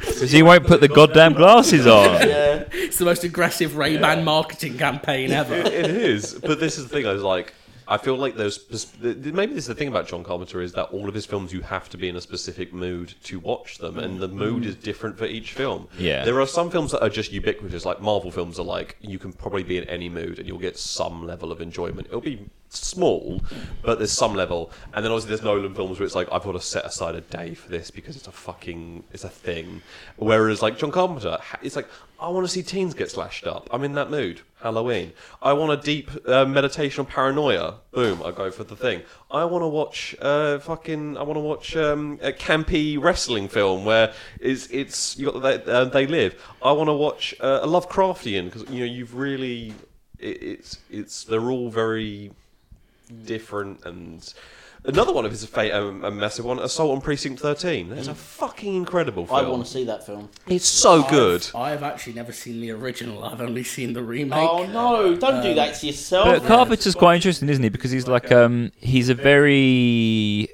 [SPEAKER 4] Because he won't put the goddamn glasses on.
[SPEAKER 2] Yeah.
[SPEAKER 1] it's the most aggressive Ray Ban marketing campaign ever.
[SPEAKER 3] it is. But this is the thing. I was like, I feel like there's pers- th- maybe this is the thing about John Carpenter is that all of his films you have to be in a specific mood to watch them, and the mood is different for each film.
[SPEAKER 4] Yeah.
[SPEAKER 3] there are some films that are just ubiquitous, like Marvel films are like you can probably be in any mood and you'll get some level of enjoyment. It'll be small, but there's some level. And then obviously there's Nolan films where it's like I've got to set aside a day for this because it's a fucking it's a thing. Whereas like John Carpenter, ha- it's like I want to see teens get slashed up. I'm in that mood. Halloween. I want a deep uh, meditation on paranoia. Boom. I go for the thing. I want to watch uh, fucking. I want to watch um, a campy wrestling film where it's it's you got they, uh, they live. I want to watch uh, a Lovecraftian because you know you've really it, it's it's they're all very different and. Another one of his fa- um, a massive one, Assault on Precinct 13. That's a fucking incredible
[SPEAKER 2] I
[SPEAKER 3] film.
[SPEAKER 2] want to see that film.
[SPEAKER 3] It's so good.
[SPEAKER 1] I've actually never seen the original. I've only seen the remake.
[SPEAKER 2] Oh no! Don't do that to yourself.
[SPEAKER 4] But Carpenter's quite interesting, isn't he? Because he's like um he's a very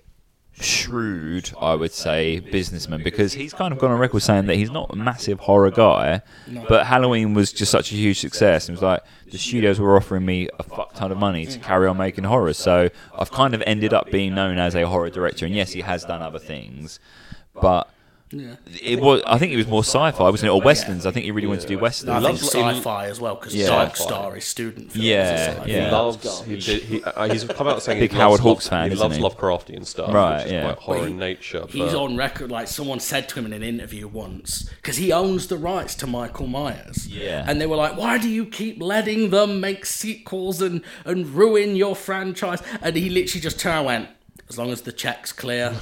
[SPEAKER 4] shrewd, I would say, businessman because he's kind of gone on record saying that he's not a massive horror guy, but Halloween was just such a huge success. And it was like the studios were offering me a fuck ton of money to carry on making horrors. So I've kind of ended up being known as a horror director. And yes, he has done other things, but
[SPEAKER 1] Yeah.
[SPEAKER 4] it was I think it was more sci-fi, wasn't it? Or westerns. I think he really wanted to do
[SPEAKER 1] No, I
[SPEAKER 4] westerns.
[SPEAKER 1] think
[SPEAKER 3] Loves-
[SPEAKER 1] sci-fi as well because
[SPEAKER 4] Yeah.
[SPEAKER 1] Dark Star is student films.
[SPEAKER 4] Yeah,
[SPEAKER 1] It's like-
[SPEAKER 4] yeah.
[SPEAKER 3] He loves.
[SPEAKER 2] That's
[SPEAKER 3] He, did- he, uh, he's come out saying
[SPEAKER 4] Big
[SPEAKER 3] he
[SPEAKER 4] Howard
[SPEAKER 3] loves
[SPEAKER 4] Hawks
[SPEAKER 3] Love-
[SPEAKER 4] fan,
[SPEAKER 3] He
[SPEAKER 4] isn't
[SPEAKER 3] loves
[SPEAKER 4] he?
[SPEAKER 3] Lovecraftian stuff,
[SPEAKER 4] Right,
[SPEAKER 3] Which is
[SPEAKER 4] yeah.
[SPEAKER 3] quite horror in nature.
[SPEAKER 1] He's
[SPEAKER 3] but-
[SPEAKER 1] on record. Like someone said to him in an interview once, because he owns the rights to Michael Myers.
[SPEAKER 4] Yeah.
[SPEAKER 1] And they were like, "Why do you keep letting them make sequels and and ruin your franchise?" And he literally just turned and went, "As long as the check's clear,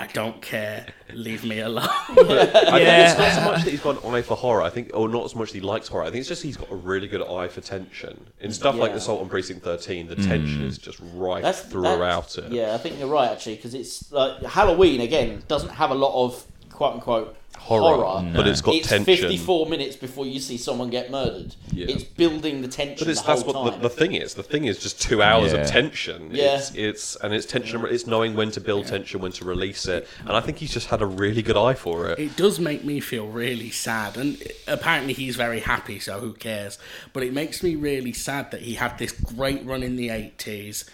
[SPEAKER 1] I don't care. Leave me alone."
[SPEAKER 3] I
[SPEAKER 4] Yeah.
[SPEAKER 3] think it's not so much that he's got an eye for horror. I think, or not as much that he likes horror. I think it's just he's got a really good eye for tension in stuff like
[SPEAKER 2] Yeah.
[SPEAKER 3] Assault on Precinct Thirteen. The
[SPEAKER 4] Hmm.
[SPEAKER 3] tension is just right
[SPEAKER 2] That's
[SPEAKER 3] throughout
[SPEAKER 2] that's-
[SPEAKER 3] it.
[SPEAKER 2] Yeah, I think you're right actually because it's like Halloween again doesn't have a lot of quote unquote
[SPEAKER 3] Horror,
[SPEAKER 2] horror,
[SPEAKER 3] but it's got
[SPEAKER 2] it's
[SPEAKER 3] tension.
[SPEAKER 2] 54 minutes before you see someone get murdered.
[SPEAKER 3] Yeah.
[SPEAKER 2] It's building the tension
[SPEAKER 3] But it's,
[SPEAKER 2] the whole
[SPEAKER 3] that's what
[SPEAKER 2] time.
[SPEAKER 3] the, the thing is. The thing is just two hours
[SPEAKER 4] Yeah.
[SPEAKER 3] of tension.
[SPEAKER 2] Yeah.
[SPEAKER 3] It's, it's and it's tension. It's knowing when to build tension, when to release it, and I think he's just had a really good eye for it.
[SPEAKER 1] It does make me feel really sad, and apparently he's very happy, so who cares? But it makes me really sad that he had this great run in the 80s,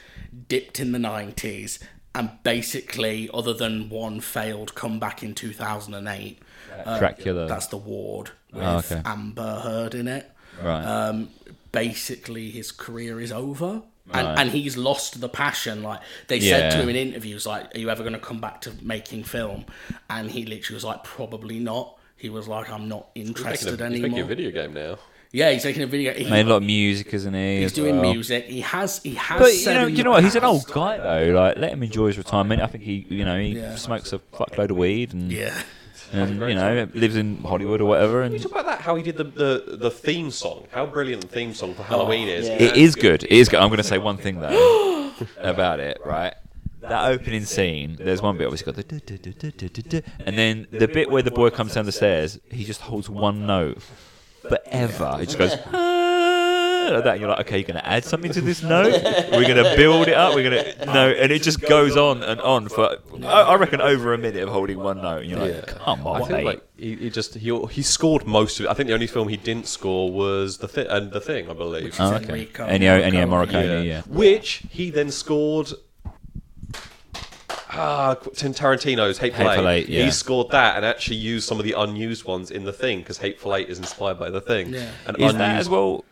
[SPEAKER 1] dipped in the 90s, and basically, other than one failed comeback in 2008, uh,
[SPEAKER 4] Dracula.
[SPEAKER 1] that's The Ward with
[SPEAKER 4] Oh, okay.
[SPEAKER 1] Amber Heard in it.
[SPEAKER 4] Right.
[SPEAKER 1] Um, basically, his career is over. And, and he's lost the passion. Like they said to
[SPEAKER 4] Yeah.
[SPEAKER 1] him in interviews, like, "Are you ever going to come back to making film?" And he literally was like, "Probably not." He was like, "I'm not
[SPEAKER 3] He's
[SPEAKER 1] interested
[SPEAKER 3] making a, he's making a
[SPEAKER 1] anymore."
[SPEAKER 3] video game now.
[SPEAKER 1] yeah, he's making a video. He-
[SPEAKER 4] Made a lot of music, isn't he?
[SPEAKER 1] he's
[SPEAKER 4] as
[SPEAKER 1] doing
[SPEAKER 4] well?
[SPEAKER 1] music. He has. He has.
[SPEAKER 4] But you
[SPEAKER 1] said
[SPEAKER 4] know,
[SPEAKER 1] in
[SPEAKER 4] you
[SPEAKER 1] the
[SPEAKER 4] know what? He's an old
[SPEAKER 1] past-
[SPEAKER 4] guy though. Like, let him enjoy his retirement. I think he, you know, he
[SPEAKER 1] Yeah.
[SPEAKER 4] smokes a fuckload of weed and,
[SPEAKER 1] Yeah.
[SPEAKER 4] and you know, lives in Hollywood or whatever. And
[SPEAKER 3] Can you
[SPEAKER 4] it
[SPEAKER 3] talk about that? How he did the, the, the theme song? How brilliant the theme song for Halloween is.
[SPEAKER 2] yeah.
[SPEAKER 3] That's
[SPEAKER 4] is good. It is good. I'm going to say one thing though about it. Right, that opening scene. There's one bit obviously got the du- du- du- du- du- du- du, and then the bit where the boy comes down the stairs. He just holds one note forever. He just goes. "Ah," Like that, and you're like, okay, you're gonna add something to this note. We're gonna build it up. We're gonna no, and it just goes on and on for I, I reckon over a minute of holding one note. And you're like, come
[SPEAKER 3] I
[SPEAKER 4] on,
[SPEAKER 3] feel
[SPEAKER 4] mate.
[SPEAKER 3] like he, he just he he scored most of it. I think the only film he didn't score was the thi- and the thing, I believe.
[SPEAKER 4] oh, okay.
[SPEAKER 1] Enrico
[SPEAKER 4] Ennio Ennio
[SPEAKER 1] Morricone.
[SPEAKER 4] Morricone, yeah.
[SPEAKER 3] Which he then scored. Ah, Tim Tarantino's Hateful,
[SPEAKER 4] Hateful Eight, yeah.
[SPEAKER 3] He scored that and actually used some of the unused ones in the thing because Hateful Eight is inspired by the thing.
[SPEAKER 1] Yeah.
[SPEAKER 3] And
[SPEAKER 4] Is
[SPEAKER 3] unused
[SPEAKER 4] that as well?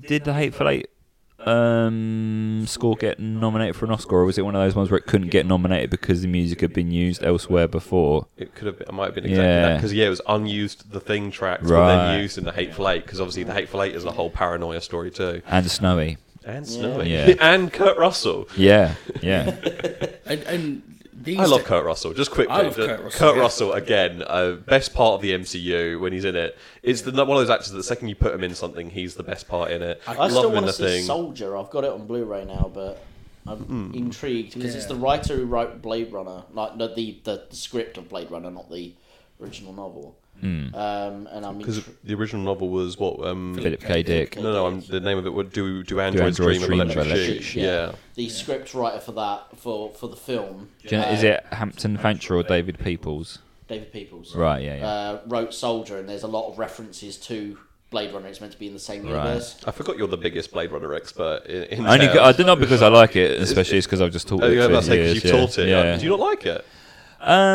[SPEAKER 4] Did the Hateful Eight um, score get nominated for an Oscar, or was it one of those ones where it couldn't get nominated because the music had been used elsewhere before?
[SPEAKER 3] It could have. Been, it might have been exactly
[SPEAKER 4] Yeah.
[SPEAKER 3] that because yeah, it was unused the thing tracks, but then
[SPEAKER 4] Right.
[SPEAKER 3] used in the Hateful Eight because obviously the Hateful Eight is a whole paranoia story too.
[SPEAKER 4] And Snowy,
[SPEAKER 3] And Snowy
[SPEAKER 4] Yeah.
[SPEAKER 3] and Kurt Russell.
[SPEAKER 4] yeah, yeah,
[SPEAKER 1] And, and these
[SPEAKER 3] I love
[SPEAKER 1] da-
[SPEAKER 3] Kurt Russell. Just quickly,
[SPEAKER 1] I love
[SPEAKER 3] just-
[SPEAKER 1] Kurt Russell, yeah.
[SPEAKER 3] Russell, again, uh, best part of the MCU when he's in it. It's the, one of those actors that the second you put him in something, he's the best part in it. I
[SPEAKER 2] I
[SPEAKER 3] love
[SPEAKER 2] still
[SPEAKER 3] him in
[SPEAKER 2] want
[SPEAKER 3] the
[SPEAKER 2] to see
[SPEAKER 3] thing. Hmm.
[SPEAKER 2] Soldier. I've got it on Blu-ray now, but I'm intrigued because it's the writer who wrote Blade Runner, like the the, the script of Blade Runner, not the original novel.
[SPEAKER 3] Hmm.
[SPEAKER 2] Um, and I'm
[SPEAKER 3] Because
[SPEAKER 2] intri-
[SPEAKER 3] the original novel was what? Um,
[SPEAKER 4] Philip K. Dick.
[SPEAKER 3] No, no, I'm, the name of it would do do androids,
[SPEAKER 4] Androids
[SPEAKER 3] dream of electric,
[SPEAKER 4] Electric
[SPEAKER 3] sheep? Yeah.
[SPEAKER 2] the script writer for that for for the film.
[SPEAKER 4] Do you know, is
[SPEAKER 2] uh,
[SPEAKER 4] it Hampton Fancher or David Peoples?
[SPEAKER 2] David Peoples?
[SPEAKER 4] Right, yeah, yeah.
[SPEAKER 2] Uh, wrote Soldier, and there's a lot of references to Blade Runner. It's meant to be in the same universe.
[SPEAKER 3] I forgot you're the biggest Blade Runner expert in, in
[SPEAKER 4] I Only
[SPEAKER 3] town.
[SPEAKER 4] I did not because I like it, especially because I've just taught
[SPEAKER 3] Oh,
[SPEAKER 4] it
[SPEAKER 3] yeah,
[SPEAKER 4] for
[SPEAKER 3] that's
[SPEAKER 4] years.
[SPEAKER 3] because
[SPEAKER 4] yeah.
[SPEAKER 3] you taught it.
[SPEAKER 4] Yeah.
[SPEAKER 3] Do you not like it?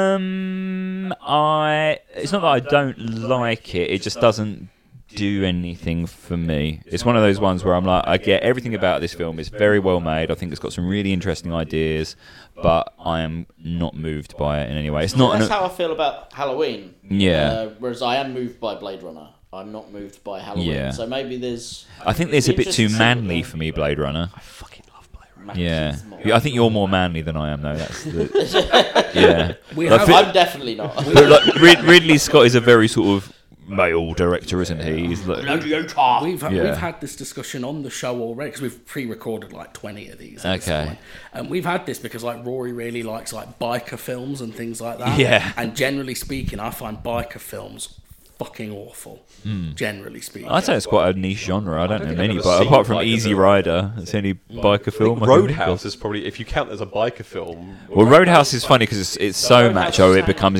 [SPEAKER 4] Um, I. It's not that I don't like it. It just doesn't do anything for me. It's one of those ones where I'm like, I get everything about this film. It's very well made. I think it's got some really interesting ideas, but I am not moved by it in any way. It's not.
[SPEAKER 2] That's
[SPEAKER 4] An,
[SPEAKER 2] how I feel about Halloween.
[SPEAKER 4] Yeah.
[SPEAKER 2] Uh, whereas I am moved by Blade Runner. I'm not moved by Halloween.
[SPEAKER 4] Yeah.
[SPEAKER 2] So maybe there's.
[SPEAKER 4] I think there's a bit too
[SPEAKER 2] Interesting.
[SPEAKER 4] manly for me, Blade Runner.
[SPEAKER 3] Fucking love Blade Runner.
[SPEAKER 4] Yeah,
[SPEAKER 2] Machismo.
[SPEAKER 4] I think you're more manly than I am, though. That's the, yeah.
[SPEAKER 1] We
[SPEAKER 4] Like,
[SPEAKER 1] have-
[SPEAKER 4] Phil-
[SPEAKER 2] I'm definitely not.
[SPEAKER 4] but like, Rid- Ridley Scott is a very sort of male director, isn't he? He's like,
[SPEAKER 1] We've
[SPEAKER 4] Yeah.
[SPEAKER 1] we've had this discussion on the show already because we've pre-recorded like twenty of these. at this
[SPEAKER 4] Okay.
[SPEAKER 1] point. and we've had this because like Rory really likes like biker films and things like that.
[SPEAKER 4] Yeah.
[SPEAKER 1] and generally speaking, I find biker films fucking awful.
[SPEAKER 4] Hmm.
[SPEAKER 1] Generally speaking,
[SPEAKER 4] I'd say it's quite a niche genre. I don't,
[SPEAKER 3] think
[SPEAKER 4] know
[SPEAKER 3] I've
[SPEAKER 4] many,
[SPEAKER 3] ever
[SPEAKER 4] but
[SPEAKER 3] seen
[SPEAKER 4] apart from
[SPEAKER 3] biker
[SPEAKER 4] Easy
[SPEAKER 3] film.
[SPEAKER 4] Rider, it's the only biker
[SPEAKER 3] I think
[SPEAKER 4] film. I can think
[SPEAKER 3] Roadhouse
[SPEAKER 4] of.
[SPEAKER 3] is probably, if you count as a biker film,
[SPEAKER 4] Well, Roadhouse is funny because it's, it's so macho, it becomes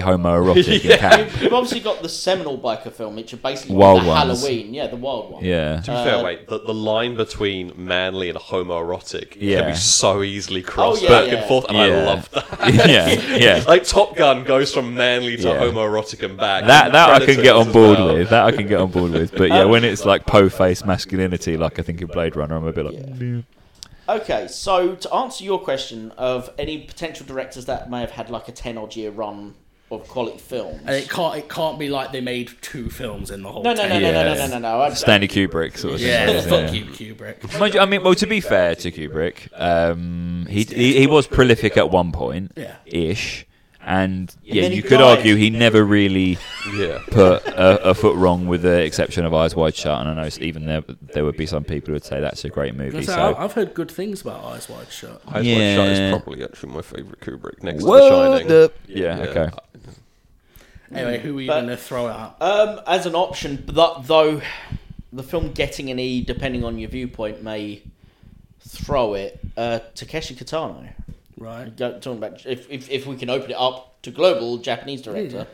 [SPEAKER 4] homoerotic. yeah.
[SPEAKER 2] You've obviously got the seminal biker film, which are basically
[SPEAKER 4] Wild
[SPEAKER 2] the
[SPEAKER 4] ones.
[SPEAKER 2] Halloween. Yeah, the wild one.
[SPEAKER 4] yeah.
[SPEAKER 3] To be fair, wait, the, the line between manly and homoerotic can
[SPEAKER 4] Yeah.
[SPEAKER 3] be so easily crossed
[SPEAKER 2] Oh, yeah,
[SPEAKER 3] back
[SPEAKER 2] yeah.
[SPEAKER 3] and forth, and I
[SPEAKER 4] Yeah.
[SPEAKER 3] love that.
[SPEAKER 4] yeah, yeah.
[SPEAKER 3] Like Top Gun goes from manly to
[SPEAKER 4] Yeah.
[SPEAKER 3] homoerotic and back.
[SPEAKER 4] That
[SPEAKER 3] And
[SPEAKER 4] that I
[SPEAKER 3] Predators
[SPEAKER 4] can
[SPEAKER 3] Um,
[SPEAKER 4] get on
[SPEAKER 3] as
[SPEAKER 4] board
[SPEAKER 3] well.
[SPEAKER 4] with. That I can get on board with. But yeah, when it's like po face masculinity, like I think in Blade Runner, I'm a bit like, "Meh."
[SPEAKER 2] Okay, so to answer your question of any potential directors that may have had like a ten odd year run of quality films.
[SPEAKER 1] and it can't it can't be like they made two films in the whole.
[SPEAKER 2] no, no, no,
[SPEAKER 1] ten
[SPEAKER 2] no, no, no,
[SPEAKER 4] Yeah.
[SPEAKER 2] no, no, no. I,
[SPEAKER 4] Stanley Kubrick sort of
[SPEAKER 1] Yeah,
[SPEAKER 4] thing.
[SPEAKER 1] fuck you, Kubrick.
[SPEAKER 4] Mind you, I mean, well, to be fair to Kubrick, um, he, he he was prolific at one point,
[SPEAKER 1] Yeah.
[SPEAKER 4] ish, And yeah,
[SPEAKER 2] then he
[SPEAKER 4] you could
[SPEAKER 2] died.
[SPEAKER 4] argue he never really
[SPEAKER 3] Yeah.
[SPEAKER 4] put a, a foot wrong, with the exception of Eyes Wide Shut. And I know even there there would be some people who would say that's a great movie.
[SPEAKER 1] So,
[SPEAKER 4] So
[SPEAKER 1] I've heard good things about Eyes Wide Shut.
[SPEAKER 3] Eyes Wide Shut is
[SPEAKER 4] Yeah.
[SPEAKER 3] probably actually my favourite Kubrick next
[SPEAKER 4] What
[SPEAKER 3] to The Shining.
[SPEAKER 4] the- Yeah, okay.
[SPEAKER 1] Anyway, who are you
[SPEAKER 2] But-
[SPEAKER 1] going to throw out?
[SPEAKER 2] Um, as an option, but though the film getting an E, depending on your viewpoint, may throw it. Uh, Takeshi Kitano.
[SPEAKER 1] Right.
[SPEAKER 2] Go, talking about if, if if we can open it up to global Japanese director.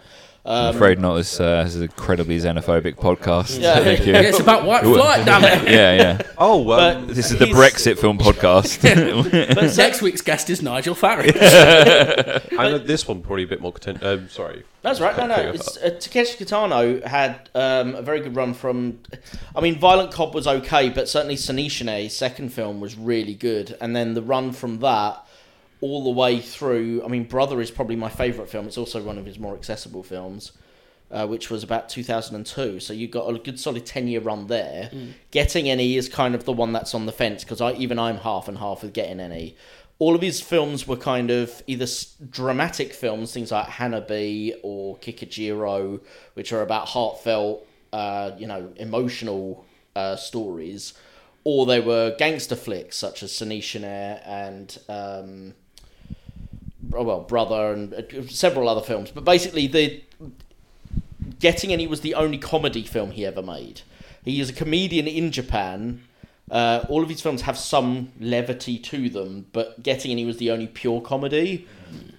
[SPEAKER 2] Um,
[SPEAKER 4] I'm afraid not. This, uh, this is an incredibly xenophobic podcast.
[SPEAKER 2] Yeah.
[SPEAKER 4] Thank you.
[SPEAKER 1] Yeah, it's about white
[SPEAKER 4] Ooh.
[SPEAKER 1] flight, damn it.
[SPEAKER 4] yeah, yeah.
[SPEAKER 3] Oh well,
[SPEAKER 2] But-
[SPEAKER 4] This is the
[SPEAKER 2] He's-
[SPEAKER 4] Brexit film podcast.
[SPEAKER 2] but so-
[SPEAKER 1] Next week's guest is Nigel Farage.
[SPEAKER 3] I know this one probably a bit more content. Um, sorry,
[SPEAKER 2] That's right. No, no.
[SPEAKER 3] Pick up.
[SPEAKER 2] It's, uh, Takeshi Kitano had um, a very good run from. I mean, Violent Cop was okay, but certainly Sanichine's second film was really good. And then the run from that all the way through. I mean, Brother is probably my favourite film. It's also one of his more accessible films, uh, which was about 2002. So you got a good solid 10 year run there. Getting Any is kind of the one that's on the fence because I, even I'm half and half with Getting Any. All of his films were kind of either s- dramatic films, things like Hanabi or Kikijiro, which are about heartfelt, uh, you know, emotional uh, stories, or they were gangster flicks such as Sanichinaire and um, oh, well Brother and uh, several other films. But basically, the Getting Any was the only comedy film he ever made. He is a comedian in Japan. Uh, all of his films have some levity to them, but Getting Any was the only pure comedy.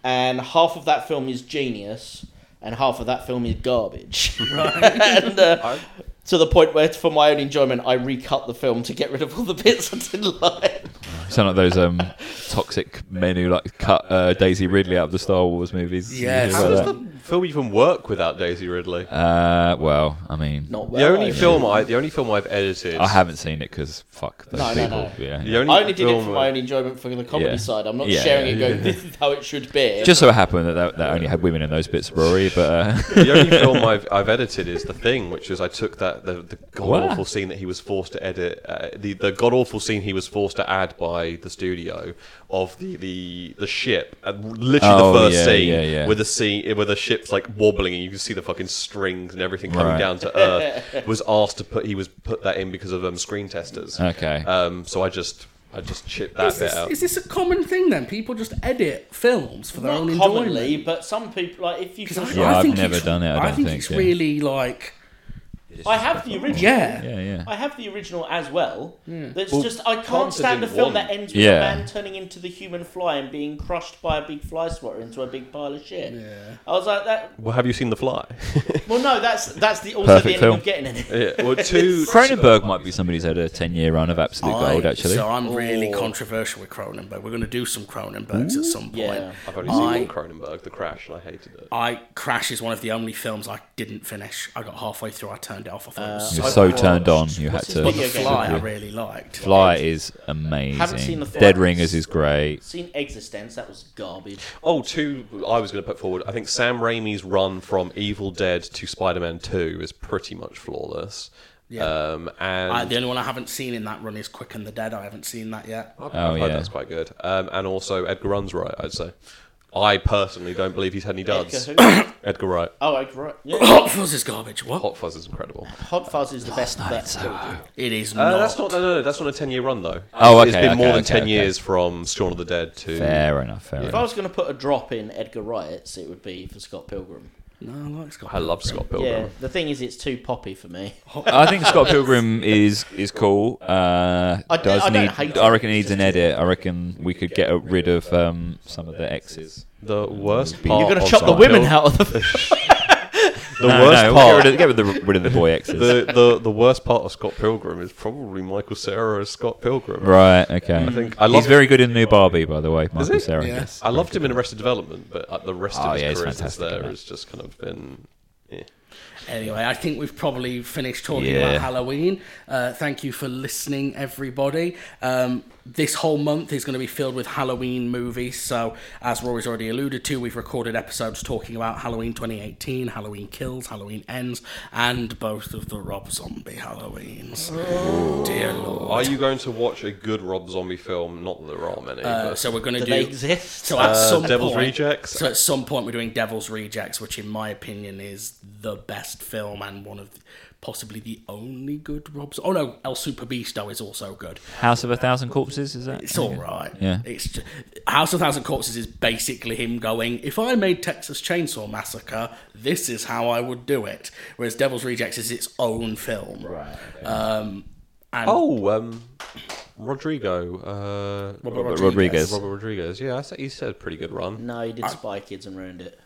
[SPEAKER 2] And half of that film is genius, and half of that film is garbage. and, uh, to the point where, for my own enjoyment, I recut the film to get rid of all the bits I didn't like.
[SPEAKER 4] Sound like those um, toxic men who like cut uh, Daisy Ridley out of the Star Wars movies.
[SPEAKER 1] Yes.
[SPEAKER 4] You
[SPEAKER 3] how
[SPEAKER 4] hear
[SPEAKER 3] does
[SPEAKER 4] about
[SPEAKER 3] the film even work without Daisy Ridley?
[SPEAKER 4] that? Uh, well, I mean,
[SPEAKER 2] Not well.
[SPEAKER 3] the only
[SPEAKER 2] I-
[SPEAKER 3] film I, the only film I've edited.
[SPEAKER 4] I haven't seen it because fuck those
[SPEAKER 2] No, no,
[SPEAKER 4] people.
[SPEAKER 2] no.
[SPEAKER 4] Yeah.
[SPEAKER 3] The only,
[SPEAKER 2] I only did it
[SPEAKER 3] film
[SPEAKER 2] for my own enjoyment for the comedy
[SPEAKER 4] Yeah.
[SPEAKER 2] side. I'm not
[SPEAKER 4] Yeah,
[SPEAKER 2] sharing
[SPEAKER 4] yeah,
[SPEAKER 2] it. Going, this is how it should be.
[SPEAKER 4] Just so it happened that, that that only had women in those bits of Rory, but uh,
[SPEAKER 3] the only film I've, I've edited is The Thing, which is I took that the, the god
[SPEAKER 4] Wow.
[SPEAKER 3] awful scene that he was forced to edit, uh, the the god awful scene he was forced to add by the studio of the the, the ship, and literally
[SPEAKER 4] Oh,
[SPEAKER 3] the first
[SPEAKER 4] yeah,
[SPEAKER 3] scene
[SPEAKER 4] yeah, yeah.
[SPEAKER 3] where the scene eh, where the ship's like wobbling and you can see the fucking strings and everything coming
[SPEAKER 4] Right.
[SPEAKER 3] down to earth was asked to put he was put that in because of um, screen testers.
[SPEAKER 4] Okay.
[SPEAKER 3] Um, so I just I just chipped that
[SPEAKER 1] Is
[SPEAKER 3] bit
[SPEAKER 1] this,
[SPEAKER 3] out.
[SPEAKER 1] is this a common thing then? People just edit films for their own
[SPEAKER 2] not
[SPEAKER 1] enjoyment.
[SPEAKER 2] commonly, but some people like if you.
[SPEAKER 1] 'Cause I,
[SPEAKER 2] Can,
[SPEAKER 4] Yeah,
[SPEAKER 1] I
[SPEAKER 4] I've
[SPEAKER 1] think
[SPEAKER 4] never
[SPEAKER 1] it's-
[SPEAKER 4] done it, I don't think,
[SPEAKER 1] it's
[SPEAKER 4] yeah.
[SPEAKER 1] really like,
[SPEAKER 2] I have the original.
[SPEAKER 1] yeah. Hmm.
[SPEAKER 4] yeah, yeah.
[SPEAKER 2] I have the original as well. That's
[SPEAKER 3] Well,
[SPEAKER 2] just I can't
[SPEAKER 3] Carpenter
[SPEAKER 2] stand a
[SPEAKER 3] did
[SPEAKER 2] film
[SPEAKER 3] one.
[SPEAKER 2] that ends with
[SPEAKER 4] Yeah.
[SPEAKER 2] a man turning into the human fly and being crushed by a big fly swatter into a big pile of shit.
[SPEAKER 1] Yeah.
[SPEAKER 2] I was like that.
[SPEAKER 3] Well, have you seen The Fly?
[SPEAKER 2] Well, no, that's that's the also
[SPEAKER 4] Perfect
[SPEAKER 2] the end
[SPEAKER 4] film.
[SPEAKER 2] of getting in it.
[SPEAKER 3] yeah. Well, two.
[SPEAKER 4] Cronenberg might be somebody who's had a ten-year run of absolute gold.
[SPEAKER 1] I-
[SPEAKER 4] Actually,
[SPEAKER 1] So I'm really
[SPEAKER 2] Oh.
[SPEAKER 1] controversial with Cronenberg. We're going to do some Cronenbergs at some point.
[SPEAKER 2] Yeah.
[SPEAKER 3] I've only seen
[SPEAKER 1] I-
[SPEAKER 3] one Cronenberg, The Crash, and I hated it.
[SPEAKER 1] I Crash is one of the only films I didn't finish. I got halfway through, I turned it off. I thought it was
[SPEAKER 4] you're
[SPEAKER 1] so-
[SPEAKER 4] so turned on. You had
[SPEAKER 2] what's his
[SPEAKER 4] to.
[SPEAKER 1] but
[SPEAKER 2] video
[SPEAKER 1] the
[SPEAKER 2] game.
[SPEAKER 1] fly I really liked.
[SPEAKER 4] Fly is amazing.
[SPEAKER 2] Haven't seen The Fly.
[SPEAKER 4] Dead Ringers is great.
[SPEAKER 2] Seen Existence, that was garbage.
[SPEAKER 3] Oh, two. I was going to put forward. I think Sam Raimi's run from Evil Dead to Spider-Man Two is pretty much flawless.
[SPEAKER 1] Yeah.
[SPEAKER 3] Um, and
[SPEAKER 1] I, Uh, the only one I haven't seen in that run is Quick and the Dead. I haven't seen that yet.
[SPEAKER 3] I've
[SPEAKER 4] Oh,
[SPEAKER 3] heard
[SPEAKER 4] yeah.
[SPEAKER 3] that's quite good. Um, and also Edgar Runn's right. I'd say. I personally don't believe he's had any duds.
[SPEAKER 2] Edgar who?
[SPEAKER 3] Edgar Wright.
[SPEAKER 2] oh, I right. Yeah.
[SPEAKER 1] Hot Fuzz is garbage. What?
[SPEAKER 3] Hot Fuzz is incredible.
[SPEAKER 2] Hot Fuzz is the best. of that.
[SPEAKER 1] It is
[SPEAKER 3] Uh,
[SPEAKER 1] not.
[SPEAKER 3] that's not no, no, no, that's not a ten-year run though.
[SPEAKER 4] Oh,
[SPEAKER 3] It's- It's
[SPEAKER 4] okay,
[SPEAKER 3] been more
[SPEAKER 4] okay,
[SPEAKER 3] than
[SPEAKER 4] okay,
[SPEAKER 3] ten
[SPEAKER 4] okay.
[SPEAKER 3] years from Shaun of the Dead to.
[SPEAKER 4] Fair enough. Fair
[SPEAKER 2] If I
[SPEAKER 4] enough.
[SPEAKER 2] was going to put a drop in Edgar Wright's, it would be for Scott Pilgrim.
[SPEAKER 1] No, I like Scott.
[SPEAKER 3] I love Scott Pilgrim.
[SPEAKER 2] Yeah, the thing is, it's too poppy for me.
[SPEAKER 4] I think Scott Pilgrim is is cool. Uh,
[SPEAKER 2] I d-
[SPEAKER 4] does
[SPEAKER 2] I don't
[SPEAKER 4] need?
[SPEAKER 2] hate
[SPEAKER 4] I
[SPEAKER 2] it.
[SPEAKER 4] reckon it needs an edit. I reckon we could get rid of um, some of the X's.
[SPEAKER 3] The worst
[SPEAKER 4] You're
[SPEAKER 3] part.
[SPEAKER 2] You're going to
[SPEAKER 3] of
[SPEAKER 2] chop the
[SPEAKER 3] Scott
[SPEAKER 2] women
[SPEAKER 3] Pilgrim-
[SPEAKER 2] out of the.
[SPEAKER 3] The
[SPEAKER 4] No,
[SPEAKER 3] worst
[SPEAKER 4] no,
[SPEAKER 3] part.
[SPEAKER 4] Get rid of, get rid of the, rid of the boy X's.
[SPEAKER 3] the, the the worst part of Scott Pilgrim is probably Michael Cera as Scott Pilgrim.
[SPEAKER 4] right. Okay. I
[SPEAKER 3] think-
[SPEAKER 4] think
[SPEAKER 3] I love-
[SPEAKER 4] he's very good in New Barbie, by the way. Michael
[SPEAKER 3] he?
[SPEAKER 4] Cera.
[SPEAKER 1] Yeah.
[SPEAKER 4] Yes.
[SPEAKER 3] I loved him in Arrested Development, but uh, the rest
[SPEAKER 4] Oh,
[SPEAKER 3] of his
[SPEAKER 4] yeah, he's
[SPEAKER 3] career since
[SPEAKER 4] fantastic in
[SPEAKER 3] there
[SPEAKER 4] that.
[SPEAKER 3] has just kind of been. eh.
[SPEAKER 1] Anyway, I think we've probably finished talking
[SPEAKER 4] Yeah.
[SPEAKER 1] about Halloween. Uh, thank you for listening, everybody. Um, this whole month is going to be filled with Halloween movies. So, as Rory's already alluded to, we've recorded episodes talking about Halloween 2018, Halloween Kills, Halloween Ends, and both of the Rob Zombie Halloweens. Dear Lord.
[SPEAKER 3] Are you going to watch a good Rob Zombie film? Not that there are many.
[SPEAKER 1] Uh,
[SPEAKER 3] but
[SPEAKER 1] so we're going to
[SPEAKER 2] Do
[SPEAKER 1] do.
[SPEAKER 2] they exist?
[SPEAKER 1] So at some
[SPEAKER 3] Uh, Devil's
[SPEAKER 1] point,
[SPEAKER 3] Rejects?
[SPEAKER 1] So at some point, we're doing Devil's Rejects, which, in my opinion, is the best film and one of the, possibly the only good Rob's. Oh no, El Super Beasto is also good.
[SPEAKER 4] House of a Thousand Corpses is that?
[SPEAKER 1] It's all right.
[SPEAKER 4] Yeah.
[SPEAKER 1] It's ju- House of Thousand Corpses is basically him going, if I made Texas Chainsaw Massacre, this is how I would do it. Whereas Devil's Rejects is its own film. Right. Um, and
[SPEAKER 3] oh, um, Rodrigo. Uh,
[SPEAKER 1] Robert
[SPEAKER 4] Robert
[SPEAKER 1] Rodriguez.
[SPEAKER 4] Rodriguez.
[SPEAKER 3] Robert Rodriguez. Yeah, I said, he said pretty good run.
[SPEAKER 2] No, he did Spy Kids and ruined it.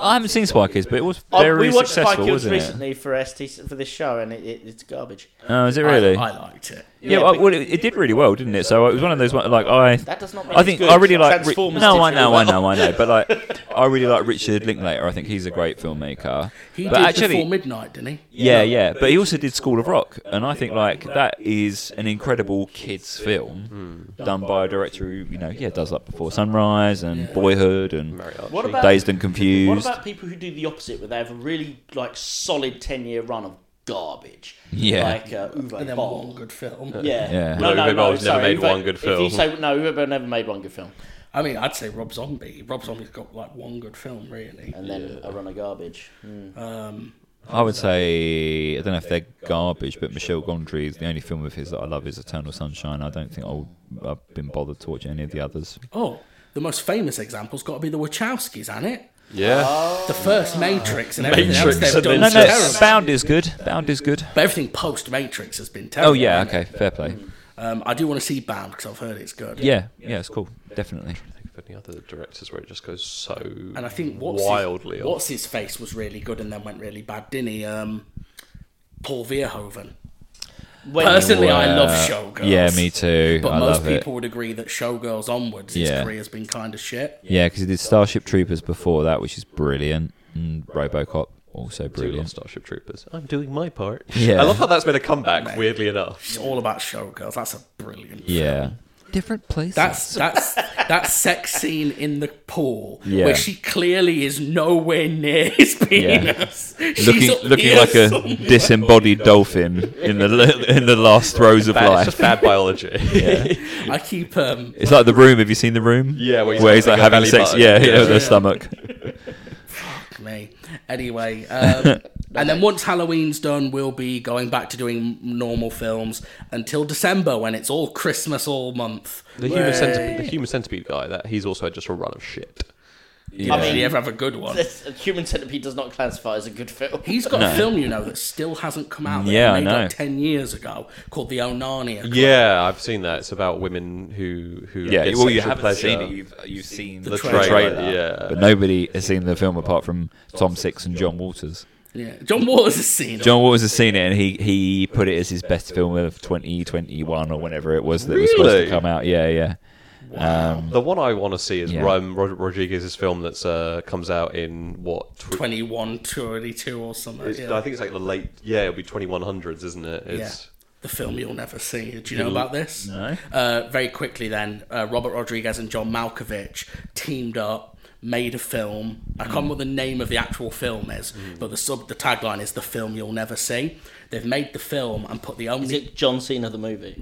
[SPEAKER 4] I haven't seen Spy Kids, but it was
[SPEAKER 2] Oh,
[SPEAKER 4] very
[SPEAKER 2] we watched Spy
[SPEAKER 4] successful,
[SPEAKER 2] Kids
[SPEAKER 4] wasn't
[SPEAKER 2] recently for ST for this show, and it, it, it's garbage.
[SPEAKER 4] it? Oh, is it
[SPEAKER 1] I-
[SPEAKER 4] really?
[SPEAKER 1] I, liked it.
[SPEAKER 4] yeah,
[SPEAKER 2] Yeah,
[SPEAKER 4] well,
[SPEAKER 2] but-
[SPEAKER 4] well, it, it did really well, didn't it? So it was one of those one, like I.
[SPEAKER 2] That does not mean
[SPEAKER 4] I
[SPEAKER 2] it's
[SPEAKER 4] think
[SPEAKER 2] good.
[SPEAKER 4] I really like. Ri-
[SPEAKER 2] Transformers
[SPEAKER 4] no,
[SPEAKER 2] did
[SPEAKER 4] I know,
[SPEAKER 2] really
[SPEAKER 4] I know, I know. But like, I really like Richard Linklater. I think he's a great filmmaker.
[SPEAKER 1] He
[SPEAKER 4] but
[SPEAKER 1] did
[SPEAKER 4] actually,
[SPEAKER 1] Before Midnight, didn't he?
[SPEAKER 4] yeah, yeah. But he also did School of Rock, and I think like that is an incredible kids film done by a director who you know yeah does like Before Sunrise and Boyhood and
[SPEAKER 3] Very
[SPEAKER 2] What
[SPEAKER 3] Archie.
[SPEAKER 2] about-
[SPEAKER 4] Dazed and
[SPEAKER 2] What
[SPEAKER 4] Confused.
[SPEAKER 2] about people who do the opposite, where they have a really like solid ten year run of garbage?
[SPEAKER 4] Yeah.
[SPEAKER 2] like uh, Uwe
[SPEAKER 1] And then
[SPEAKER 2] Boll.
[SPEAKER 1] one good film.
[SPEAKER 2] Yeah.
[SPEAKER 4] Yeah.
[SPEAKER 2] no, no, no.
[SPEAKER 3] Uwe Boll's never
[SPEAKER 2] sorry,
[SPEAKER 3] made
[SPEAKER 2] Uwe-
[SPEAKER 3] one good
[SPEAKER 2] If you
[SPEAKER 3] film.
[SPEAKER 2] say no, Uwe Boll never made one good film,
[SPEAKER 1] I mean, I'd say Rob Zombie. Rob Zombie's got like one good film, really.
[SPEAKER 2] and then a run of garbage. Hmm.
[SPEAKER 1] Um,
[SPEAKER 4] I would say I don't know if they're garbage, but Michel Gondry is the only film of his that I love is Eternal Sunshine. I don't think I'll, I've been bothered to watch any of the others.
[SPEAKER 1] oh, the most famous example's got to be the Wachowskis, hasn't it?
[SPEAKER 3] Yeah.
[SPEAKER 1] The first
[SPEAKER 4] Ah.
[SPEAKER 1] Matrix and everything
[SPEAKER 3] Matrix
[SPEAKER 1] else they've
[SPEAKER 3] and
[SPEAKER 1] done
[SPEAKER 4] No,
[SPEAKER 3] then
[SPEAKER 4] no,
[SPEAKER 1] is terrible.
[SPEAKER 4] Bound is good. Bound is good.
[SPEAKER 1] But everything post Matrix has been terrible.
[SPEAKER 4] Oh yeah,
[SPEAKER 1] hasn't
[SPEAKER 4] okay, fair play.
[SPEAKER 1] it? Um, I do want to see Bound because I've heard it's good.
[SPEAKER 4] Yeah, yeah, it's cool, definitely.
[SPEAKER 3] think of any other directors where it just goes so
[SPEAKER 1] And I think what's
[SPEAKER 3] wildly
[SPEAKER 1] his,
[SPEAKER 3] off.
[SPEAKER 1] what's his face was really good and then went really bad, didn't he? Um, Paul Verhoeven.
[SPEAKER 2] When-
[SPEAKER 1] Personally, I love
[SPEAKER 4] Uh,
[SPEAKER 1] Showgirls.
[SPEAKER 4] Yeah, me too.
[SPEAKER 1] But
[SPEAKER 4] I
[SPEAKER 1] most
[SPEAKER 4] love
[SPEAKER 1] people
[SPEAKER 4] it.
[SPEAKER 1] would agree that Showgirls onwards, his
[SPEAKER 4] Yeah.
[SPEAKER 1] career's been kind of shit.
[SPEAKER 4] Yeah, because he did Starship Troopers before that, which is brilliant, and RoboCop also
[SPEAKER 3] Do love
[SPEAKER 4] brilliant.
[SPEAKER 3] Starship Troopers. I'm doing my part.
[SPEAKER 4] Yeah.
[SPEAKER 3] I love how that's been a comeback, weirdly enough.
[SPEAKER 1] It's all about Showgirls. That's a brilliant
[SPEAKER 4] Yeah, different places.
[SPEAKER 1] That's that's that sex scene in the pool
[SPEAKER 4] Yeah.
[SPEAKER 1] where she clearly is nowhere near his penis. She's
[SPEAKER 4] looking
[SPEAKER 1] up
[SPEAKER 4] looking
[SPEAKER 1] here
[SPEAKER 4] like a
[SPEAKER 1] somewhere.
[SPEAKER 4] disembodied dolphin in the in the last throes of
[SPEAKER 3] Bad, it's just bad
[SPEAKER 4] life.
[SPEAKER 3] biology. yeah.
[SPEAKER 1] I keep um
[SPEAKER 4] It's like the room. Have you seen the room?
[SPEAKER 3] Yeah, where he's
[SPEAKER 4] where he's like
[SPEAKER 3] having a belly
[SPEAKER 4] having sex.
[SPEAKER 3] button.
[SPEAKER 4] Yeah, yeah,
[SPEAKER 3] Yeah.
[SPEAKER 4] with her stomach.
[SPEAKER 1] me anyway. Um, and then once Halloween's done, we'll be going back to doing normal films until December when it's all Christmas all month.
[SPEAKER 3] The human, centipede, the human centipede guy, that he's also had just a run of shit.
[SPEAKER 4] Yeah.
[SPEAKER 1] I mean, you ever have a good one?
[SPEAKER 2] This- Human Centipede does not classify as a good film.
[SPEAKER 1] He's got a
[SPEAKER 4] No.
[SPEAKER 1] film, you know, that still hasn't come out. That
[SPEAKER 4] Yeah, I
[SPEAKER 1] he made like
[SPEAKER 4] know.
[SPEAKER 1] ten years ago, called The Onania. Club.
[SPEAKER 3] Yeah, I've seen that. It's about women who who
[SPEAKER 4] yeah,
[SPEAKER 3] get
[SPEAKER 4] well, you
[SPEAKER 3] sexual
[SPEAKER 4] haven't
[SPEAKER 3] pleasure.
[SPEAKER 4] seen it. You've, you've seen the,
[SPEAKER 1] trailer.
[SPEAKER 4] trailer.
[SPEAKER 3] Yeah.
[SPEAKER 4] But nobody has seen the film apart from Tom Six and John Waters.
[SPEAKER 1] yeah. John Waters has seen it.
[SPEAKER 4] John Waters has seen it and he, he put it as his best film of 2021 or whenever it was that was supposed
[SPEAKER 3] Really?
[SPEAKER 4] to come out. Yeah, yeah. Um,
[SPEAKER 3] The one I want to see is
[SPEAKER 4] Yeah.
[SPEAKER 3] um, Rod- Rodriguez's film that's uh, comes out in what? Tw-
[SPEAKER 1] 21, 22 or something.
[SPEAKER 3] it's-
[SPEAKER 1] yeah.
[SPEAKER 3] I think it's like the late. Yeah, it'll be twenty one hundreds, isn't it? It's,
[SPEAKER 1] Yeah. The film you'll never see. Do you know about this?
[SPEAKER 4] No.
[SPEAKER 1] Uh, very quickly, then, uh, Robert Rodriguez and John Malkovich teamed up, made a film. I can't remember what the name of the actual film is, but the sub, the tagline is "The film you'll never see." They've made the film and put the
[SPEAKER 2] Is
[SPEAKER 1] only
[SPEAKER 2] it John Cena the movie?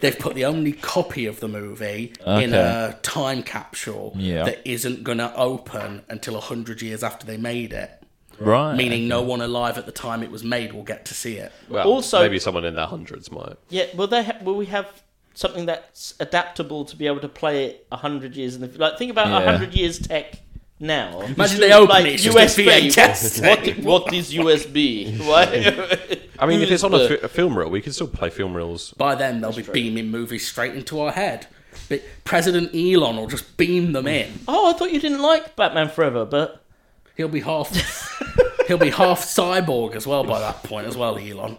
[SPEAKER 1] they've put the only copy of the movie in
[SPEAKER 4] Okay.
[SPEAKER 1] a time capsule
[SPEAKER 4] Yeah.
[SPEAKER 1] that isn't going to open until hundred years after they made it.
[SPEAKER 4] right.
[SPEAKER 1] Meaning, no one alive at the time it was made will get to see it.
[SPEAKER 3] well,
[SPEAKER 2] Also-
[SPEAKER 3] maybe someone in their hundreds might.
[SPEAKER 2] Yeah, will they? Ha- will we have something that's adaptable to be able to play it hundred years in the f- like? Think about
[SPEAKER 4] Yeah.
[SPEAKER 2] hundred years tech now.
[SPEAKER 1] Imagine they open
[SPEAKER 2] like
[SPEAKER 1] it, it's just a VHS
[SPEAKER 2] What, what is USB? Why-
[SPEAKER 3] I mean, if it's on a,
[SPEAKER 2] the-
[SPEAKER 3] fi- a film reel, we can still play film reels.
[SPEAKER 1] By then, they'll be beaming movies straight into our head. But President Elon will just beam them in.
[SPEAKER 2] oh, I thought you didn't like Batman Forever, but
[SPEAKER 1] He'll be half. he'll be half cyborg as well by that point as well, Elon.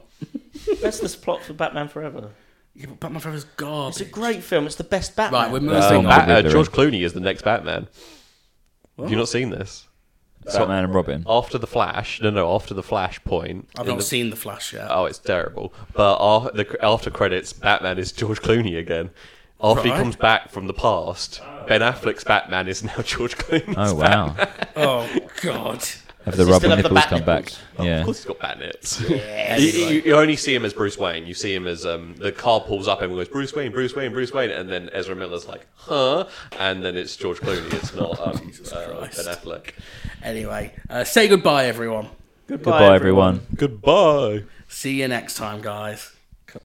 [SPEAKER 2] that's this plot for Batman Forever.
[SPEAKER 1] Yeah, but Batman Forever's garbage.
[SPEAKER 2] It's a great film. It's the best Batman.
[SPEAKER 3] Um,
[SPEAKER 1] Right, we're
[SPEAKER 4] That's
[SPEAKER 1] moving
[SPEAKER 4] not
[SPEAKER 1] on.
[SPEAKER 4] bad.
[SPEAKER 3] Bat- uh,
[SPEAKER 4] Obligatory.
[SPEAKER 3] George Clooney is the next Batman. Have you not seen this?
[SPEAKER 4] Batman and Robin.
[SPEAKER 3] After the Flash, no, no, after the Flash point.
[SPEAKER 1] I've
[SPEAKER 3] in
[SPEAKER 1] not
[SPEAKER 3] the-
[SPEAKER 1] seen the Flash yet.
[SPEAKER 3] Oh, it's terrible. But after, the after credits, Batman is George Clooney again. After
[SPEAKER 1] Right.
[SPEAKER 3] he comes back from the past, Ben Affleck's Batman is now George Clooney.
[SPEAKER 4] Oh wow!
[SPEAKER 1] Oh God.
[SPEAKER 4] Have the
[SPEAKER 2] Does he still
[SPEAKER 4] rubber
[SPEAKER 2] have the
[SPEAKER 4] nipples
[SPEAKER 2] bat
[SPEAKER 4] come back?
[SPEAKER 2] nipples?
[SPEAKER 3] Of
[SPEAKER 4] Yeah.
[SPEAKER 3] course, he's got bat nips. you, you- you only see him as Bruce Wayne. You see him as um, the car pulls up and goes Bruce Wayne, Bruce Wayne, Bruce Wayne, and then Ezra Miller's like, huh? And then it's George Clooney. It's not um,
[SPEAKER 1] Jesus
[SPEAKER 3] uh, Ben
[SPEAKER 1] Christ.
[SPEAKER 3] Affleck.
[SPEAKER 1] Anyway, uh, say goodbye, everyone.
[SPEAKER 4] Goodbye, everyone.
[SPEAKER 3] Goodbye.
[SPEAKER 1] See you next time, guys.